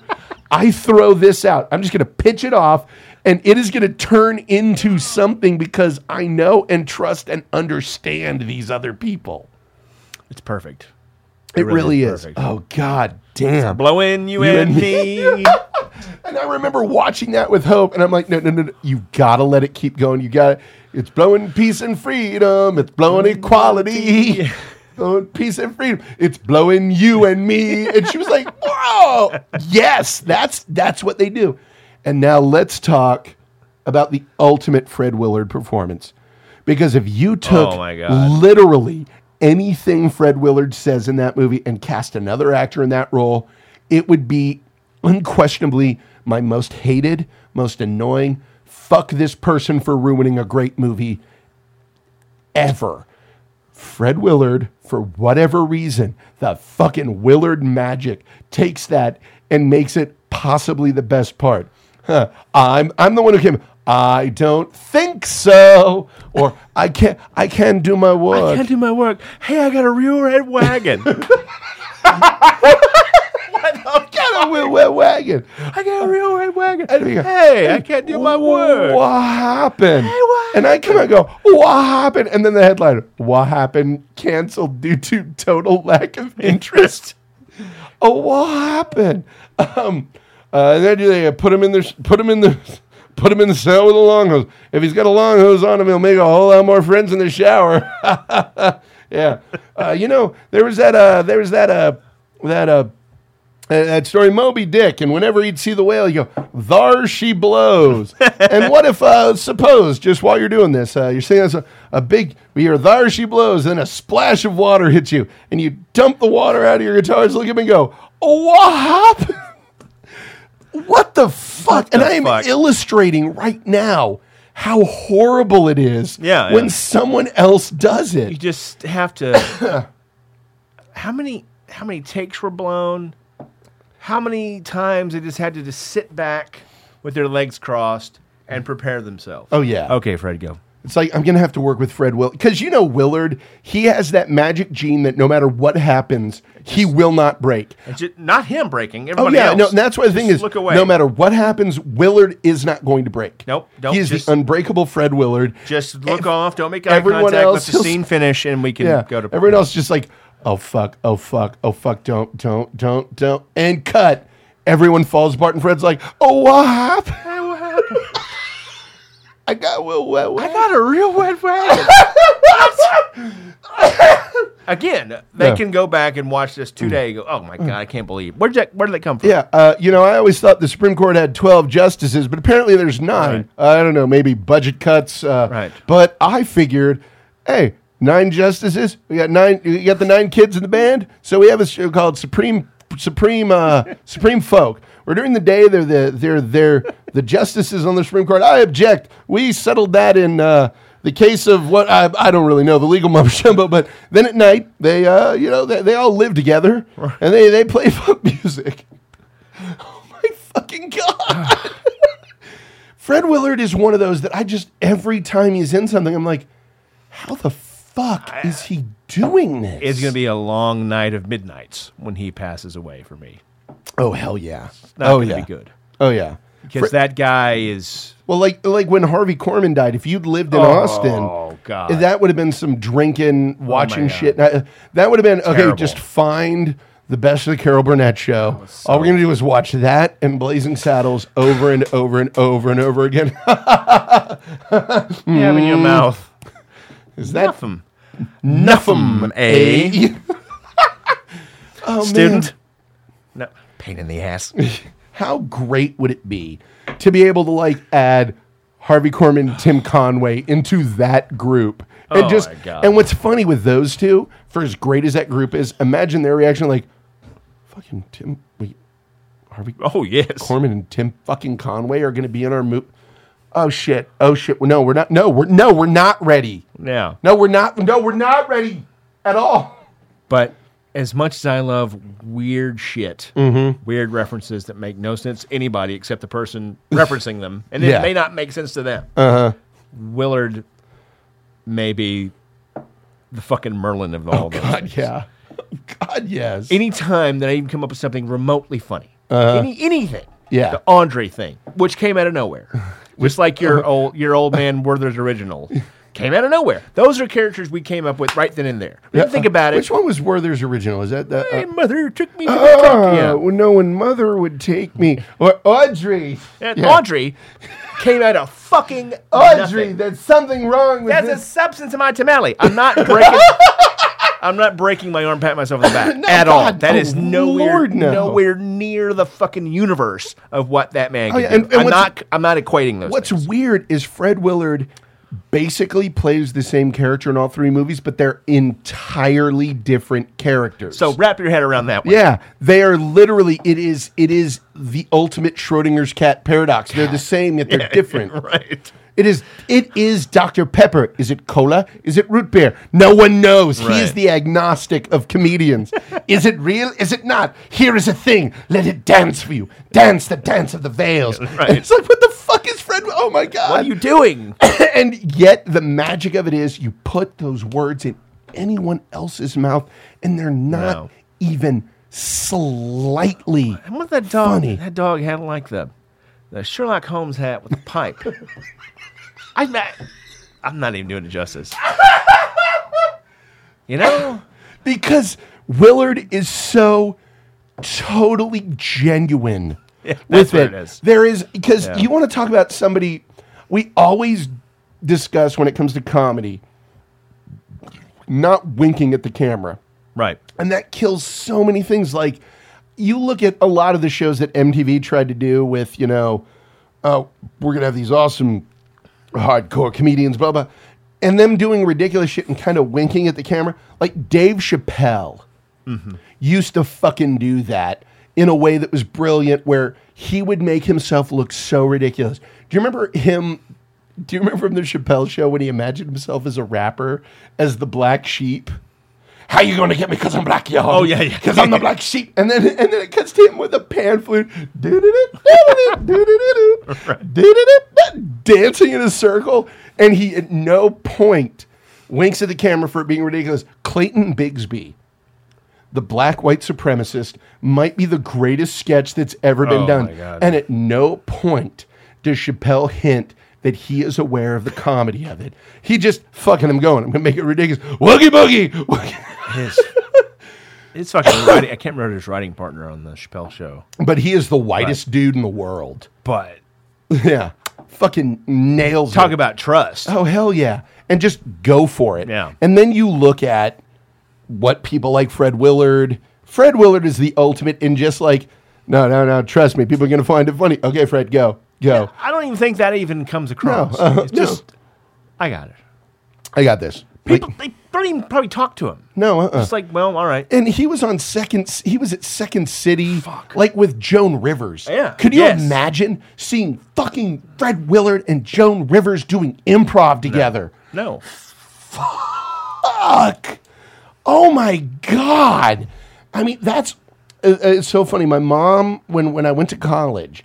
S1: I throw this out. I'm just going to pitch it off, and it is going to turn into something because I know and trust and understand these other people.
S2: It's perfect.
S1: It really is. Oh God, damn!
S2: Blowing you,
S1: You
S2: and
S1: and
S2: me.
S1: And I remember watching that with hope, and I'm like, no, no, no, no. you gotta let it keep going. You got to It's blowing peace and freedom. It's blowing equality. blowing peace and freedom. It's blowing you and me. And she was like, whoa, yes, that's that's what they do. And now let's talk about the ultimate Fred Willard performance, because if you took
S2: Oh, my God.
S1: literally anything Fred Willard says in that movie and cast another actor in that role, it would be unquestionably my most hated, most annoying, fuck this person for ruining a great movie ever. Fred Willard, for whatever reason, the fucking Willard magic takes that and makes it possibly the best part. Huh, I'm I'm the one who came. I don't think so, or I can't. I can't do my work.
S2: I can't do my work. Hey, I got a real red wagon.
S1: got a wet, wet wagon.
S2: I got a real red wagon.
S1: And we go,
S2: hey, I can't do my work.
S1: What happened? and I come out and go, what happened? And then the headline, what happened? Canceled due to total lack of interest. oh, what happened? Um, uh, and then they put him in the put him in the put him in the cell with a long hose. If he's got a long hose on him, he'll make a whole lot more friends in the shower. yeah, uh, you know there was that uh, there was that uh, that uh, that- that story Moby Dick, and whenever he'd see the whale, you go, "Thar she blows." and what if, uh, suppose, just while you're doing this, uh, you're seeing this, a, a big, you hear "Thar she blows," and a splash of water hits you, and you dump the water out of your guitars, look at me, and go, oh, "What happened?" What the fuck? and I am illustrating right now how horrible it is
S2: Yeah,
S1: when
S2: yeah.
S1: someone else does
S2: You
S1: it.
S2: just have to. how many how many takes were blown? How many times they just had to just sit back with their legs crossed and prepare themselves?
S1: Oh, yeah.
S2: Okay, Fred, go.
S1: It's like I'm gonna have to work with Fred Willard because you know Willard. He has that magic gene that no matter what happens, he will not break.
S2: And ju- not him breaking. Everybody
S1: oh yeah,
S2: else.
S1: no, and that's why the thing
S2: Just
S1: is,
S2: look away.
S1: no matter what happens, Willard is not going to break.
S2: Nope, don't
S1: he is
S2: just-
S1: the unbreakable Fred Willard.
S2: Just look off. Don't make eye
S1: everyone
S2: contact.
S1: else
S2: let the
S1: is-
S2: scene finish, and we can go to
S1: everyone else just like oh fuck oh fuck oh fuck don't don't don't don't and cut everyone falls apart and fred's like oh what happened i got well wet wet. i
S2: got a real wet wagon Again, they
S1: Yeah. Mm.
S2: can go back and watch this today. and Go, oh my god, I can't believe where did that, where did that come from?
S1: yeah uh, you know i always thought the supreme court had 12 justices but apparently there's nine Uh, i don't know maybe budget cuts uh, right but i figured hey nine justices we got nine we got the nine kids in the band so we have a show called supreme supreme uh, supreme folk where during the day they're the they're they're the justices on the supreme court i object we settled that in uh, the case of what I, I don't really know the legal mumbo jumbo, but then at night they uh, you know they, they all live together and they, they play folk music. Oh Fred Willard is one of those that I just every time he's in something, I'm like, how the fuck is he doing this?
S2: It's going to be a long night of midnights when he passes away for me.
S1: Oh hell yeah!
S2: It's not
S1: oh
S2: going to
S1: yeah.
S2: be good
S1: Oh yeah.
S2: because that guy is.
S1: Well, like like when Harvey Korman died, if you'd lived in
S2: Oh,
S1: Austin,
S2: God.
S1: that would have been some drinking, watching
S2: God.
S1: shit. And I- That would have been okay.
S2: Terrible.
S1: Just find The best of the Carol Burnett show. All we're gonna do is watch that and Blazing Saddles over and over and over and over again.
S2: You have in your
S1: Mm.
S2: mouth.
S1: Is that
S2: Nuffem.
S1: Nuffem,
S15: eh?
S1: oh, man.
S2: Student? No.
S15: Pain in the ass.
S1: How great would it be to be able to like add Harvey Korman, Tim Conway into that group?
S2: Oh,
S1: and just
S2: my God.
S1: and what's funny with those two, for as great as that group is, imagine their reaction like fucking Tim wait, Harvey
S2: Oh yes.
S1: Korman and Tim fucking Conway are gonna be in our move. Oh shit. Oh shit. Well, no, we're not no, we're no, we're not ready.
S2: Now,
S1: No, we're not no, we're not ready at all.
S2: but as much as I love weird shit, weird references that make no sense to anybody except the person referencing them, and
S1: Yeah.
S2: it may not make sense to them.
S1: Uh-huh.
S2: Willard may be the fucking Merlin of all those.
S1: God,
S2: things.
S1: yeah. God, yes.
S2: Anytime that I even come up with something remotely funny,
S1: Uh-huh.
S2: any anything,
S1: Yeah.
S2: the Andre thing, which came out of nowhere, just like
S1: Uh-huh.
S2: your old your old man Werther's original. Came out of nowhere. Those are characters we came up with right then and there. We
S1: Yeah,
S2: didn't think
S1: uh,
S2: about it.
S1: Which one was Werther's original? Is that the uh,
S2: My mother took me to the
S1: Oh,
S2: yeah.
S1: well, no, when mother would take me or Audrey.
S2: And
S1: Yeah.
S2: Audrey came out of fucking
S1: Audrey,
S2: nothing.
S1: there's something wrong with
S2: That's a
S1: this.
S2: substance in my tamale. I'm not breaking. I'm not breaking my arm, patting myself on the back
S1: No,
S2: at all.
S1: God,
S2: That
S1: oh,
S2: is nowhere,
S1: Lord, no.
S2: nowhere near the fucking universe of what that man.
S1: Oh,
S2: could
S1: yeah,
S2: do.
S1: and- and
S2: I'm
S1: what's-
S2: not. I'm not equating those.
S1: What's
S2: things.
S1: weird is Fred Willard basically plays the same character in all three movies, but they're entirely different characters.
S2: So wrap your head around that one.
S1: yeah, they are literally it is it is the ultimate Schrodinger's cat paradox. They're the same yet they're different.
S2: right.
S1: It is it is Dr. Pepper. Is it cola? Is it root beer? No one knows. He is
S2: Right.
S1: the agnostic of comedians. is it real? Is it not? Here is a thing. Let it dance for you. Dance the dance of the veils.
S2: Right.
S1: It's like what the fuck is Fred? Oh my god.
S2: What are you doing?
S1: and yet the magic of it is you put those words in anyone else's mouth and they're not
S2: No.
S1: even slightly
S2: And what that dog?
S1: Funny.
S2: That dog had like the, the Sherlock Holmes hat with the pipe. I'm not. I'm not even doing it justice.
S1: Oh.
S2: You know.
S1: because Willard is so totally genuine
S2: Yeah,
S1: with
S2: that's what it
S1: it
S2: is.
S1: There is because
S2: Yeah.
S1: you want to talk about somebody we always discuss when it comes to comedy, not winking at the camera.
S2: Right.
S1: And that kills so many things. Like you look at a lot of the shows that MTV tried to do with, you know, oh, we're gonna have these awesome hardcore comedians, blah blah, and them doing ridiculous shit and kind of winking at the camera. Like Dave Chappelle used to fucking do that in a way that was brilliant, where he would make himself look so ridiculous. Do you remember him? Do you remember from the Chappelle show when he imagined himself as a rapper, as the black sheep? How you gonna get me? Cause I'm black, y'all.
S2: Oh, yeah, yeah.
S1: Cause I'm the black sheep. And then and then it cuts to him with a pan flute. Dancing in a circle. And he at no point winks at the camera for it being ridiculous. Clayton Bigsby, the black white supremacist, might be the greatest sketch that's ever been
S2: Oh,
S1: done.
S2: my God.
S1: And at no point does Chappelle hint that he is aware of the comedy of it. He just fucking him going. I'm gonna make it ridiculous. Woogie boogie. Woogie.
S2: His, his fucking writing, I can't remember his writing partner on the Chappelle show,
S1: But he is the whitest dude in the world.
S2: but
S1: Yeah. Fucking nails
S2: talk
S1: it.
S2: about trust.
S1: Oh hell yeah. And just go for it.
S2: Yeah.
S1: And then you look at what people like Fred Willard. Fred Willard is the ultimate in just like, no, no, no, trust me, people are gonna find it funny. Okay, Fred, go. Go.
S2: I don't even think that even comes across.
S1: No, uh,
S2: it's
S1: no.
S2: just, I got it.
S1: I got this.
S2: People,
S1: Like,
S2: they don't even probably talk to him.
S1: no, uh uh
S2: It's like, well, all right.
S1: and he was on second he was at second city like with joan rivers
S2: Yeah.
S1: could you
S2: Yes.
S1: imagine seeing fucking fred willard and joan rivers doing improv together
S2: No,
S1: fuck oh my god i mean that's uh, uh, it's so funny my mom when when i went to college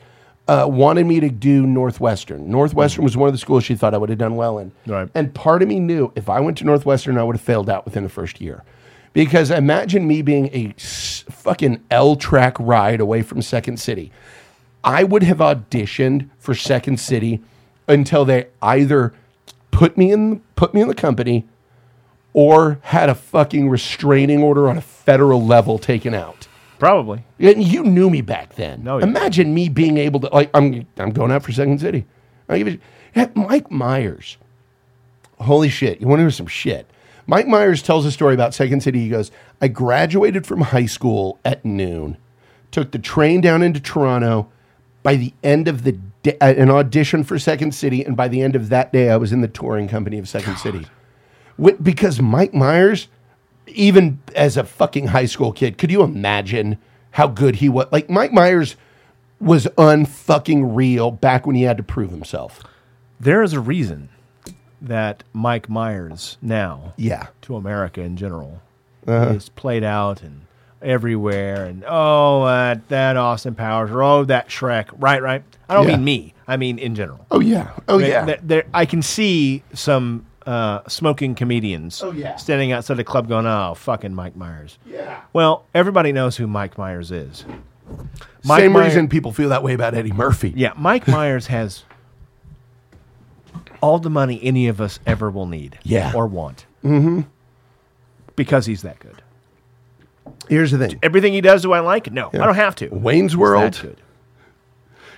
S1: uh, wanted me to do northwestern northwestern was one of the schools she thought i would have done well in
S2: Right.
S1: and part of me knew if i went to northwestern i would have failed out within the first year because imagine me being a s- fucking l track ride away from second city I would have auditioned for Second City until they either put me in put me in the company or had a fucking restraining order on a federal level taken out.
S2: Probably.
S1: And you knew me back then. No, Imagine me being able to like I'm I'm going out for Second City. I give a, Yeah, Mike Myers. Holy shit! You want to hear some shit? Mike Myers tells a story about Second City. He goes, "I graduated from high school at noon, took the train down into Toronto. By the end of the day, uh, an audition for Second City, and by the end of that day, I was in the touring company of Second City." Wh- because Mike Myers, even as a fucking high school kid, could you imagine how good he was? Like Mike Myers was unfucking real back when he had to prove himself.
S2: There is a reason that Mike Myers now,
S1: yeah,
S2: to America in general,
S1: Uh-huh.
S2: is played out and everywhere. And oh, that, that Austin Powers, or oh, that Shrek. Right, right. I don't
S1: Yeah.
S2: mean me. I mean in general.
S1: Oh yeah. Oh
S2: There-
S1: yeah.
S2: there- there- I can see some uh, smoking comedians.
S1: Oh, yeah.
S2: Standing outside a club, going, "Oh, fucking Mike Myers."
S1: Yeah.
S2: Well, everybody knows who Mike Myers is.
S1: Same reason people feel that way about Eddie Murphy.
S2: Yeah, Mike Myers has all the money any of us ever will need.
S1: Yeah.
S2: Or want
S1: Mm-hmm.
S2: because he's that good.
S1: Here's the thing.
S2: Everything he does, do I like? No,
S1: Yeah.
S2: I don't have to.
S1: Wayne's
S2: He's
S1: World,
S2: that good.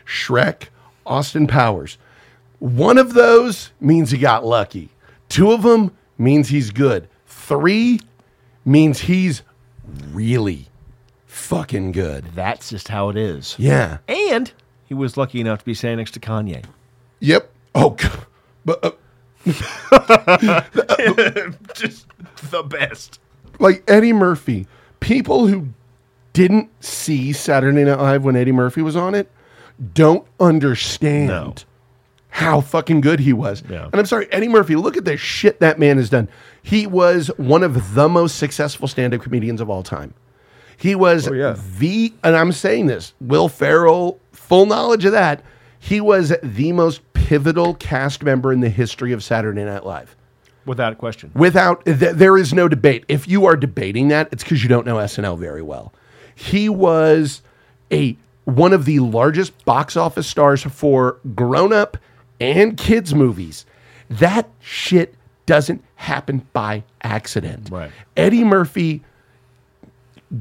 S1: Shrek, Austin Powers. One of those means he got lucky. Two of them means he's good. Three means he's really fucking good.
S2: That's just how it is.
S1: Yeah.
S2: And he was lucky enough to be standing next to Kanye.
S1: Yep. Oh, g- but uh,
S2: just the best.
S1: like Eddie Murphy, people who didn't see Saturday Night Live when Eddie Murphy was on it don't understand how fucking good he was. And I'm sorry, Eddie Murphy, look at the shit that man has done. He was one of the most successful stand up comedians of all time. He was the, and I'm saying this, Will Ferrell, full knowledge of that. He was the most pivotal cast member in the history of Saturday Night Live.
S2: Without question.
S1: Without, th- there is no debate. If you are debating that, it's because you don't know SNL very well. He was a one of the largest box office stars for grown up and kids movies. That shit doesn't happen by accident. Right. Eddie Murphy,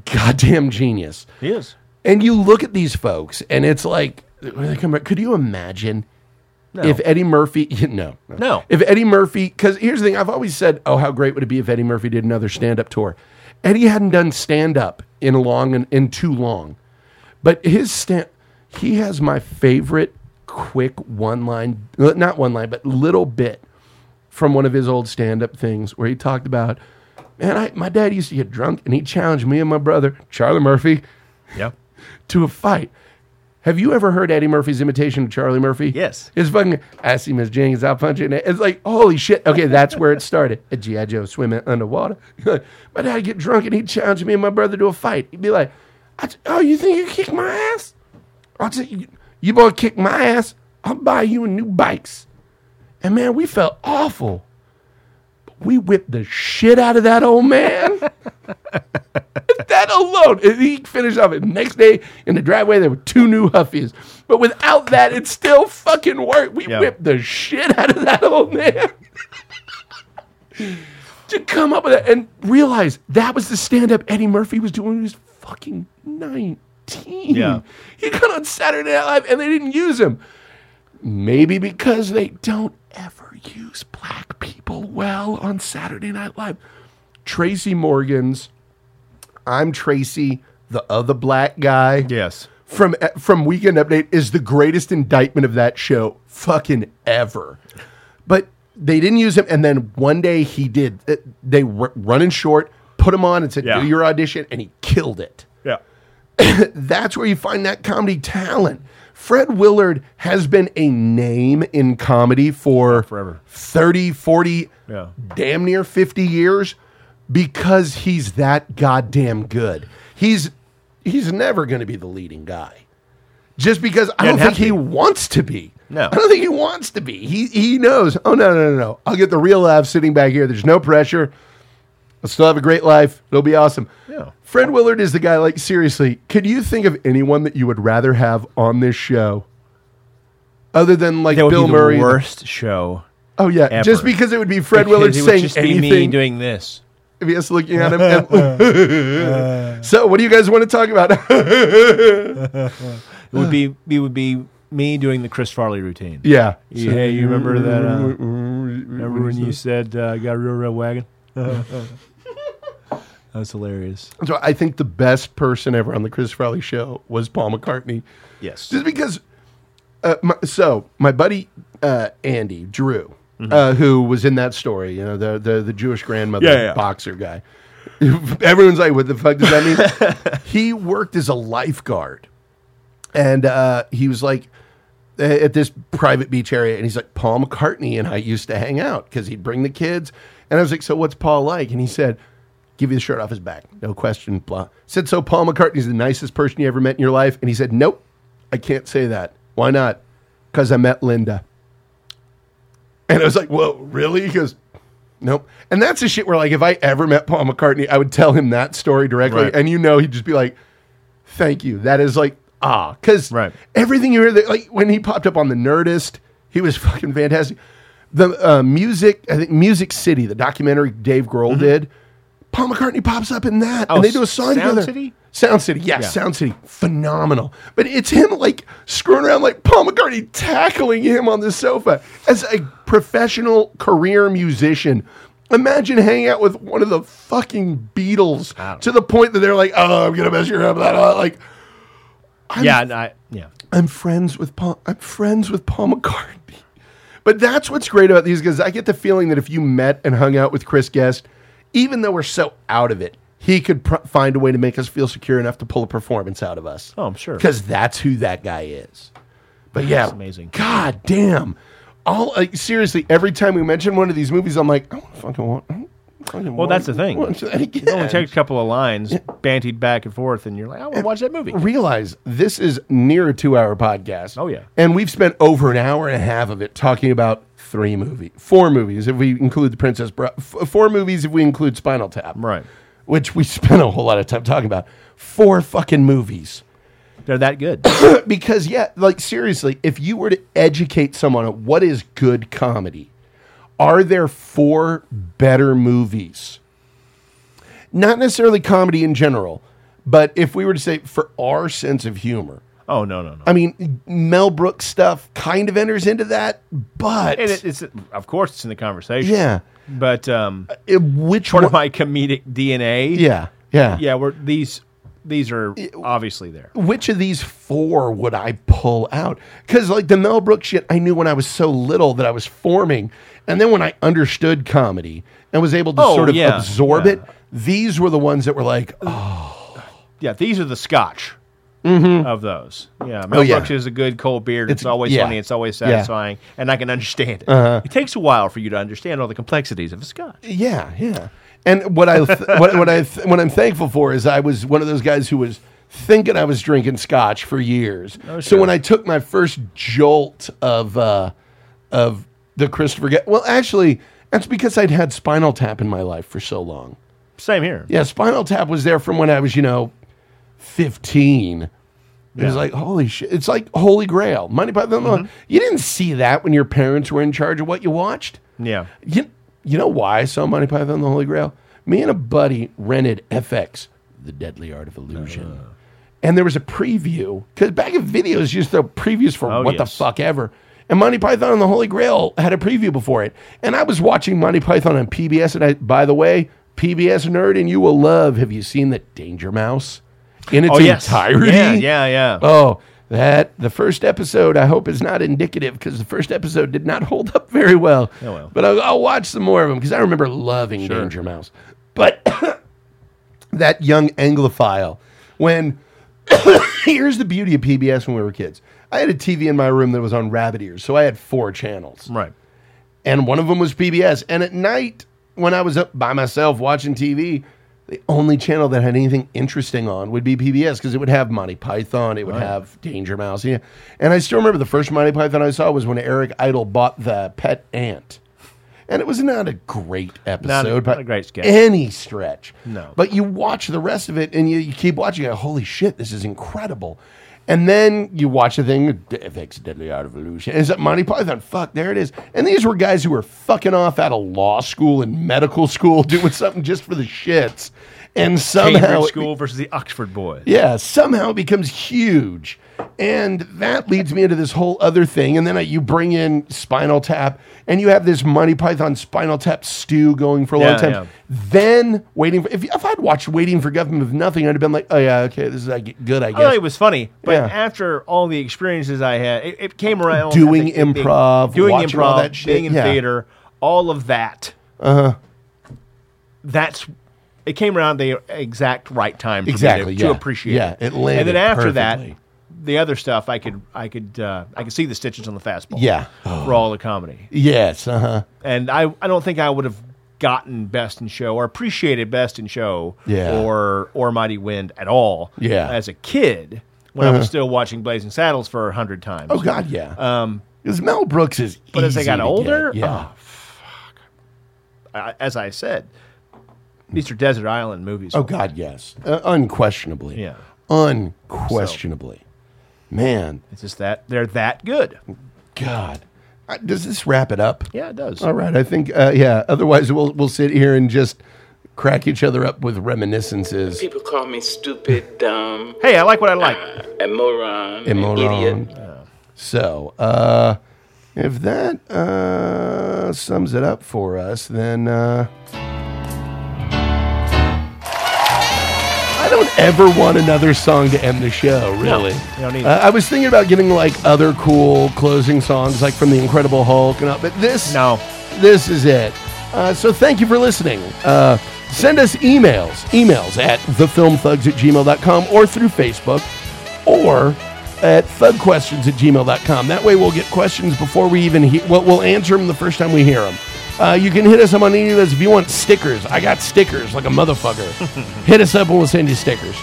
S1: goddamn genius.
S2: He is.
S1: And you look at these folks, and it's like, when they come back, could you imagine
S2: No.
S1: if Eddie Murphy? No,
S2: No.
S1: If Eddie Murphy, because here's the thing, I've always said, oh, how great would it be if Eddie Murphy did another stand-up tour? Eddie hadn't done stand-up in long and in too long, but his stand, he has my favorite quick one-line, not one line, but little bit from one of his old stand-up things where he talked about, man, I, my dad used to get drunk and he challenged me and my brother Charlie Murphy
S2: Yep.
S1: to a fight. Have you ever heard Eddie Murphy's imitation of Charlie Murphy? Yes. It's fucking, I see Miss Jenkins, I'll punch you in the-" It's like, holy shit. Okay, that's where it started. A G.I. Joe swimming underwater. my dad get drunk and he'd challenge me and my brother to a fight. He'd be like, I, oh, you think you kick my ass? I'll tell you, you boy kick my ass, I'll buy you new bikes. And man, we felt awful. But we whipped the shit out of that old man. that alone, and he finished off it. Next day in the driveway, there were two new Huffies. But without that, it still fucking worked. We
S2: Yeah.
S1: whipped the shit out of that old man. to come up with that and realize that was the stand up Eddie Murphy was doing when he was fucking 19.
S2: Yeah.
S1: He got on Saturday Night Live and they didn't use him. Maybe because they don't ever use black people well on Saturday Night Live. Tracy Morgan's I'm Tracy, the other black guy.
S2: Yes.
S1: From eh, from Weekend Update is the greatest indictment of that show fucking ever. But they didn't use him and then one day he did. It- They were running short, put him on and said,
S2: Yeah.
S1: "Do your audition," and he killed it.
S2: Yeah.
S1: That's where you find that comedy talent. Fred Willard has been a name in comedy for
S2: Oh, Forever.
S1: 30, 40,
S2: Yeah.
S1: damn near 50 years because he's that goddamn good. He's he's never going to be the leading guy. Just because I
S2: Yeah,
S1: don't
S2: it'd have
S1: think he wants to be.
S2: No.
S1: I don't think he wants to be. He he knows. Oh no, no, no, no. I'll get the real life sitting back here. There's no pressure. I'll still have a great life. It'll be awesome.
S2: Yeah.
S1: Fred Willard is the guy like seriously, could you think of anyone that you would rather have on this show other than like
S2: That would
S1: Bill
S2: be the
S1: Murray?
S2: worst show.
S1: Oh yeah,
S2: ever.
S1: just because it would be Fred Willard
S2: Because it would
S1: saying
S2: just be me
S1: anything.
S2: doing this.
S1: if he has looking at him. and- so, what do you guys want to talk about?
S2: It would be it would be me doing the Chris Farley routine.
S1: Yeah. Mm-hmm.
S2: Yeah, hey, you remember that? Uh, remember when you said uh, I got a real red wagon? That's hilarious.
S1: So I think the best person ever on the Chris Farley show was Paul McCartney.
S2: Yes.
S1: Just because. Uh, my, so my buddy uh, Andy Drew, uh, who was in that story, you know, the the, the Jewish grandmother
S2: Mm-hmm. Yeah, yeah.
S1: boxer guy. Everyone's like, "What the fuck does that mean?" he worked as a lifeguard, and uh, he was like at this private beach area, and he's like, "Paul McCartney and I used to hang out because he'd bring the kids." And I was like, "So what's Paul like?" And he said give you the shirt off his back. No question. Blah. Said so. Paul McCartney's the nicest person you ever met in your life, and he said, "Nope, I can't say that. Why not? Because I met Linda." And I was like, "Whoa, really?" He goes, "Nope." And that's the shit where, like, if I ever met Paul McCartney, I would tell him that story directly,
S2: Right.
S1: and you know, he'd just be like, "Thank you." That is like ah, because everything you hear, that, like when he popped up on the Nerdist, he was fucking fantastic. The uh, music, I think, Music City, the documentary Dave Grohl did. Paul McCartney pops up in that,
S2: Oh,
S1: and they do a song
S2: Sound
S1: together.
S2: City?
S1: Sound City, yes,
S2: Yeah.
S1: Sound City, phenomenal. But it's him like screwing around, like Paul McCartney tackling him on the sofa as a professional career musician. Imagine hanging out with one of the fucking Beatles to the point that they're like, "Oh, I'm gonna mess you up." Blah, blah. Like, I'm
S2: yeah, and I, yeah.
S1: I'm friends with Paul. I'm friends with Paul McCartney. But that's what's great about these guys. I get the feeling that if you met and hung out with Chris Guest, even though we're so out of it, he could pr- find a way to make us feel secure enough to pull a performance out of us.
S2: Oh, I'm sure.
S1: Because that's who that guy is. But yeah,
S2: That's amazing.
S1: God damn. All like, seriously, every time we mention one of these movies, I'm like, I want to fucking want. I wanna fucking
S2: Well,
S1: watch-
S2: that's the thing.
S1: watch that again.
S2: It only takes a couple of lines, bantied back and forth, and you're like, I want to watch that movie.
S1: Realize this is near a two-hour podcast.
S2: Oh, yeah.
S1: And we've spent over an hour and a half of it talking about three movies, four movies if we include The Princess Bride, f- four movies if we include Spinal Tap,
S2: right?
S1: Which we spent a whole lot of time talking about. Four fucking movies
S2: They're that good.
S1: because yeah, like seriously, if you were to educate someone on what is good comedy, are there four better movies? Not necessarily comedy in general, but if we were to say for our sense of humor,
S2: Oh no, no, no.
S1: I mean, Mel Brooks stuff kind of enters into that, but
S2: And it, it's of course it's in the conversation.
S1: Yeah.
S2: but um,
S1: which
S2: part of
S1: one-
S2: my comedic DNA?
S1: Yeah, yeah.
S2: yeah. We're these these are obviously there.
S1: which of these four would I pull out? Because like the Mel Brooks shit, I knew when I was so little that I was forming, and then when I understood comedy and was able to
S2: Oh,
S1: sort of
S2: yeah,
S1: absorb
S2: yeah.
S1: it, these were the ones that were like, oh,
S2: Yeah, these are the Scotch of those. Yeah, Mel
S1: Mm-hmm. Oh, yeah.
S2: Brooks is a good cold beard. It's,
S1: It's-
S2: always
S1: yeah.
S2: funny. It's always
S1: Yeah.
S2: satisfying, and I can understand it.
S1: Uh-huh.
S2: It takes a while for you to understand all the complexities of a Scotch.
S1: yeah, yeah. And what I th- what, what I th- what I'm thankful for is I was one of those guys who was thinking I was drinking scotch for years.
S2: Oh,
S1: So
S2: sure.
S1: when I took my first jolt of uh, of the Christopher, Guest, well, actually, that's because I'd had Spinal Tap in my life for so long.
S2: Same here.
S1: Yeah, Spinal Tap was there from when I was, you know, 15. It was like, holy shit. It's like Holy Grail. Money Python. You didn't see that when your parents were in charge of what you watched.
S2: Yeah.
S1: You, you know why I saw Monty Python and the Holy Grail? Me and a buddy rented FX, The Deadly Art of Illusion.
S2: Uh.
S1: And there was a preview, because back in videos, you used to have previews for
S2: Oh,
S1: what the
S2: yes.
S1: fuck ever. And Monty Python and the Holy Grail had a preview before it. And I was watching Monty Python on PBS. And I, by the way, PBS nerd, and you will love. Have you seen the Danger Mouse in its
S2: Oh, yes.
S1: entirety?
S2: Yeah, yeah, yeah.
S1: Oh, that the first episode I hope is not indicative because the first episode did not hold up very well.
S2: Oh, well.
S1: But I'll, I'll watch some more of them because I remember loving
S2: Sure.
S1: Danger Mouse. But that young Anglophile, when here's the beauty of PBS when we were kids. I had a TV in my room that was on rabbit ears, so I had four channels
S2: Right.
S1: and one of them was PBS. And at night, when I was up by myself watching TV, the only channel that had anything interesting on would be PBS because it would have Monty Python, it would
S2: Right.
S1: have Danger Mouse. Yeah. And I still remember the first Monty Python I saw was when Eric Idle bought the pet ant. And it was not a great
S2: Not a-
S1: episode,
S2: not
S1: by
S2: a great sketch.
S1: any stretch.
S2: No.
S1: But you watch the rest of it and you, you keep watching it. Holy shit, this is incredible. And then you watch the thing, FX Deadly Art of Illusion. Is it Monty Python? Fuck, there it is. And these were guys who were fucking off out of law school and medical school doing something just for the shits. And somehow.
S2: Cambridge
S1: it
S2: School versus the Oxford Boys.
S1: yeah, somehow it becomes huge. And that leads me into this whole other thing. And then uh, you bring in Spinal Tap, and you have this Monty Python Spinal Tap stew going for a long
S2: Yeah,
S1: time.
S2: yeah.
S1: Then waiting for, if, if I'd watched Waiting for Government of Nothing, I'd have been like, oh yeah, okay, this is like, good, I
S2: Oh, I thought
S1: guess.
S2: it was funny, but
S1: Yeah.
S2: after all the experiences I had, it, it came around.
S1: Doing
S2: I think, it being-
S1: improv,
S2: doing
S1: watching
S2: improv,
S1: all that shit,
S2: being in
S1: yeah.
S2: theater, all of that.
S1: Uh huh.
S2: That's it came around the exact right time. For
S1: Exactly,
S2: me to,
S1: yeah.
S2: to appreciate.
S1: Yeah, it landed
S2: And then after
S1: perfectly.
S2: that, the other stuff I could, I could, uh, I could see the stitches on the fastball.
S1: Yeah.
S2: for all the comedy,
S1: Yes, uh huh.
S2: and I, I don't think I would have gotten best in show or appreciated best in show
S1: Yeah.
S2: or or mighty wind at all
S1: Yeah.
S2: as a kid when i
S1: Uh-huh.
S2: was still watching blazing saddles for a hundred times
S1: Oh God, yeah.
S2: um
S1: Because Mel Brooks is.
S2: but as I
S1: easy
S2: got
S1: to
S2: older,
S1: get, yeah.
S2: oh, fuck. I, as I said, these are desert island movies.
S1: Oh, God, yes, Uh, unquestionably.
S2: Yeah.
S1: Unquestionably. Man,
S2: it's just that they're that good.
S1: God, Uh, does this wrap it up?
S2: Yeah, it does.
S1: All right, I think uh, yeah. Otherwise, we'll we'll sit here and just crack each other up with reminiscences.
S16: People call me stupid, dumb,
S2: Hey, I like what I like.
S16: a moron,
S1: Am I
S16: an idiot.
S1: wrong? So, uh, if that uh, sums it up for us, then uh, I don't ever want another song to end the show. Really,
S2: you don't need
S1: Uh, I was thinking about getting like other cool closing songs, like from the Incredible Hulk, and all, but this
S2: no,
S1: this is it. Uh, so thank you for listening. Uh, send us emails, emails at thefilmthugs at gmail.com or through Facebook or at thugquestions at gmail.com. That way we'll get questions before we even hear, well, we'll answer them the first time we hear them. Uh, you can hit us up on any of those if you want stickers. I got stickers like a motherfucker. hit us up and we'll send you stickers.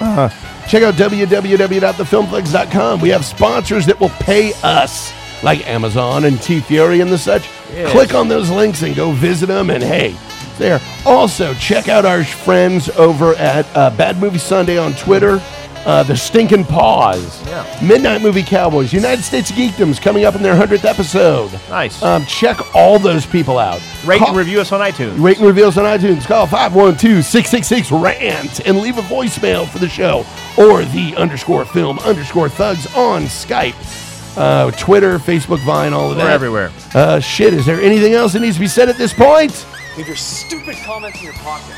S1: Uh, check out www.thefilmflix.com. We have sponsors that will pay us, like Amazon and T Fury and the such.
S17: Yes.
S1: Click on those links and go visit them. And hey, there. Also, check out our friends over at uh, Bad Movie Sunday on Twitter. Uh, the Stinking Paws,
S2: Yeah.
S1: Midnight Movie Cowboys, United States Geekdom's coming up in their 100th episode.
S2: Nice.
S1: Um, check all those people out.
S2: Rate and review us on iTunes.
S1: Rate and review us on iTunes. Call 512 666 RANT and leave a voicemail for the show or the underscore film underscore thugs on Skype, uh, Twitter, Facebook, Vine, all of
S2: We're
S1: that.
S2: everywhere.
S1: Uh, shit, is there anything else that needs to be said at this point?
S10: Leave your stupid comments in your pocket.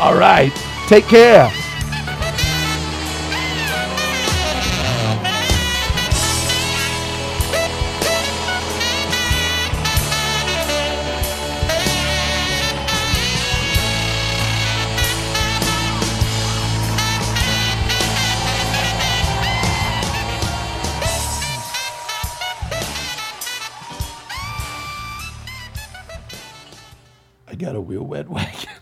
S1: All right. Take care. I got a wheel wet wagon.